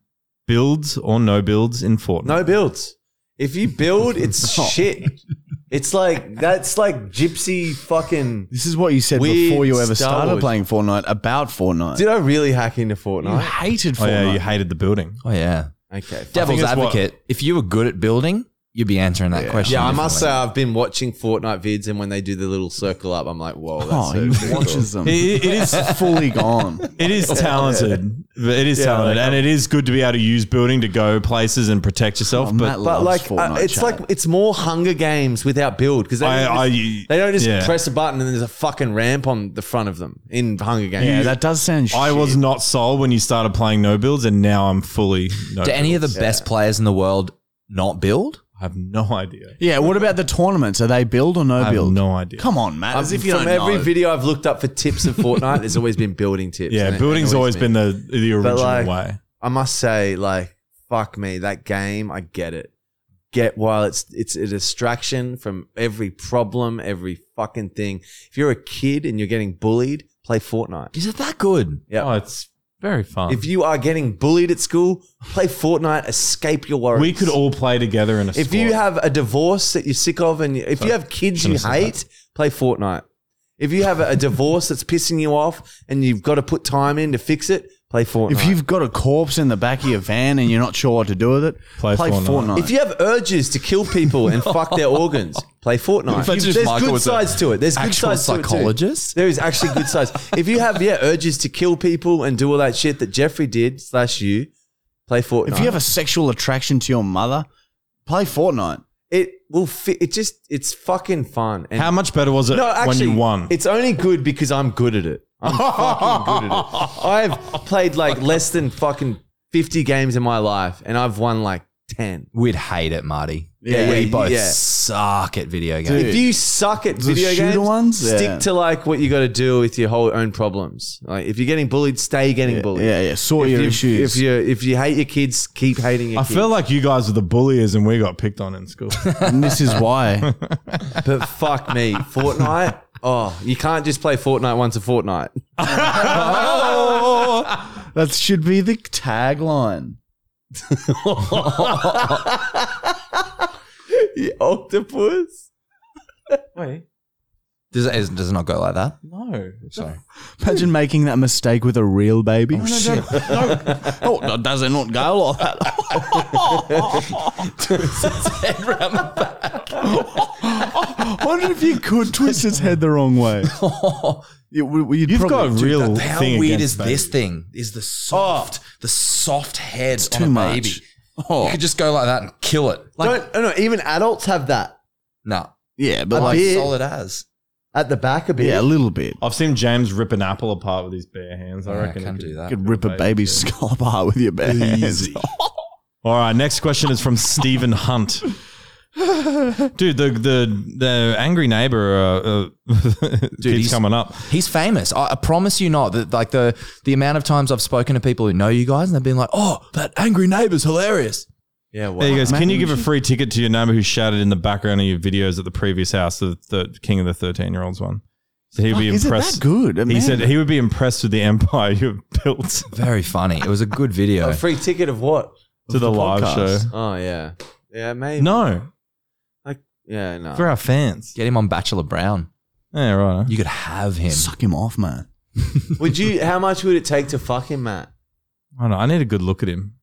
Speaker 3: Builds or no builds in Fortnite?
Speaker 1: No builds. If you build, it's shit. It's like that's like gypsy fucking.
Speaker 2: this is what you said
Speaker 1: Weird
Speaker 2: before you ever
Speaker 1: Star
Speaker 2: started
Speaker 1: Wars.
Speaker 2: playing Fortnite about Fortnite.
Speaker 1: Did I really hack into Fortnite?
Speaker 2: you hated Fortnite.
Speaker 3: Oh, yeah, you hated the building.
Speaker 8: Oh yeah.
Speaker 2: Mm.
Speaker 1: Okay. fine.
Speaker 8: Devil's
Speaker 3: it's what-
Speaker 8: advocate. if you were good at building, you'd be answering that question.
Speaker 1: Yeah, I must say
Speaker 8: differently.
Speaker 1: I've been watching Fortnite vids, and when they do the little circle up, I'm like, whoa, that's
Speaker 2: Oh,
Speaker 1: so
Speaker 2: he
Speaker 1: cool.
Speaker 2: watches them.
Speaker 3: It- it is
Speaker 2: fully gone.
Speaker 3: It is talented. It is talented. and it is good to be able to use building to go places and protect yourself.
Speaker 2: Oh,
Speaker 3: but
Speaker 2: Matt
Speaker 1: But
Speaker 2: loves
Speaker 1: like,
Speaker 2: Fortnite
Speaker 1: uh, it's
Speaker 2: chat.
Speaker 1: like it's more Hunger Games without build because they,
Speaker 3: I,
Speaker 1: don't
Speaker 3: I,
Speaker 1: just- they don't just
Speaker 3: yeah.
Speaker 1: press a button and there's a fucking ramp on the front of them in Hunger Games.
Speaker 2: yeah, that does sound.
Speaker 3: I
Speaker 2: shit.
Speaker 3: was not sold when you started playing no builds, and now I'm fully no.
Speaker 8: Do any of
Speaker 3: builds.
Speaker 8: the best players in the world not build?
Speaker 3: I have no idea.
Speaker 2: Yeah, what about the tournaments? Are they build or
Speaker 3: I
Speaker 2: no
Speaker 3: have
Speaker 2: build?
Speaker 3: no idea.
Speaker 2: Come on, Matt.
Speaker 1: Um,
Speaker 2: As if you
Speaker 1: from
Speaker 2: don't
Speaker 1: every
Speaker 2: know.
Speaker 1: video I've looked up for tips of Fortnite, there's always been building tips.
Speaker 3: yeah,
Speaker 1: and it
Speaker 3: building's always
Speaker 1: annoys me.
Speaker 3: been the the original
Speaker 1: like-
Speaker 3: way.
Speaker 1: I must say, like, fuck me, that game, I get it. Get while it's it's a distraction from every problem, every fucking thing. If you're a kid and you're getting bullied, play Fortnite.
Speaker 8: Is it that good?
Speaker 1: Yeah.
Speaker 3: Oh, it's very fun.
Speaker 1: If you are getting bullied at school, play Fortnite, escape your worries.
Speaker 3: we could all play together in a.
Speaker 1: If you
Speaker 3: squad.
Speaker 1: have a divorce that you're sick of, and if you have kids you
Speaker 3: shouldn't have said
Speaker 1: hate, play Fortnite. If you have a, a divorce that's pissing you off and you've got to put time in to fix it, play Fortnite.
Speaker 2: If you've got a corpse in the back of your van and you're not sure what to do with it,
Speaker 3: Play
Speaker 2: play,
Speaker 3: Fortnite.
Speaker 2: Fortnite.
Speaker 1: If you have urges to kill people and fuck their organs, play Fortnite.
Speaker 8: Imagine if
Speaker 1: There's
Speaker 8: Michael
Speaker 1: good
Speaker 8: was a
Speaker 1: sides to it. There's good
Speaker 8: Actual
Speaker 1: sides to it too.
Speaker 8: psychologist?
Speaker 1: There is actually good sides. If you have yeah urges to kill people and do all that shit that Jeffrey did slash you, play Fortnite.
Speaker 2: if you have a sexual attraction to your mother, play Fortnite.
Speaker 1: it will fit. It just it's fucking fun. And
Speaker 3: how much better was it
Speaker 1: no, actually,
Speaker 3: when you won?
Speaker 1: it's only good because I'm good at it. I'm fucking good at it. I've played like less than fucking fifty games in my life, and I've won like ten.
Speaker 8: We'd hate it, Marty.
Speaker 1: Yeah,
Speaker 8: we
Speaker 1: yeah,
Speaker 8: both
Speaker 1: yeah.
Speaker 8: suck at video games.
Speaker 1: If you suck at video
Speaker 2: shooter
Speaker 1: games,
Speaker 2: ones?
Speaker 1: stick
Speaker 2: Yeah.
Speaker 1: to like what you got to do with your whole own problems. Like if you're getting bullied, stay getting bullied.
Speaker 2: Yeah, yeah. Sort
Speaker 1: If
Speaker 2: your
Speaker 1: you,
Speaker 2: issues.
Speaker 1: if you if you hate your kids, keep hating your
Speaker 3: I
Speaker 1: kids.
Speaker 3: feel like you guys were the bullies, and we got picked on in school.
Speaker 2: and this is why.
Speaker 1: but fuck me, Fortnite. Oh, you can't just play Fortnite once a fortnight.
Speaker 2: That should be the tagline.
Speaker 1: the octopus.
Speaker 8: Does it, is- does it not go like that?
Speaker 3: No.
Speaker 8: Sorry.
Speaker 2: Imagine making that mistake with a real baby.
Speaker 8: Oh, shit.
Speaker 2: Oh, no, does it not go like that? I wonder if you could twist its head the wrong way. You, would
Speaker 3: You've got a real
Speaker 8: How
Speaker 3: thing
Speaker 8: weird
Speaker 3: against
Speaker 8: is
Speaker 3: babies.
Speaker 8: this thing? Is
Speaker 3: Oh.
Speaker 8: the soft, the soft head on
Speaker 2: too
Speaker 8: a
Speaker 2: much.
Speaker 8: baby? You could just go like that and kill it. Like,
Speaker 1: Oh. Don't, oh no, even adults have that
Speaker 8: no,
Speaker 2: Yeah, but
Speaker 8: nah,
Speaker 2: like,
Speaker 8: like
Speaker 1: bit.
Speaker 8: solid as.
Speaker 1: at the back a bit.
Speaker 2: yeah, a little bit.
Speaker 3: I've seen James rip an apple apart with his bare hands. I
Speaker 8: Yeah,
Speaker 3: reckon.
Speaker 8: I
Speaker 3: he
Speaker 8: can
Speaker 3: could-
Speaker 8: do that.
Speaker 2: You could rip a baby's skull apart with your Oh, bare hands.
Speaker 3: All right, next question is from Stephen Hunt. Dude, the the the angry neighbor uh, uh, keeps
Speaker 8: he's-
Speaker 3: coming up.
Speaker 8: He's famous. I, I promise you not that like the the amount of times I've spoken to people who know you guys and they've been like, "Oh, that angry neighbor's hilarious."
Speaker 1: yeah. Wow.
Speaker 3: There you go. Can
Speaker 2: Maybe
Speaker 3: you
Speaker 2: we
Speaker 3: give a
Speaker 2: should-
Speaker 3: free ticket to your neighbor who shouted in the background of your videos at the previous house, the, the King of the Thirteen Year Olds one? So he'd be
Speaker 2: Is it
Speaker 3: impressed.
Speaker 2: that good?
Speaker 3: He said he would be impressed with the empire you've built
Speaker 8: Very funny. It was a good video.
Speaker 1: A free ticket of what?
Speaker 3: to the, live
Speaker 2: podcast.
Speaker 3: show.
Speaker 1: Oh yeah, yeah maybe.
Speaker 3: No,
Speaker 1: yeah no.
Speaker 3: for our fans.
Speaker 8: Get him on Bachelor Brown.
Speaker 3: Yeah, right.
Speaker 8: You could have him.
Speaker 2: suck him off, man.
Speaker 1: Would you? How much would it take to fuck him, Matt?
Speaker 3: I, don't know, I need a good look at him.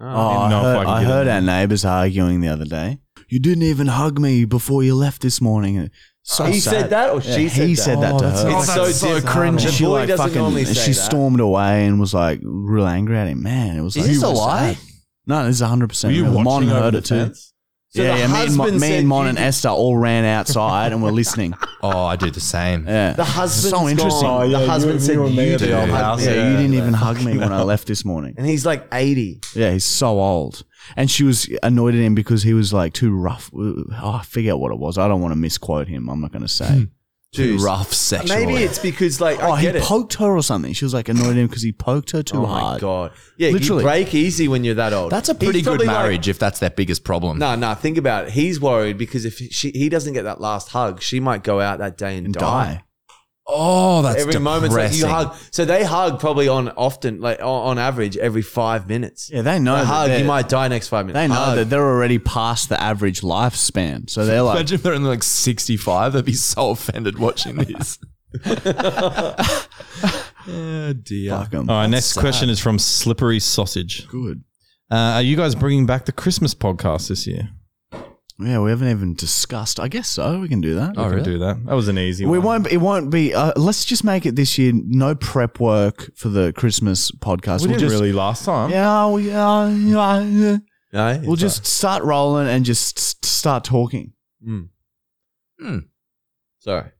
Speaker 2: Oh,
Speaker 1: Oh,
Speaker 2: I
Speaker 3: know if
Speaker 2: heard,
Speaker 3: I could
Speaker 2: I
Speaker 3: get
Speaker 2: heard
Speaker 3: it.
Speaker 2: our neighbors arguing the other day. You didn't even hug me before you left this morning. So
Speaker 1: he
Speaker 2: sad.
Speaker 1: said that, or
Speaker 2: Yeah,
Speaker 1: she said
Speaker 2: he
Speaker 1: that.
Speaker 2: said that
Speaker 1: Oh,
Speaker 2: to
Speaker 1: that's-
Speaker 2: her.
Speaker 1: It's so, so
Speaker 2: And
Speaker 1: The
Speaker 2: she
Speaker 1: boy
Speaker 2: like
Speaker 1: doesn't
Speaker 2: fucking,
Speaker 1: normally
Speaker 2: and
Speaker 1: say
Speaker 2: she
Speaker 1: that.
Speaker 2: stormed away and was like real angry at him. Man, it was
Speaker 8: Is
Speaker 2: like
Speaker 8: this a
Speaker 2: you were
Speaker 8: lie?
Speaker 2: sad. No, this is hundred percent. Mon heard it too.
Speaker 1: So
Speaker 2: yeah, yeah.
Speaker 1: the
Speaker 2: Me and, Mon,
Speaker 1: husband
Speaker 2: me
Speaker 1: said
Speaker 2: and Mon
Speaker 1: you
Speaker 2: and
Speaker 1: did-
Speaker 2: Esther all ran outside and were listening.
Speaker 8: Oh, I do the same.
Speaker 2: Yeah,
Speaker 1: The husband's
Speaker 2: so interesting.
Speaker 8: Oh,
Speaker 1: gone. the husband said Oh, you,
Speaker 3: at the
Speaker 1: did.
Speaker 3: old house.
Speaker 2: yeah,
Speaker 1: Yeah.
Speaker 2: you didn't even hug me when I left this morning.
Speaker 1: and he's like eighty.
Speaker 2: Yeah, he's so old. And she was annoyed at him because he was like too rough. Oh, I figure out what it was. I don't want to misquote him. I'm not going to say.
Speaker 8: Too
Speaker 1: Dude.
Speaker 8: rough sexual.
Speaker 1: Maybe it's because like
Speaker 2: oh,
Speaker 1: I
Speaker 2: he
Speaker 1: Hmm. get it.
Speaker 2: poked her or something. She was like annoyed at him because he poked her too
Speaker 1: oh
Speaker 2: hard.
Speaker 1: my god. Yeah,
Speaker 2: Literally.
Speaker 1: you break easy when you're that old.
Speaker 8: that's a
Speaker 1: He's
Speaker 8: pretty good
Speaker 1: probably like-
Speaker 8: marriage if that's their biggest problem.
Speaker 1: No, no. think about it. He's worried because if she, he doesn't get that last hug, she might go out that day and,
Speaker 2: And
Speaker 1: die.
Speaker 2: die.
Speaker 8: Oh, that's
Speaker 1: every
Speaker 8: depressing.
Speaker 1: moment like you hug. So they hug probably on often, like on, on average, every five minutes.
Speaker 2: Yeah, they know.
Speaker 1: A
Speaker 2: that
Speaker 1: hug,
Speaker 2: they're-
Speaker 1: you might die next five minutes.
Speaker 2: They know
Speaker 1: Hug.
Speaker 2: that uh, they're already past the average lifespan. So they're like,
Speaker 8: Imagine if they're in like 65. They'd be so offended watching this.
Speaker 3: Oh dear.
Speaker 2: fuck 'em.
Speaker 3: All right, next
Speaker 8: sad.
Speaker 3: question is from Slippery Sausage.
Speaker 2: Good.
Speaker 3: Uh, are you guys bringing back the Christmas podcast this year?
Speaker 2: Yeah, we haven't even discussed. I guess so. We can do that.
Speaker 3: We
Speaker 8: Oh,
Speaker 3: can
Speaker 8: really?
Speaker 3: do that. That was an easy
Speaker 2: We
Speaker 3: one.
Speaker 2: won't. It won't be. Uh, let's just make it this year. No prep work for the Christmas podcast.
Speaker 3: We
Speaker 2: will
Speaker 3: didn't
Speaker 2: just,
Speaker 3: really last time.
Speaker 2: Yeah, we, uh, yeah, yeah.
Speaker 1: No,
Speaker 2: We'll just start rolling and just s- start talking.
Speaker 1: sorry.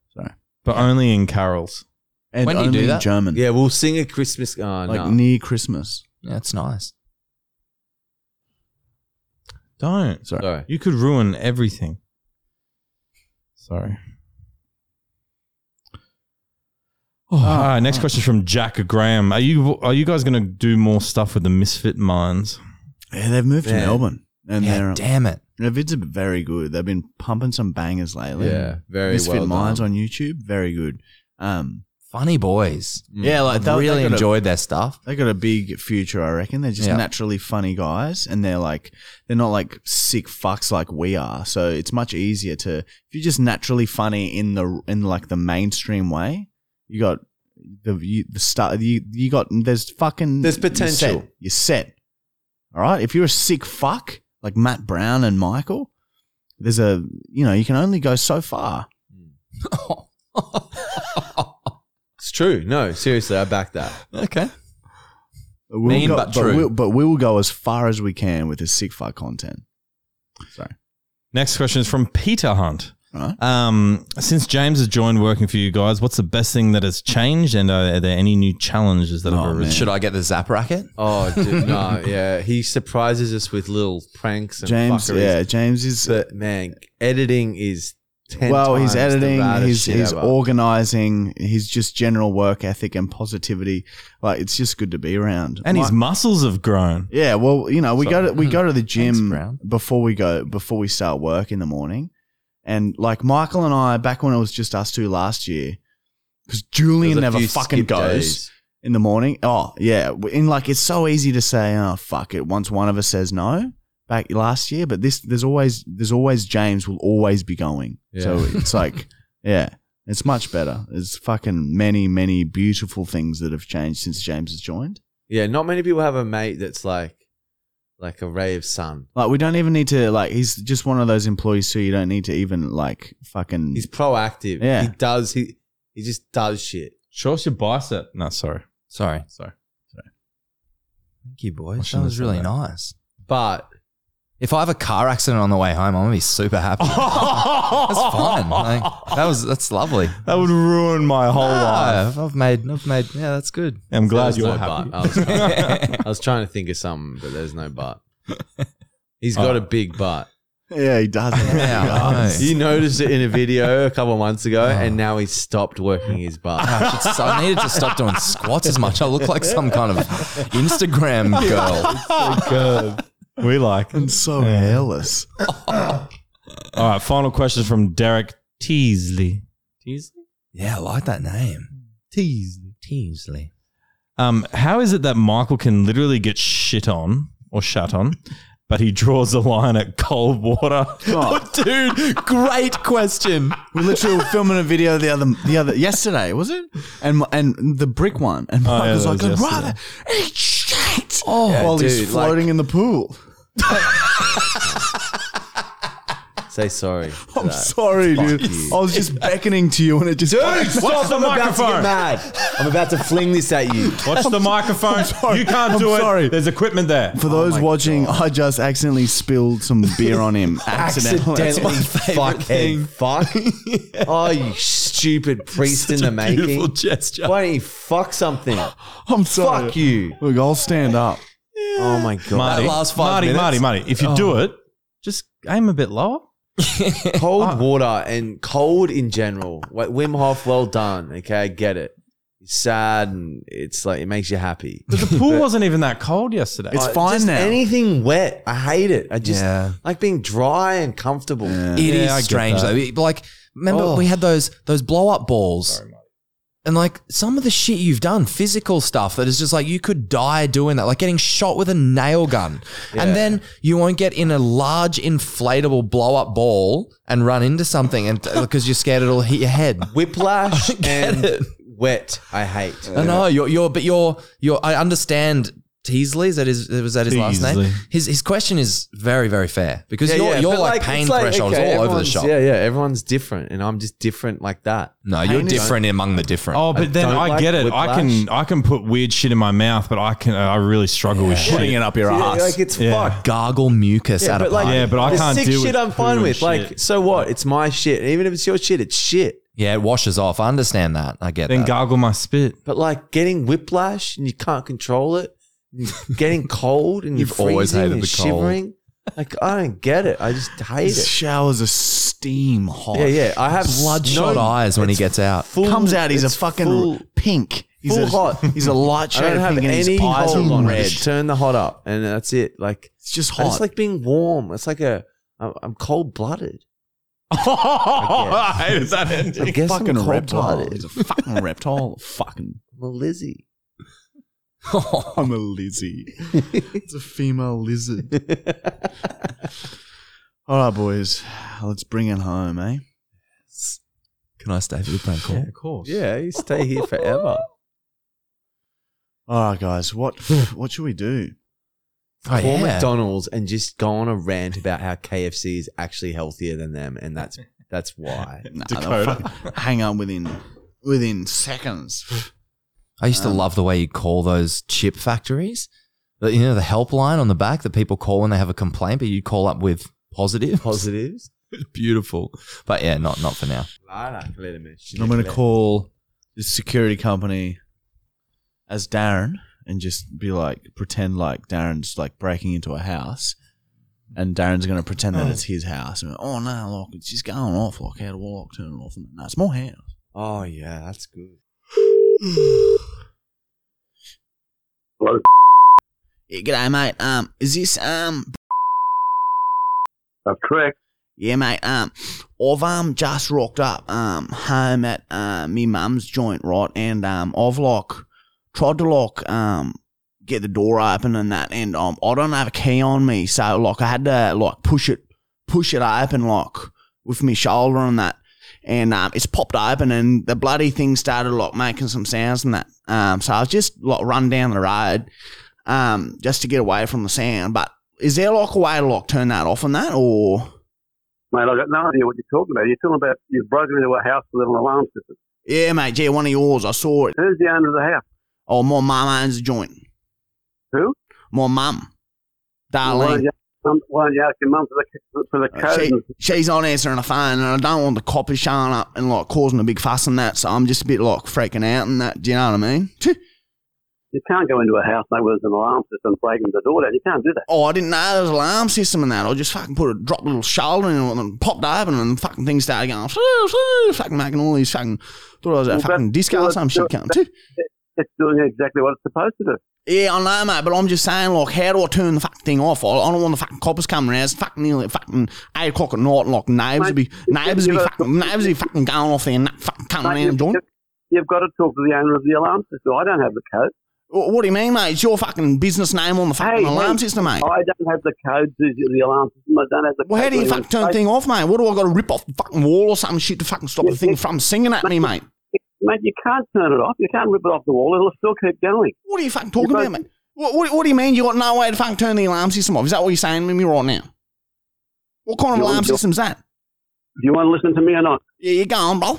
Speaker 3: But only in carols.
Speaker 2: And
Speaker 8: When do you
Speaker 2: only
Speaker 8: do
Speaker 2: in
Speaker 8: that?
Speaker 2: German.
Speaker 1: Yeah, we'll sing a Christmas. Oh,
Speaker 2: like
Speaker 1: no.
Speaker 2: near Christmas.
Speaker 8: Yeah, it's nice.
Speaker 3: Don't.
Speaker 2: Sorry.
Speaker 1: Sorry.
Speaker 3: You could ruin everything. Sorry. All right, Oh, ah, next question is from Jack Graham. Are you are you guys going to do more stuff with the Misfit Minds?
Speaker 2: Yeah, they've moved
Speaker 1: Yeah.
Speaker 2: to Melbourne, and
Speaker 8: Yeah,
Speaker 2: they're
Speaker 8: damn it.
Speaker 2: their vids are very good. They've been pumping some bangers lately.
Speaker 1: Yeah, very
Speaker 2: Misfit
Speaker 1: well
Speaker 2: Minds
Speaker 1: done.
Speaker 2: on YouTube, very good. Um,
Speaker 8: Funny boys.
Speaker 2: yeah, like they
Speaker 8: I really
Speaker 2: they got a-
Speaker 8: enjoyed their stuff.
Speaker 2: They got a big future, I reckon. They're just
Speaker 8: Yeah.
Speaker 2: naturally funny guys, and they're like they're not like sick fucks like we are. So it's much easier to if you're just naturally funny in the in like the mainstream way. You got the you, the start. You you got there's fucking
Speaker 1: There's
Speaker 2: you're set.
Speaker 1: potential.
Speaker 2: You're set. All right. If you're a sick fuck like Matt Brown and Michael, there's a you know you can only go so far.
Speaker 1: It's true. No, seriously, I back that.
Speaker 8: okay.
Speaker 2: But we'll
Speaker 8: Mean
Speaker 2: go-
Speaker 8: but true.
Speaker 2: We'll, but we will go as far as we can with the sick fuck content. Sorry.
Speaker 3: Next question is from Peter Hunt.
Speaker 2: All right.
Speaker 3: Um, since James has joined working for you guys, what's the best thing that has changed, and are, there any new challenges that
Speaker 2: Oh,
Speaker 3: have arisen?
Speaker 8: Should I get the zap racket?
Speaker 1: Oh dude, no, yeah. He surprises us with little pranks and
Speaker 2: James,
Speaker 1: fuckeries.
Speaker 2: yeah, James is.
Speaker 1: But man, editing is ten
Speaker 2: well, he's
Speaker 1: times the
Speaker 2: editing,
Speaker 1: baddest
Speaker 2: he's
Speaker 1: shit
Speaker 2: he's
Speaker 1: ever.
Speaker 2: organizing, he's just general work ethic and positivity. Like it's just good to be around.
Speaker 3: And
Speaker 2: My-
Speaker 3: his muscles have grown.
Speaker 2: yeah. Well, you know, we go to we go to the
Speaker 8: Thanks,
Speaker 2: gym
Speaker 8: Brown.
Speaker 2: before we go before we start work in the morning, and like Michael and I back when it was just us two last year, because
Speaker 1: There's
Speaker 2: Julian
Speaker 1: a
Speaker 2: never
Speaker 1: few
Speaker 2: fucking
Speaker 1: skip
Speaker 2: goes.
Speaker 1: days.
Speaker 2: in the morning. Oh yeah, in like it's so easy to say, oh fuck it. Once one of us says no, back last year, but this there's always there's always James will always be going. So it's like yeah, it's much better. There's fucking many many beautiful things that have changed since James has joined.
Speaker 1: Yeah, not many people have a mate that's like like a ray of sun.
Speaker 2: Like we don't even need to like he's just one of those employees who you don't need to even like fucking
Speaker 1: He's proactive.
Speaker 2: Yeah.
Speaker 1: He does he he just does shit.
Speaker 3: Show us your bicep. No, sorry.
Speaker 8: Sorry.
Speaker 3: Sorry.
Speaker 8: Thank you,
Speaker 3: I
Speaker 8: boys.
Speaker 3: shouldn't
Speaker 8: That was
Speaker 3: have said
Speaker 8: really
Speaker 3: that.
Speaker 8: nice.
Speaker 1: But
Speaker 8: If I have a car accident on the way home, I'm gonna be super happy. that's fine. Like, that was that's lovely. Ah,
Speaker 3: That would ruin my whole life.
Speaker 8: I've, I've made I've made yeah, that's good.
Speaker 3: I'm glad
Speaker 1: there's
Speaker 3: you're
Speaker 1: no
Speaker 3: happy.
Speaker 1: but. I was, trying, I was trying to think of something, but there's no but. He's got a big butt.
Speaker 2: yeah he does.
Speaker 8: Yeah,
Speaker 1: You noticed it in a video a couple of months ago, and now he's stopped working his butt.
Speaker 8: I, should, I needed to stop doing squats as much. I look like some kind of Instagram girl.
Speaker 3: we like.
Speaker 2: and so hairless.
Speaker 3: All right, final question from Derek Teasley. Teasley?
Speaker 8: Yeah, I like that name.
Speaker 3: Teasley.
Speaker 8: Teasley.
Speaker 3: Um, how is it that Michael can literally get shit on or shut on, but he draws the line at cold water?
Speaker 8: Dude, great question.
Speaker 2: We literally were filming a video the other the other yesterday, was it? And and the brick one, and Mark
Speaker 3: yeah,
Speaker 2: was
Speaker 3: that
Speaker 2: like,
Speaker 3: was
Speaker 2: "I'd
Speaker 3: yesterday.
Speaker 2: rather eat shit." Oh, while
Speaker 1: dude,
Speaker 2: he's floating in the pool.
Speaker 1: Say sorry. for
Speaker 2: I'm
Speaker 1: that.
Speaker 2: sorry, dude.
Speaker 1: you.
Speaker 2: I was just beckoning to you, and it just
Speaker 3: Stop the
Speaker 1: I'm about to get
Speaker 3: microphone.
Speaker 1: mad. I'm about to fling this at you.
Speaker 3: Watch the microphone. You can't
Speaker 2: I'm
Speaker 3: do it.
Speaker 2: sorry.
Speaker 3: There's equipment there.
Speaker 2: For those watching, I just accidentally spilled some beer on him accidentally.
Speaker 1: Accidentally fuckhead fuck. Oh, you stupid priest in the making.
Speaker 8: gesture.
Speaker 1: Why don't you fuck something?
Speaker 2: I'm sorry.
Speaker 1: fuck you.
Speaker 2: Look, I'll stand up.
Speaker 1: Oh my god.
Speaker 3: Marty,
Speaker 8: That last five
Speaker 3: Marty,
Speaker 8: minutes.
Speaker 3: Marty, Marty. If you do it, just aim a bit lower.
Speaker 1: cold water and cold in general. Wait, Wim Hof, well done. Okay, I get it. It's sad and it's like it makes you happy.
Speaker 3: But the pool wasn't even that cold yesterday.
Speaker 2: It's
Speaker 1: Uh,
Speaker 2: fine
Speaker 1: just
Speaker 2: now.
Speaker 1: Anything wet, I hate it. I just
Speaker 8: Yeah.
Speaker 1: like being dry and comfortable.
Speaker 8: It is
Speaker 3: Yeah, I get
Speaker 8: strange
Speaker 3: that.
Speaker 8: though. We- Like, remember
Speaker 1: Oh.
Speaker 8: we had those those blow up balls, and like some of the shit you've done, physical stuff that is just like you could die doing that, like getting shot with a nail gun, and then you won't get in a large inflatable blow up ball and run into something, and because you're scared it'll hit your head.
Speaker 1: Whiplash and
Speaker 8: it.
Speaker 1: wet, I hate.
Speaker 8: I know you're, you're, but you're, you're. I understand Teasley. Is that his? Was that his last
Speaker 3: Teasley.
Speaker 8: name? His his question is very very fair because your your
Speaker 1: but,
Speaker 8: like,
Speaker 1: it's
Speaker 8: pain thresholds
Speaker 1: okay,
Speaker 8: all over the
Speaker 1: everyone's-
Speaker 8: shop.
Speaker 1: Yeah, yeah, everyone's different, and I'm just different like that.
Speaker 8: No, you're
Speaker 2: Pain is-
Speaker 8: different among the different.
Speaker 3: Oh, but then
Speaker 1: don't
Speaker 3: I
Speaker 1: like
Speaker 3: get it. I can
Speaker 1: whiplash.
Speaker 3: I can put weird shit in my mouth, but I can I really struggle with shit.
Speaker 2: Putting it up your
Speaker 1: Yeah,
Speaker 2: ass.
Speaker 1: like it's
Speaker 3: Yeah.
Speaker 1: fucked.
Speaker 8: gargle mucus
Speaker 1: Yeah,
Speaker 8: out
Speaker 1: but
Speaker 8: of
Speaker 1: like,
Speaker 8: like,
Speaker 3: Yeah, but I
Speaker 1: the
Speaker 3: can't
Speaker 1: sick
Speaker 3: deal with
Speaker 1: shit I'm fine
Speaker 3: poo
Speaker 1: with.
Speaker 3: and
Speaker 1: Like,
Speaker 3: shit.
Speaker 1: so what? It's my shit. Even if it's your shit, it's shit.
Speaker 8: Yeah, it washes off. I understand that. I get
Speaker 3: Then
Speaker 8: that.
Speaker 3: gargle my spit.
Speaker 1: But like getting whiplash and you can't control it, getting cold and you're
Speaker 8: You've always
Speaker 1: freezing
Speaker 8: hated
Speaker 1: and
Speaker 8: the cold.
Speaker 1: shivering. Like I don't get it. I just hate
Speaker 2: His
Speaker 1: it.
Speaker 2: showers are steam hot.
Speaker 1: Yeah, yeah. I have
Speaker 8: Bloodshot
Speaker 1: no-
Speaker 8: eyes when he
Speaker 1: it's
Speaker 8: gets out.
Speaker 1: full-
Speaker 2: comes out, he's a
Speaker 1: it's
Speaker 2: fucking
Speaker 1: full-
Speaker 2: pink. He's
Speaker 1: full
Speaker 2: a,
Speaker 1: hot.
Speaker 2: He's a light
Speaker 1: I
Speaker 2: shade
Speaker 1: don't
Speaker 2: of
Speaker 1: have
Speaker 2: pink, and
Speaker 1: any
Speaker 2: his eyes
Speaker 1: cold
Speaker 2: are
Speaker 1: on.
Speaker 2: red.
Speaker 1: Just turn the hot up, and that's it. Like
Speaker 2: It's just
Speaker 1: I just
Speaker 2: hot.
Speaker 1: like being warm. It's like a I'm, I'm cold blooded.
Speaker 3: I hated Oh, that ending.
Speaker 1: I guess
Speaker 2: fucking
Speaker 1: I'm cold
Speaker 2: reptile.
Speaker 1: blooded.
Speaker 2: He's a fucking reptile. Fucking.
Speaker 1: I'm a Lizzie.
Speaker 2: I'm a lizzie. it's a female lizard. All right, boys. Let's bring it home, eh?
Speaker 8: Can I stay for the prank call?
Speaker 3: of course.
Speaker 1: Yeah, you stay here forever.
Speaker 2: All right, guys. What what should we do?
Speaker 8: Oh,
Speaker 1: call
Speaker 8: yeah.
Speaker 1: McDonald's and just go on a rant about how KFC is actually healthier than them, and that's that's why.
Speaker 2: Nah, they'll fucking hang on within within seconds.
Speaker 8: I used to
Speaker 2: Um,
Speaker 8: love the way you call those chip factories. The- you know, the helpline on the back that people call when they have a complaint, but you call up with positive.
Speaker 1: Positives.
Speaker 8: Beautiful. But yeah, not not for now.
Speaker 2: I'm gonna call the security company as Darren and just be like pretend like Darren's like breaking into a house. And Darren's gonna pretend that it's his house. And oh no, look, it's just going off. Like how do I like turn it off? And no, it's my house.
Speaker 1: Oh yeah, that's good.
Speaker 2: Yeah, g'day, mate. Um, is this um? That's correct. Yeah, mate. Um, I've um just uh, rocked up um home at um me mum's joint, right? And um, I've like tried to like um get the door open and that, and um I don't have a key on me, so like I had to like push it push it open like with my shoulder and that, and um it's popped open and the bloody thing started like making some sounds and that. Um, so I was just like run down the road, um, just to get away from the sound. But is there like a way to like turn that off and that, or
Speaker 10: Mate, I've got no idea what you're talking about. You're talking about you've broken into a house with an alarm system.
Speaker 2: yeah, mate, yeah, one of yours, I saw it.
Speaker 10: Who's the owner of the house?
Speaker 2: Oh, my mum owns the joint.
Speaker 10: Who?
Speaker 2: My mum,
Speaker 10: Why don't
Speaker 2: darling.
Speaker 10: you, um, why don't you ask your mum for the, for the code?
Speaker 2: Oh, She,
Speaker 10: and-
Speaker 2: she's not answering the phone, and I don't want the coppers showing up and like causing a big fuss and that. So I'm just a bit like freaking out and that. Do you know what I mean?
Speaker 10: you can't go into a house mate, with an alarm system breaking the door down. You can't do that.
Speaker 2: Oh, I didn't know there was an alarm system and that. I just fucking put a drop little shoulder in it and popped open and the fucking thing started going, fucking making all these fucking, thought I was at a
Speaker 10: Well,
Speaker 2: fucking
Speaker 10: that's-
Speaker 2: disco or some shit.
Speaker 10: that-
Speaker 2: cunt.
Speaker 10: It's doing exactly what it's supposed to do.
Speaker 2: Yeah, I know, mate, but I'm just saying, like, how do I turn the fucking thing off? I, I don't want the er fucking coppers coming around. It's fucking nearly fucking 8 o'clock at night and, like, neighbours will be, neighbours will be fucking, neighbours will be fucking going off there and that fucking coming
Speaker 10: Mate,
Speaker 2: around and
Speaker 10: you've,
Speaker 2: joining.
Speaker 10: you've got to talk to the owner of the alarm system. I don't have the code.
Speaker 2: Wh- What do you mean, mate? It's your fucking business name on the fucking alarm system, mate.
Speaker 10: I don't have the code to the alarm system. I don't have the
Speaker 2: well, how
Speaker 10: code
Speaker 2: do you
Speaker 10: to the-
Speaker 2: fucking turn the thing off, mate? What do I got to rip off the fucking wall or some shit to fucking stop the thing from singing at me, mate?
Speaker 10: Mate, you can't turn it off. You can't rip it off the wall. It'll still keep going.
Speaker 2: What are you fucking talking about, mate? What, what, what do you mean you got no way to fucking turn the alarm system off? Is that what you're saying to me right now? What kind of
Speaker 10: You want
Speaker 2: alarm
Speaker 10: to-
Speaker 2: system's that?
Speaker 10: Do you want to listen to me or not?
Speaker 2: Yeah, you're going, bro.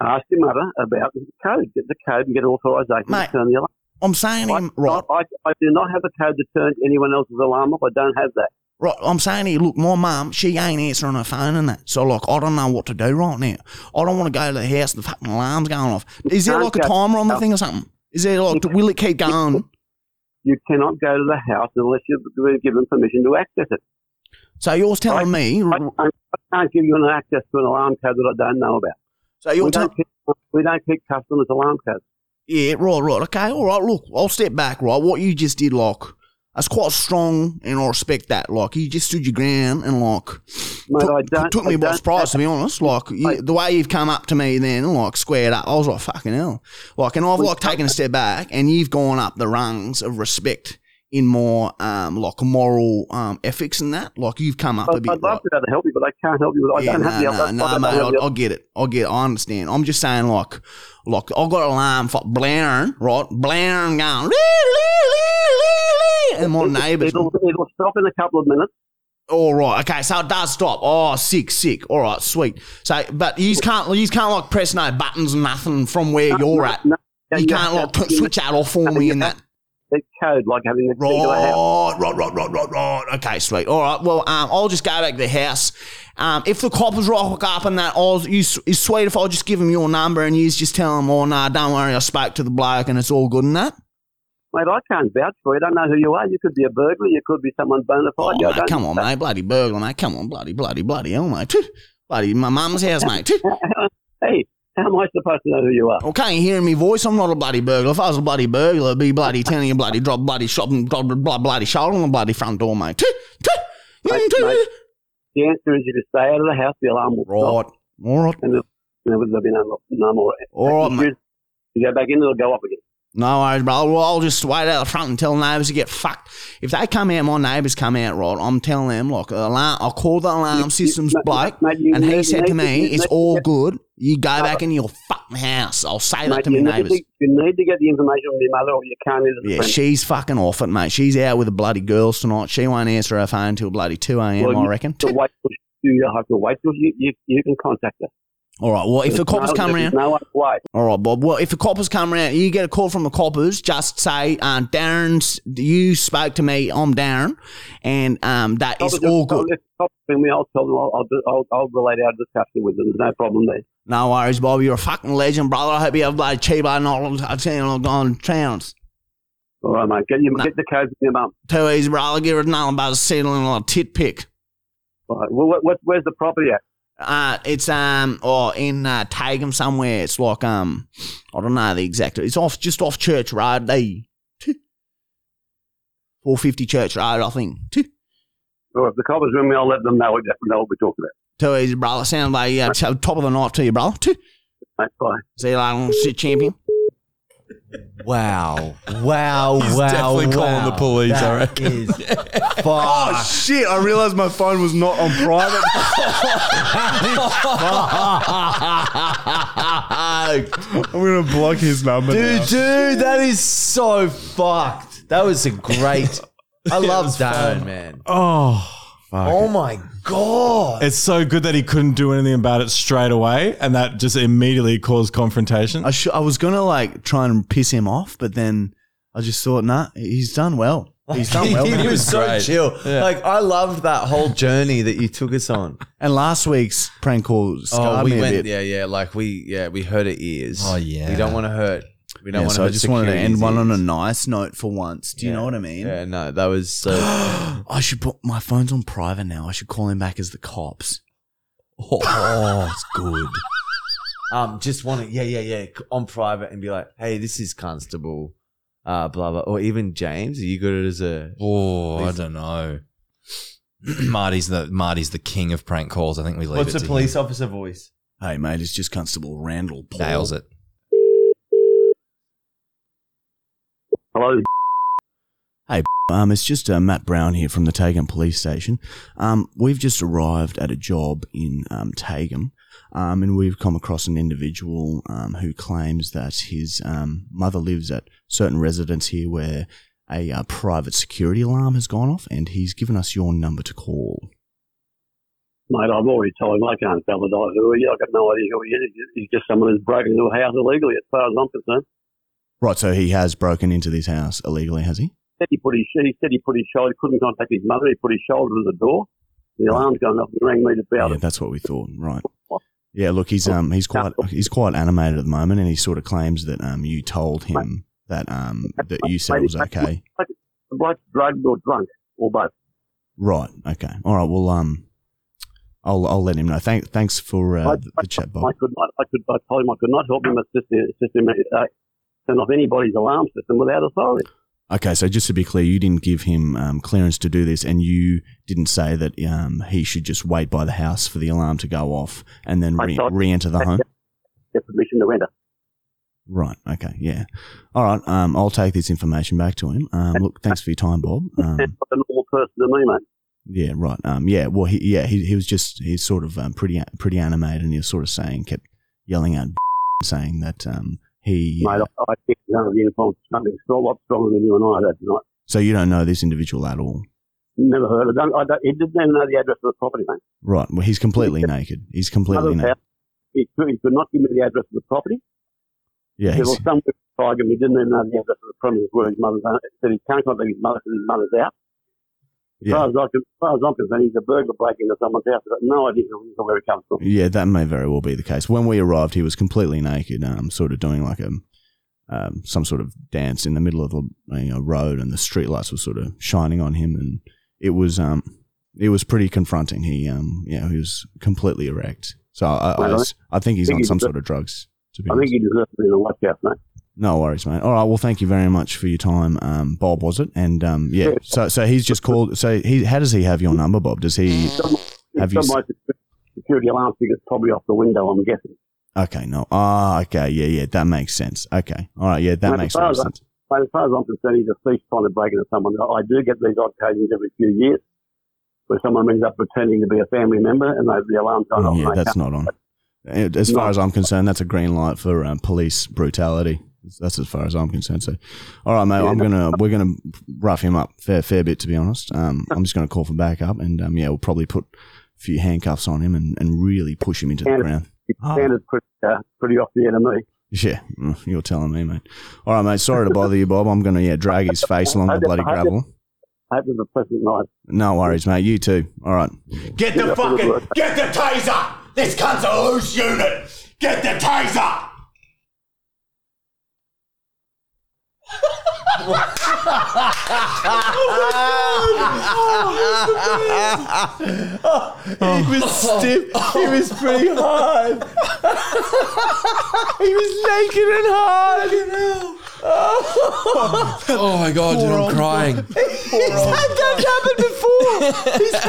Speaker 10: Ask your mother about the code. Get the code and get authorization
Speaker 2: Mate,
Speaker 10: to turn the alarm.
Speaker 2: I'm saying to him, right,
Speaker 10: Right. I, I do not have the code to turn anyone else's alarm off. I don't have that.
Speaker 2: right, I'm saying to you, look, my mum, she ain't answering her phone and that. So, like, I don't know what to do right now. I don't want to go to the house and the fucking alarm's going off. Is there
Speaker 10: can't
Speaker 2: like a
Speaker 10: go-
Speaker 2: timer on the thing or something? Is there like, will it keep going?
Speaker 10: You cannot go to the house unless you've given permission to access it.
Speaker 2: So, you're telling me,
Speaker 10: I can't, I can't give you an access to an alarm code that I don't know about.
Speaker 2: so you're
Speaker 10: We
Speaker 2: telling
Speaker 10: don't, keep, we don't keep customers' alarm codes.
Speaker 2: Yeah, right, right. Okay, all right. Look, I'll step back. Right, what you just did, like, that's quite strong, and I respect that. Like, you just stood your ground, and like,
Speaker 10: Mate,
Speaker 2: took,
Speaker 10: I don't-
Speaker 2: took me
Speaker 10: I
Speaker 2: by
Speaker 10: don't-
Speaker 2: surprise. To be honest, like, you, the way you've come up to me then, and like, squared up, I was like, fucking hell. Like, and I've like taken a step back, and you've gone up the rungs of respect in more, um, like moral, um, ethics and that. Like, you've come up
Speaker 10: I'd,
Speaker 2: a bit.
Speaker 10: I'd love
Speaker 2: like-
Speaker 10: to be able to help you, but I can't help you. With, I
Speaker 2: yeah,
Speaker 10: don't
Speaker 2: no,
Speaker 10: have the
Speaker 2: no,
Speaker 10: I
Speaker 2: no,
Speaker 10: don't
Speaker 2: mate.
Speaker 10: have the-
Speaker 2: I, I get it. I get it. I understand. I'm just saying, like, like I got an alarm for blaring, right? Blaring going, lee, lee, lee, lee, lee, and my neighbours.
Speaker 10: It'll, it'll stop in a couple of minutes.
Speaker 2: All right, okay, so it does stop. Oh, sick, sick. All right, sweet. So, but you can't, you can't like press no buttons, nothing from where you're at.
Speaker 10: No,
Speaker 2: you
Speaker 10: you
Speaker 2: can't like
Speaker 10: have to-
Speaker 2: t- switch that off for
Speaker 10: No,
Speaker 2: me
Speaker 10: you
Speaker 2: and that.
Speaker 10: It's code, like having a
Speaker 2: Right,
Speaker 10: key to a house.
Speaker 2: right, right, right, right, right. Okay, sweet. All right. Well, um, I'll just go back to the house. Um, if the coppers rock up and that, I'll, you, it's sweet if I'll just give them your number and you just tell them, oh, nah, don't worry, I spoke to the bloke and it's all good and that.
Speaker 10: Mate, I can't vouch for you. I don't know who you are. You could be a burglar. You could be someone bona
Speaker 2: Oh,
Speaker 10: fide. I
Speaker 2: mate,
Speaker 10: don't-
Speaker 2: come on, mate. Bloody burglar, mate. Come on, bloody, bloody, bloody hell, mate. Bloody my mum's house, mate.
Speaker 10: Hey, how am I supposed to know who you are?
Speaker 2: Oh, can't you hear me voice? I'm not a bloody burglar. If I was a bloody burglar, I'd be bloody telling you bloody drop bloody shop and drop bloody, bloody shoulder on the bloody front door, mate.
Speaker 10: Mate, mate, the answer is you just stay out of the house. The alarm will stop,
Speaker 2: Right. All right.
Speaker 10: and there'll, there'll be no, no more.
Speaker 2: All right, mate.
Speaker 10: you, you go back in, it'll go up again.
Speaker 2: No worries, bro. Well, I'll just wait out the front and tell neighbours to get fucked. If they come out, my neighbours come out, right? I'm telling them, like, alarm, I call the alarm systems
Speaker 10: mate,
Speaker 2: bloke,
Speaker 10: mate, you
Speaker 2: and he
Speaker 10: need-
Speaker 2: said to
Speaker 10: you
Speaker 2: me,
Speaker 10: need-
Speaker 2: it's
Speaker 10: mate, Uh,
Speaker 2: all good. You go back into your fucking house. I'll say that
Speaker 10: Mate,
Speaker 2: to my
Speaker 10: you, need
Speaker 2: neighbours.
Speaker 10: to, you need to get the information from your mother, or you can't enter the
Speaker 2: Yeah,
Speaker 10: premises.
Speaker 2: she's fucking off it, mate. She's out with the bloody girls tonight. She won't answer her phone till bloody 2 a.m.,
Speaker 10: Well,
Speaker 2: I
Speaker 10: you-
Speaker 2: reckon.
Speaker 10: to wait till you have to wait till you, you, you can contact us.
Speaker 2: All right, well, if the coppers come
Speaker 10: there's
Speaker 2: around,
Speaker 10: no other way.
Speaker 2: All right, Bob. Well, if the coppers come around, you get a call from the coppers. Just say, um, Darren's, you spoke to me. I'm Darren, and um, that is
Speaker 10: Coppers will-
Speaker 2: all good.
Speaker 10: if cops ring me, I'll tell them. I'll, I'll, do- I'll, I'll relate our discussion with them. There's no problem there.
Speaker 2: No worries, Bob. You're a fucking legend, brother. I hope you have bloody cheaper and all I've seen all gone towns.
Speaker 10: All right, mate. Get, you,
Speaker 2: No.
Speaker 10: get the code from your mum.
Speaker 2: Too easy, brother. Give it nothing but a settling on a tit pick.
Speaker 10: All right. Well, what, what, where's the property at?
Speaker 2: Uh, it's um, or in uh, Tagum somewhere. It's like um, I don't know the exact. It's off just off Church Road. They four fifty Church Road, I think.
Speaker 10: Well, if the coppers ring me, I'll let them know, exactly know what we're talking
Speaker 2: Too easy, brother. Sounds like yeah, top of the night to you, brother.
Speaker 10: about. Mate, bye.
Speaker 2: See you later, shit champion.
Speaker 1: Wow. Wow.
Speaker 3: He's
Speaker 1: wow.
Speaker 3: definitely
Speaker 1: wow.
Speaker 3: calling the police, I
Speaker 1: That
Speaker 3: reckon.
Speaker 1: is
Speaker 2: Oh shit! I realized my phone was not on private.
Speaker 3: Oh,
Speaker 1: I'm gonna block his number, dude. Dude, that is so fucked. That was a great. I love Darren, man.
Speaker 3: Oh.
Speaker 1: Oh my god.
Speaker 3: It's so good that he couldn't do anything about it straight away, and that just immediately caused confrontation.
Speaker 2: I, sh- I was gonna like try and piss him off, but then I just thought, nah, he's done well. He's done well.
Speaker 1: he,
Speaker 2: man.
Speaker 1: was so chill. Like I loved that whole journey that you took us on.
Speaker 2: And last week's prank call scarred
Speaker 1: Oh, we
Speaker 2: me a
Speaker 1: went.
Speaker 2: bit.
Speaker 1: Yeah, yeah. Like we, yeah, we hurt her ears.
Speaker 8: Oh, yeah.
Speaker 1: We don't want to hurt. We don't
Speaker 2: Yeah,
Speaker 1: want to.
Speaker 2: so I
Speaker 1: hurt
Speaker 2: just wanted to end
Speaker 1: security's
Speaker 2: one on a
Speaker 1: ears.
Speaker 2: nice note for once. Do you know what I mean?
Speaker 1: Yeah, no, that was so.
Speaker 2: I should put my phone's on private now. I should call him back as the cops.
Speaker 8: Oh, it's good.
Speaker 1: um, just want to, yeah, yeah, yeah, c- on private and be like, hey, this is Constable, uh, blah blah, or even James. Are you good as a?
Speaker 8: Oh, I don't know. Marty's the Marty's the king of prank calls. I think we leave it to him.
Speaker 1: officer voice?
Speaker 2: Hey, mate, it's just Constable Randall Paul.
Speaker 8: Nails it.
Speaker 10: Hello.
Speaker 2: Um, it's just uh, Matt Brown here from the Tagum Police Station. Um, we've just arrived at a job in um, Tagum, um, and we've come across an individual um, who claims that his um, mother lives at certain residence here where a uh, private security alarm has gone off, and he's given us your number to call.
Speaker 10: Mate, I've already told him I can't validate who he is. I've got no idea who he is. He's just someone who's broken into a house illegally, as far as I'm concerned.
Speaker 2: Right, so he has broken into this house illegally, has he?
Speaker 10: Said he, put his, he said he put his shoulder, he couldn't contact his mother. He put his shoulder to the door. The alarm's going off. He rang me about
Speaker 2: Yeah,
Speaker 10: it.
Speaker 2: that's what we thought. Right. Yeah, look, he's um he's quite he's quite animated at the moment, and he sort of claims that um you told him that um that you said it was okay.
Speaker 10: The bloke's drugged or drunk, or both.
Speaker 2: Right. Okay. All right. Well, um, I'll I'll let him know. Thank thanks for uh, the, the chat,
Speaker 10: I
Speaker 2: Bob.
Speaker 10: could not, I could, I told him I could not help him assist, assist him uh, turn off anybody's alarm system without authority.
Speaker 2: Okay. So just to be clear, you didn't give him um, clearance to do this, and you didn't say that um he should just wait by the house for the alarm to go off and then
Speaker 10: I
Speaker 2: re-
Speaker 10: thought-
Speaker 2: re-enter the home.
Speaker 10: Get permission to enter.
Speaker 2: Right. Okay. Yeah. All right. Um, I'll take this information back to him. Um, look, thanks for your time, Bob.
Speaker 10: That's
Speaker 2: Um,
Speaker 10: like a normal person to me, mate.
Speaker 2: yeah. Right. Um, yeah. Well, he, yeah, he, he was just he's sort of um, pretty pretty animated, and he was sort of saying, kept yelling out, saying that um, he.
Speaker 10: Mate, I, I think none of the uniforms something a lot stronger than you and I that night.
Speaker 2: so you don't know this individual at all.
Speaker 10: Never heard of it. I don't, he didn't even know the address of the property, mate.
Speaker 2: Right. Well, he's completely naked. He's completely
Speaker 10: Mother's
Speaker 2: naked.
Speaker 10: house. He, could- he could not give me the address of the property.
Speaker 2: Yeah. He's,
Speaker 10: There was somewhere in Tiger, he didn't even know the address of the premises where his mother's at. He said he can't contact his mother because his mother's out. As
Speaker 2: yeah.
Speaker 10: far as, I can, as far as I'm concerned, he's a burglar breaking into someone's house. I've got no idea where he comes from.
Speaker 2: Yeah, that may very well be the case. When we arrived, he was completely naked, um, sort of doing like a um, some sort of dance in the middle of a you know, road, and the streetlights were sort of shining on him, and it was um, it was pretty confronting. He um, yeah, he was completely erect. So I, I, I s- I think he's on some sort of drugs. To be
Speaker 10: I think
Speaker 2: honest.
Speaker 10: he deserves to be in a lockout, mate.
Speaker 2: No worries, mate. All right. Well, thank you very much for your time, um, Bob. Was it? And um, yeah. So so he's just called. So he how does he have your number, Bob? Does he? Have
Speaker 10: Have
Speaker 2: you
Speaker 10: you my security alarm figure's probably off the window, I'm guessing.
Speaker 2: Okay, no. Ah, okay, yeah, yeah, that makes sense. Okay, all right, yeah, that
Speaker 10: Mate,
Speaker 2: makes more
Speaker 10: as far as I-
Speaker 2: sense.
Speaker 10: But as far as I'm concerned, he's a thief trying to break into someone. I I do get these odd occasions every few years where someone ends up pretending to be a family member and they, the alarm's going off.
Speaker 2: Oh, yeah,
Speaker 10: and they
Speaker 2: that's
Speaker 10: can't.
Speaker 2: not on. And As far
Speaker 10: No.
Speaker 2: as I'm concerned, that's a green light for um, police brutality. That's as far as I'm concerned. So, all right, mate,
Speaker 10: Yeah.
Speaker 2: I'm gonna we're gonna rough him up fair fair bit to be honest. Um, I'm just gonna call for backup, and um, yeah, we'll probably put a few handcuffs on him and, and really push him into the
Speaker 10: And-
Speaker 2: ground.
Speaker 10: His
Speaker 2: Oh.
Speaker 10: standard's pretty, uh, pretty off the end of me.
Speaker 2: Yeah, mm, you're telling me, mate. All right, mate. Sorry to bother you, Bob. I'm gonna yeah drag his face along the bloody gravel.
Speaker 10: I hope it was a pleasant night.
Speaker 2: No worries, mate. You too. All right.
Speaker 7: Get the fucking get the taser. This cunt's a loose unit. Get the taser.
Speaker 1: He was stiff. He was pretty hard. he was naked and hard.
Speaker 8: Oh my god, dude, I'm crying.
Speaker 6: He's had that happen before. He's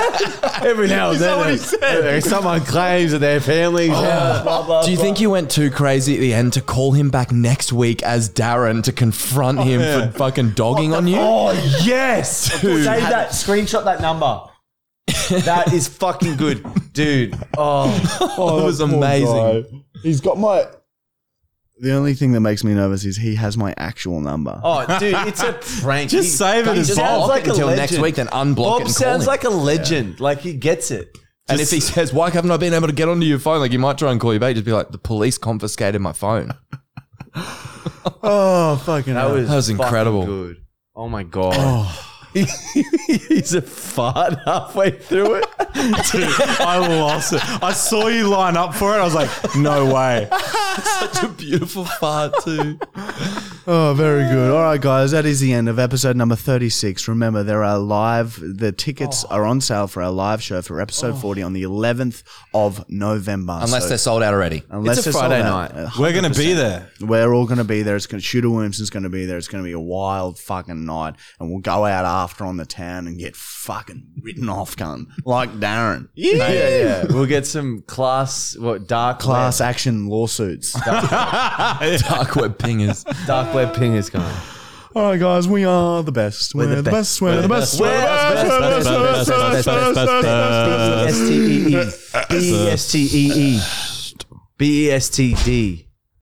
Speaker 1: had Every now and then, uh, someone claims that their family's out. Blah, blah,
Speaker 8: Do you think you went too crazy at the end to call him back next week as Darren to confront him
Speaker 1: Oh, yeah.
Speaker 8: for fucking dogging on you?
Speaker 1: Oh, yes.
Speaker 8: dude.
Speaker 1: Save that. Screenshot that number. that is fucking good, dude. Oh,
Speaker 2: Oh,
Speaker 1: it was
Speaker 2: that poor
Speaker 1: amazing.
Speaker 2: guy. He's got my. The only thing that makes me nervous is he has my actual number.
Speaker 1: Oh, dude, it's a prank.
Speaker 2: Just save it as Bob.
Speaker 1: sounds
Speaker 2: Until next
Speaker 1: legend.
Speaker 2: week, then unblock
Speaker 1: Bob
Speaker 2: it and call
Speaker 1: sounds
Speaker 2: him.
Speaker 1: like a legend. Like he gets it.
Speaker 8: and if he says, "Why haven't I been able to get onto your phone?" Like you might try and call you back, just be like, "The police confiscated my phone."
Speaker 2: oh, fucking
Speaker 1: That was,
Speaker 8: That was
Speaker 1: fucking
Speaker 8: incredible.
Speaker 1: Good. Oh my god. He's a fart halfway through it.
Speaker 3: Dude, I lost it. I saw you line up for it. I was like, no way.
Speaker 8: Such a beautiful fart too.
Speaker 2: Oh, very good. All right, guys, that is the end of episode number 36. Remember, there are live, the tickets are on sale for our live show for episode 40 on the 11th of November.
Speaker 8: Unless
Speaker 2: So-
Speaker 8: they're sold out already.
Speaker 2: Unless
Speaker 8: It's a
Speaker 2: they're sold
Speaker 8: Friday
Speaker 2: out.
Speaker 8: night.
Speaker 2: Uh,
Speaker 3: We're gonna be
Speaker 2: 100%.
Speaker 3: there.
Speaker 2: We're all going to be there. It's going to, Shooter Williamson's going to be there. It's going to be a wild fucking night. And we'll go out after on the town and get fucking written off, gun like Darren.
Speaker 1: Mate, yeah, yeah. We'll get some class, what dark
Speaker 2: Class
Speaker 1: web-
Speaker 2: action lawsuits.
Speaker 8: Dark web pingers.
Speaker 1: dark web pingers going.
Speaker 2: All right, guys, we are the best. We're, the best. We're the best. We're the best. We're the best.
Speaker 1: S T E E. B E S T E E. B E S T D.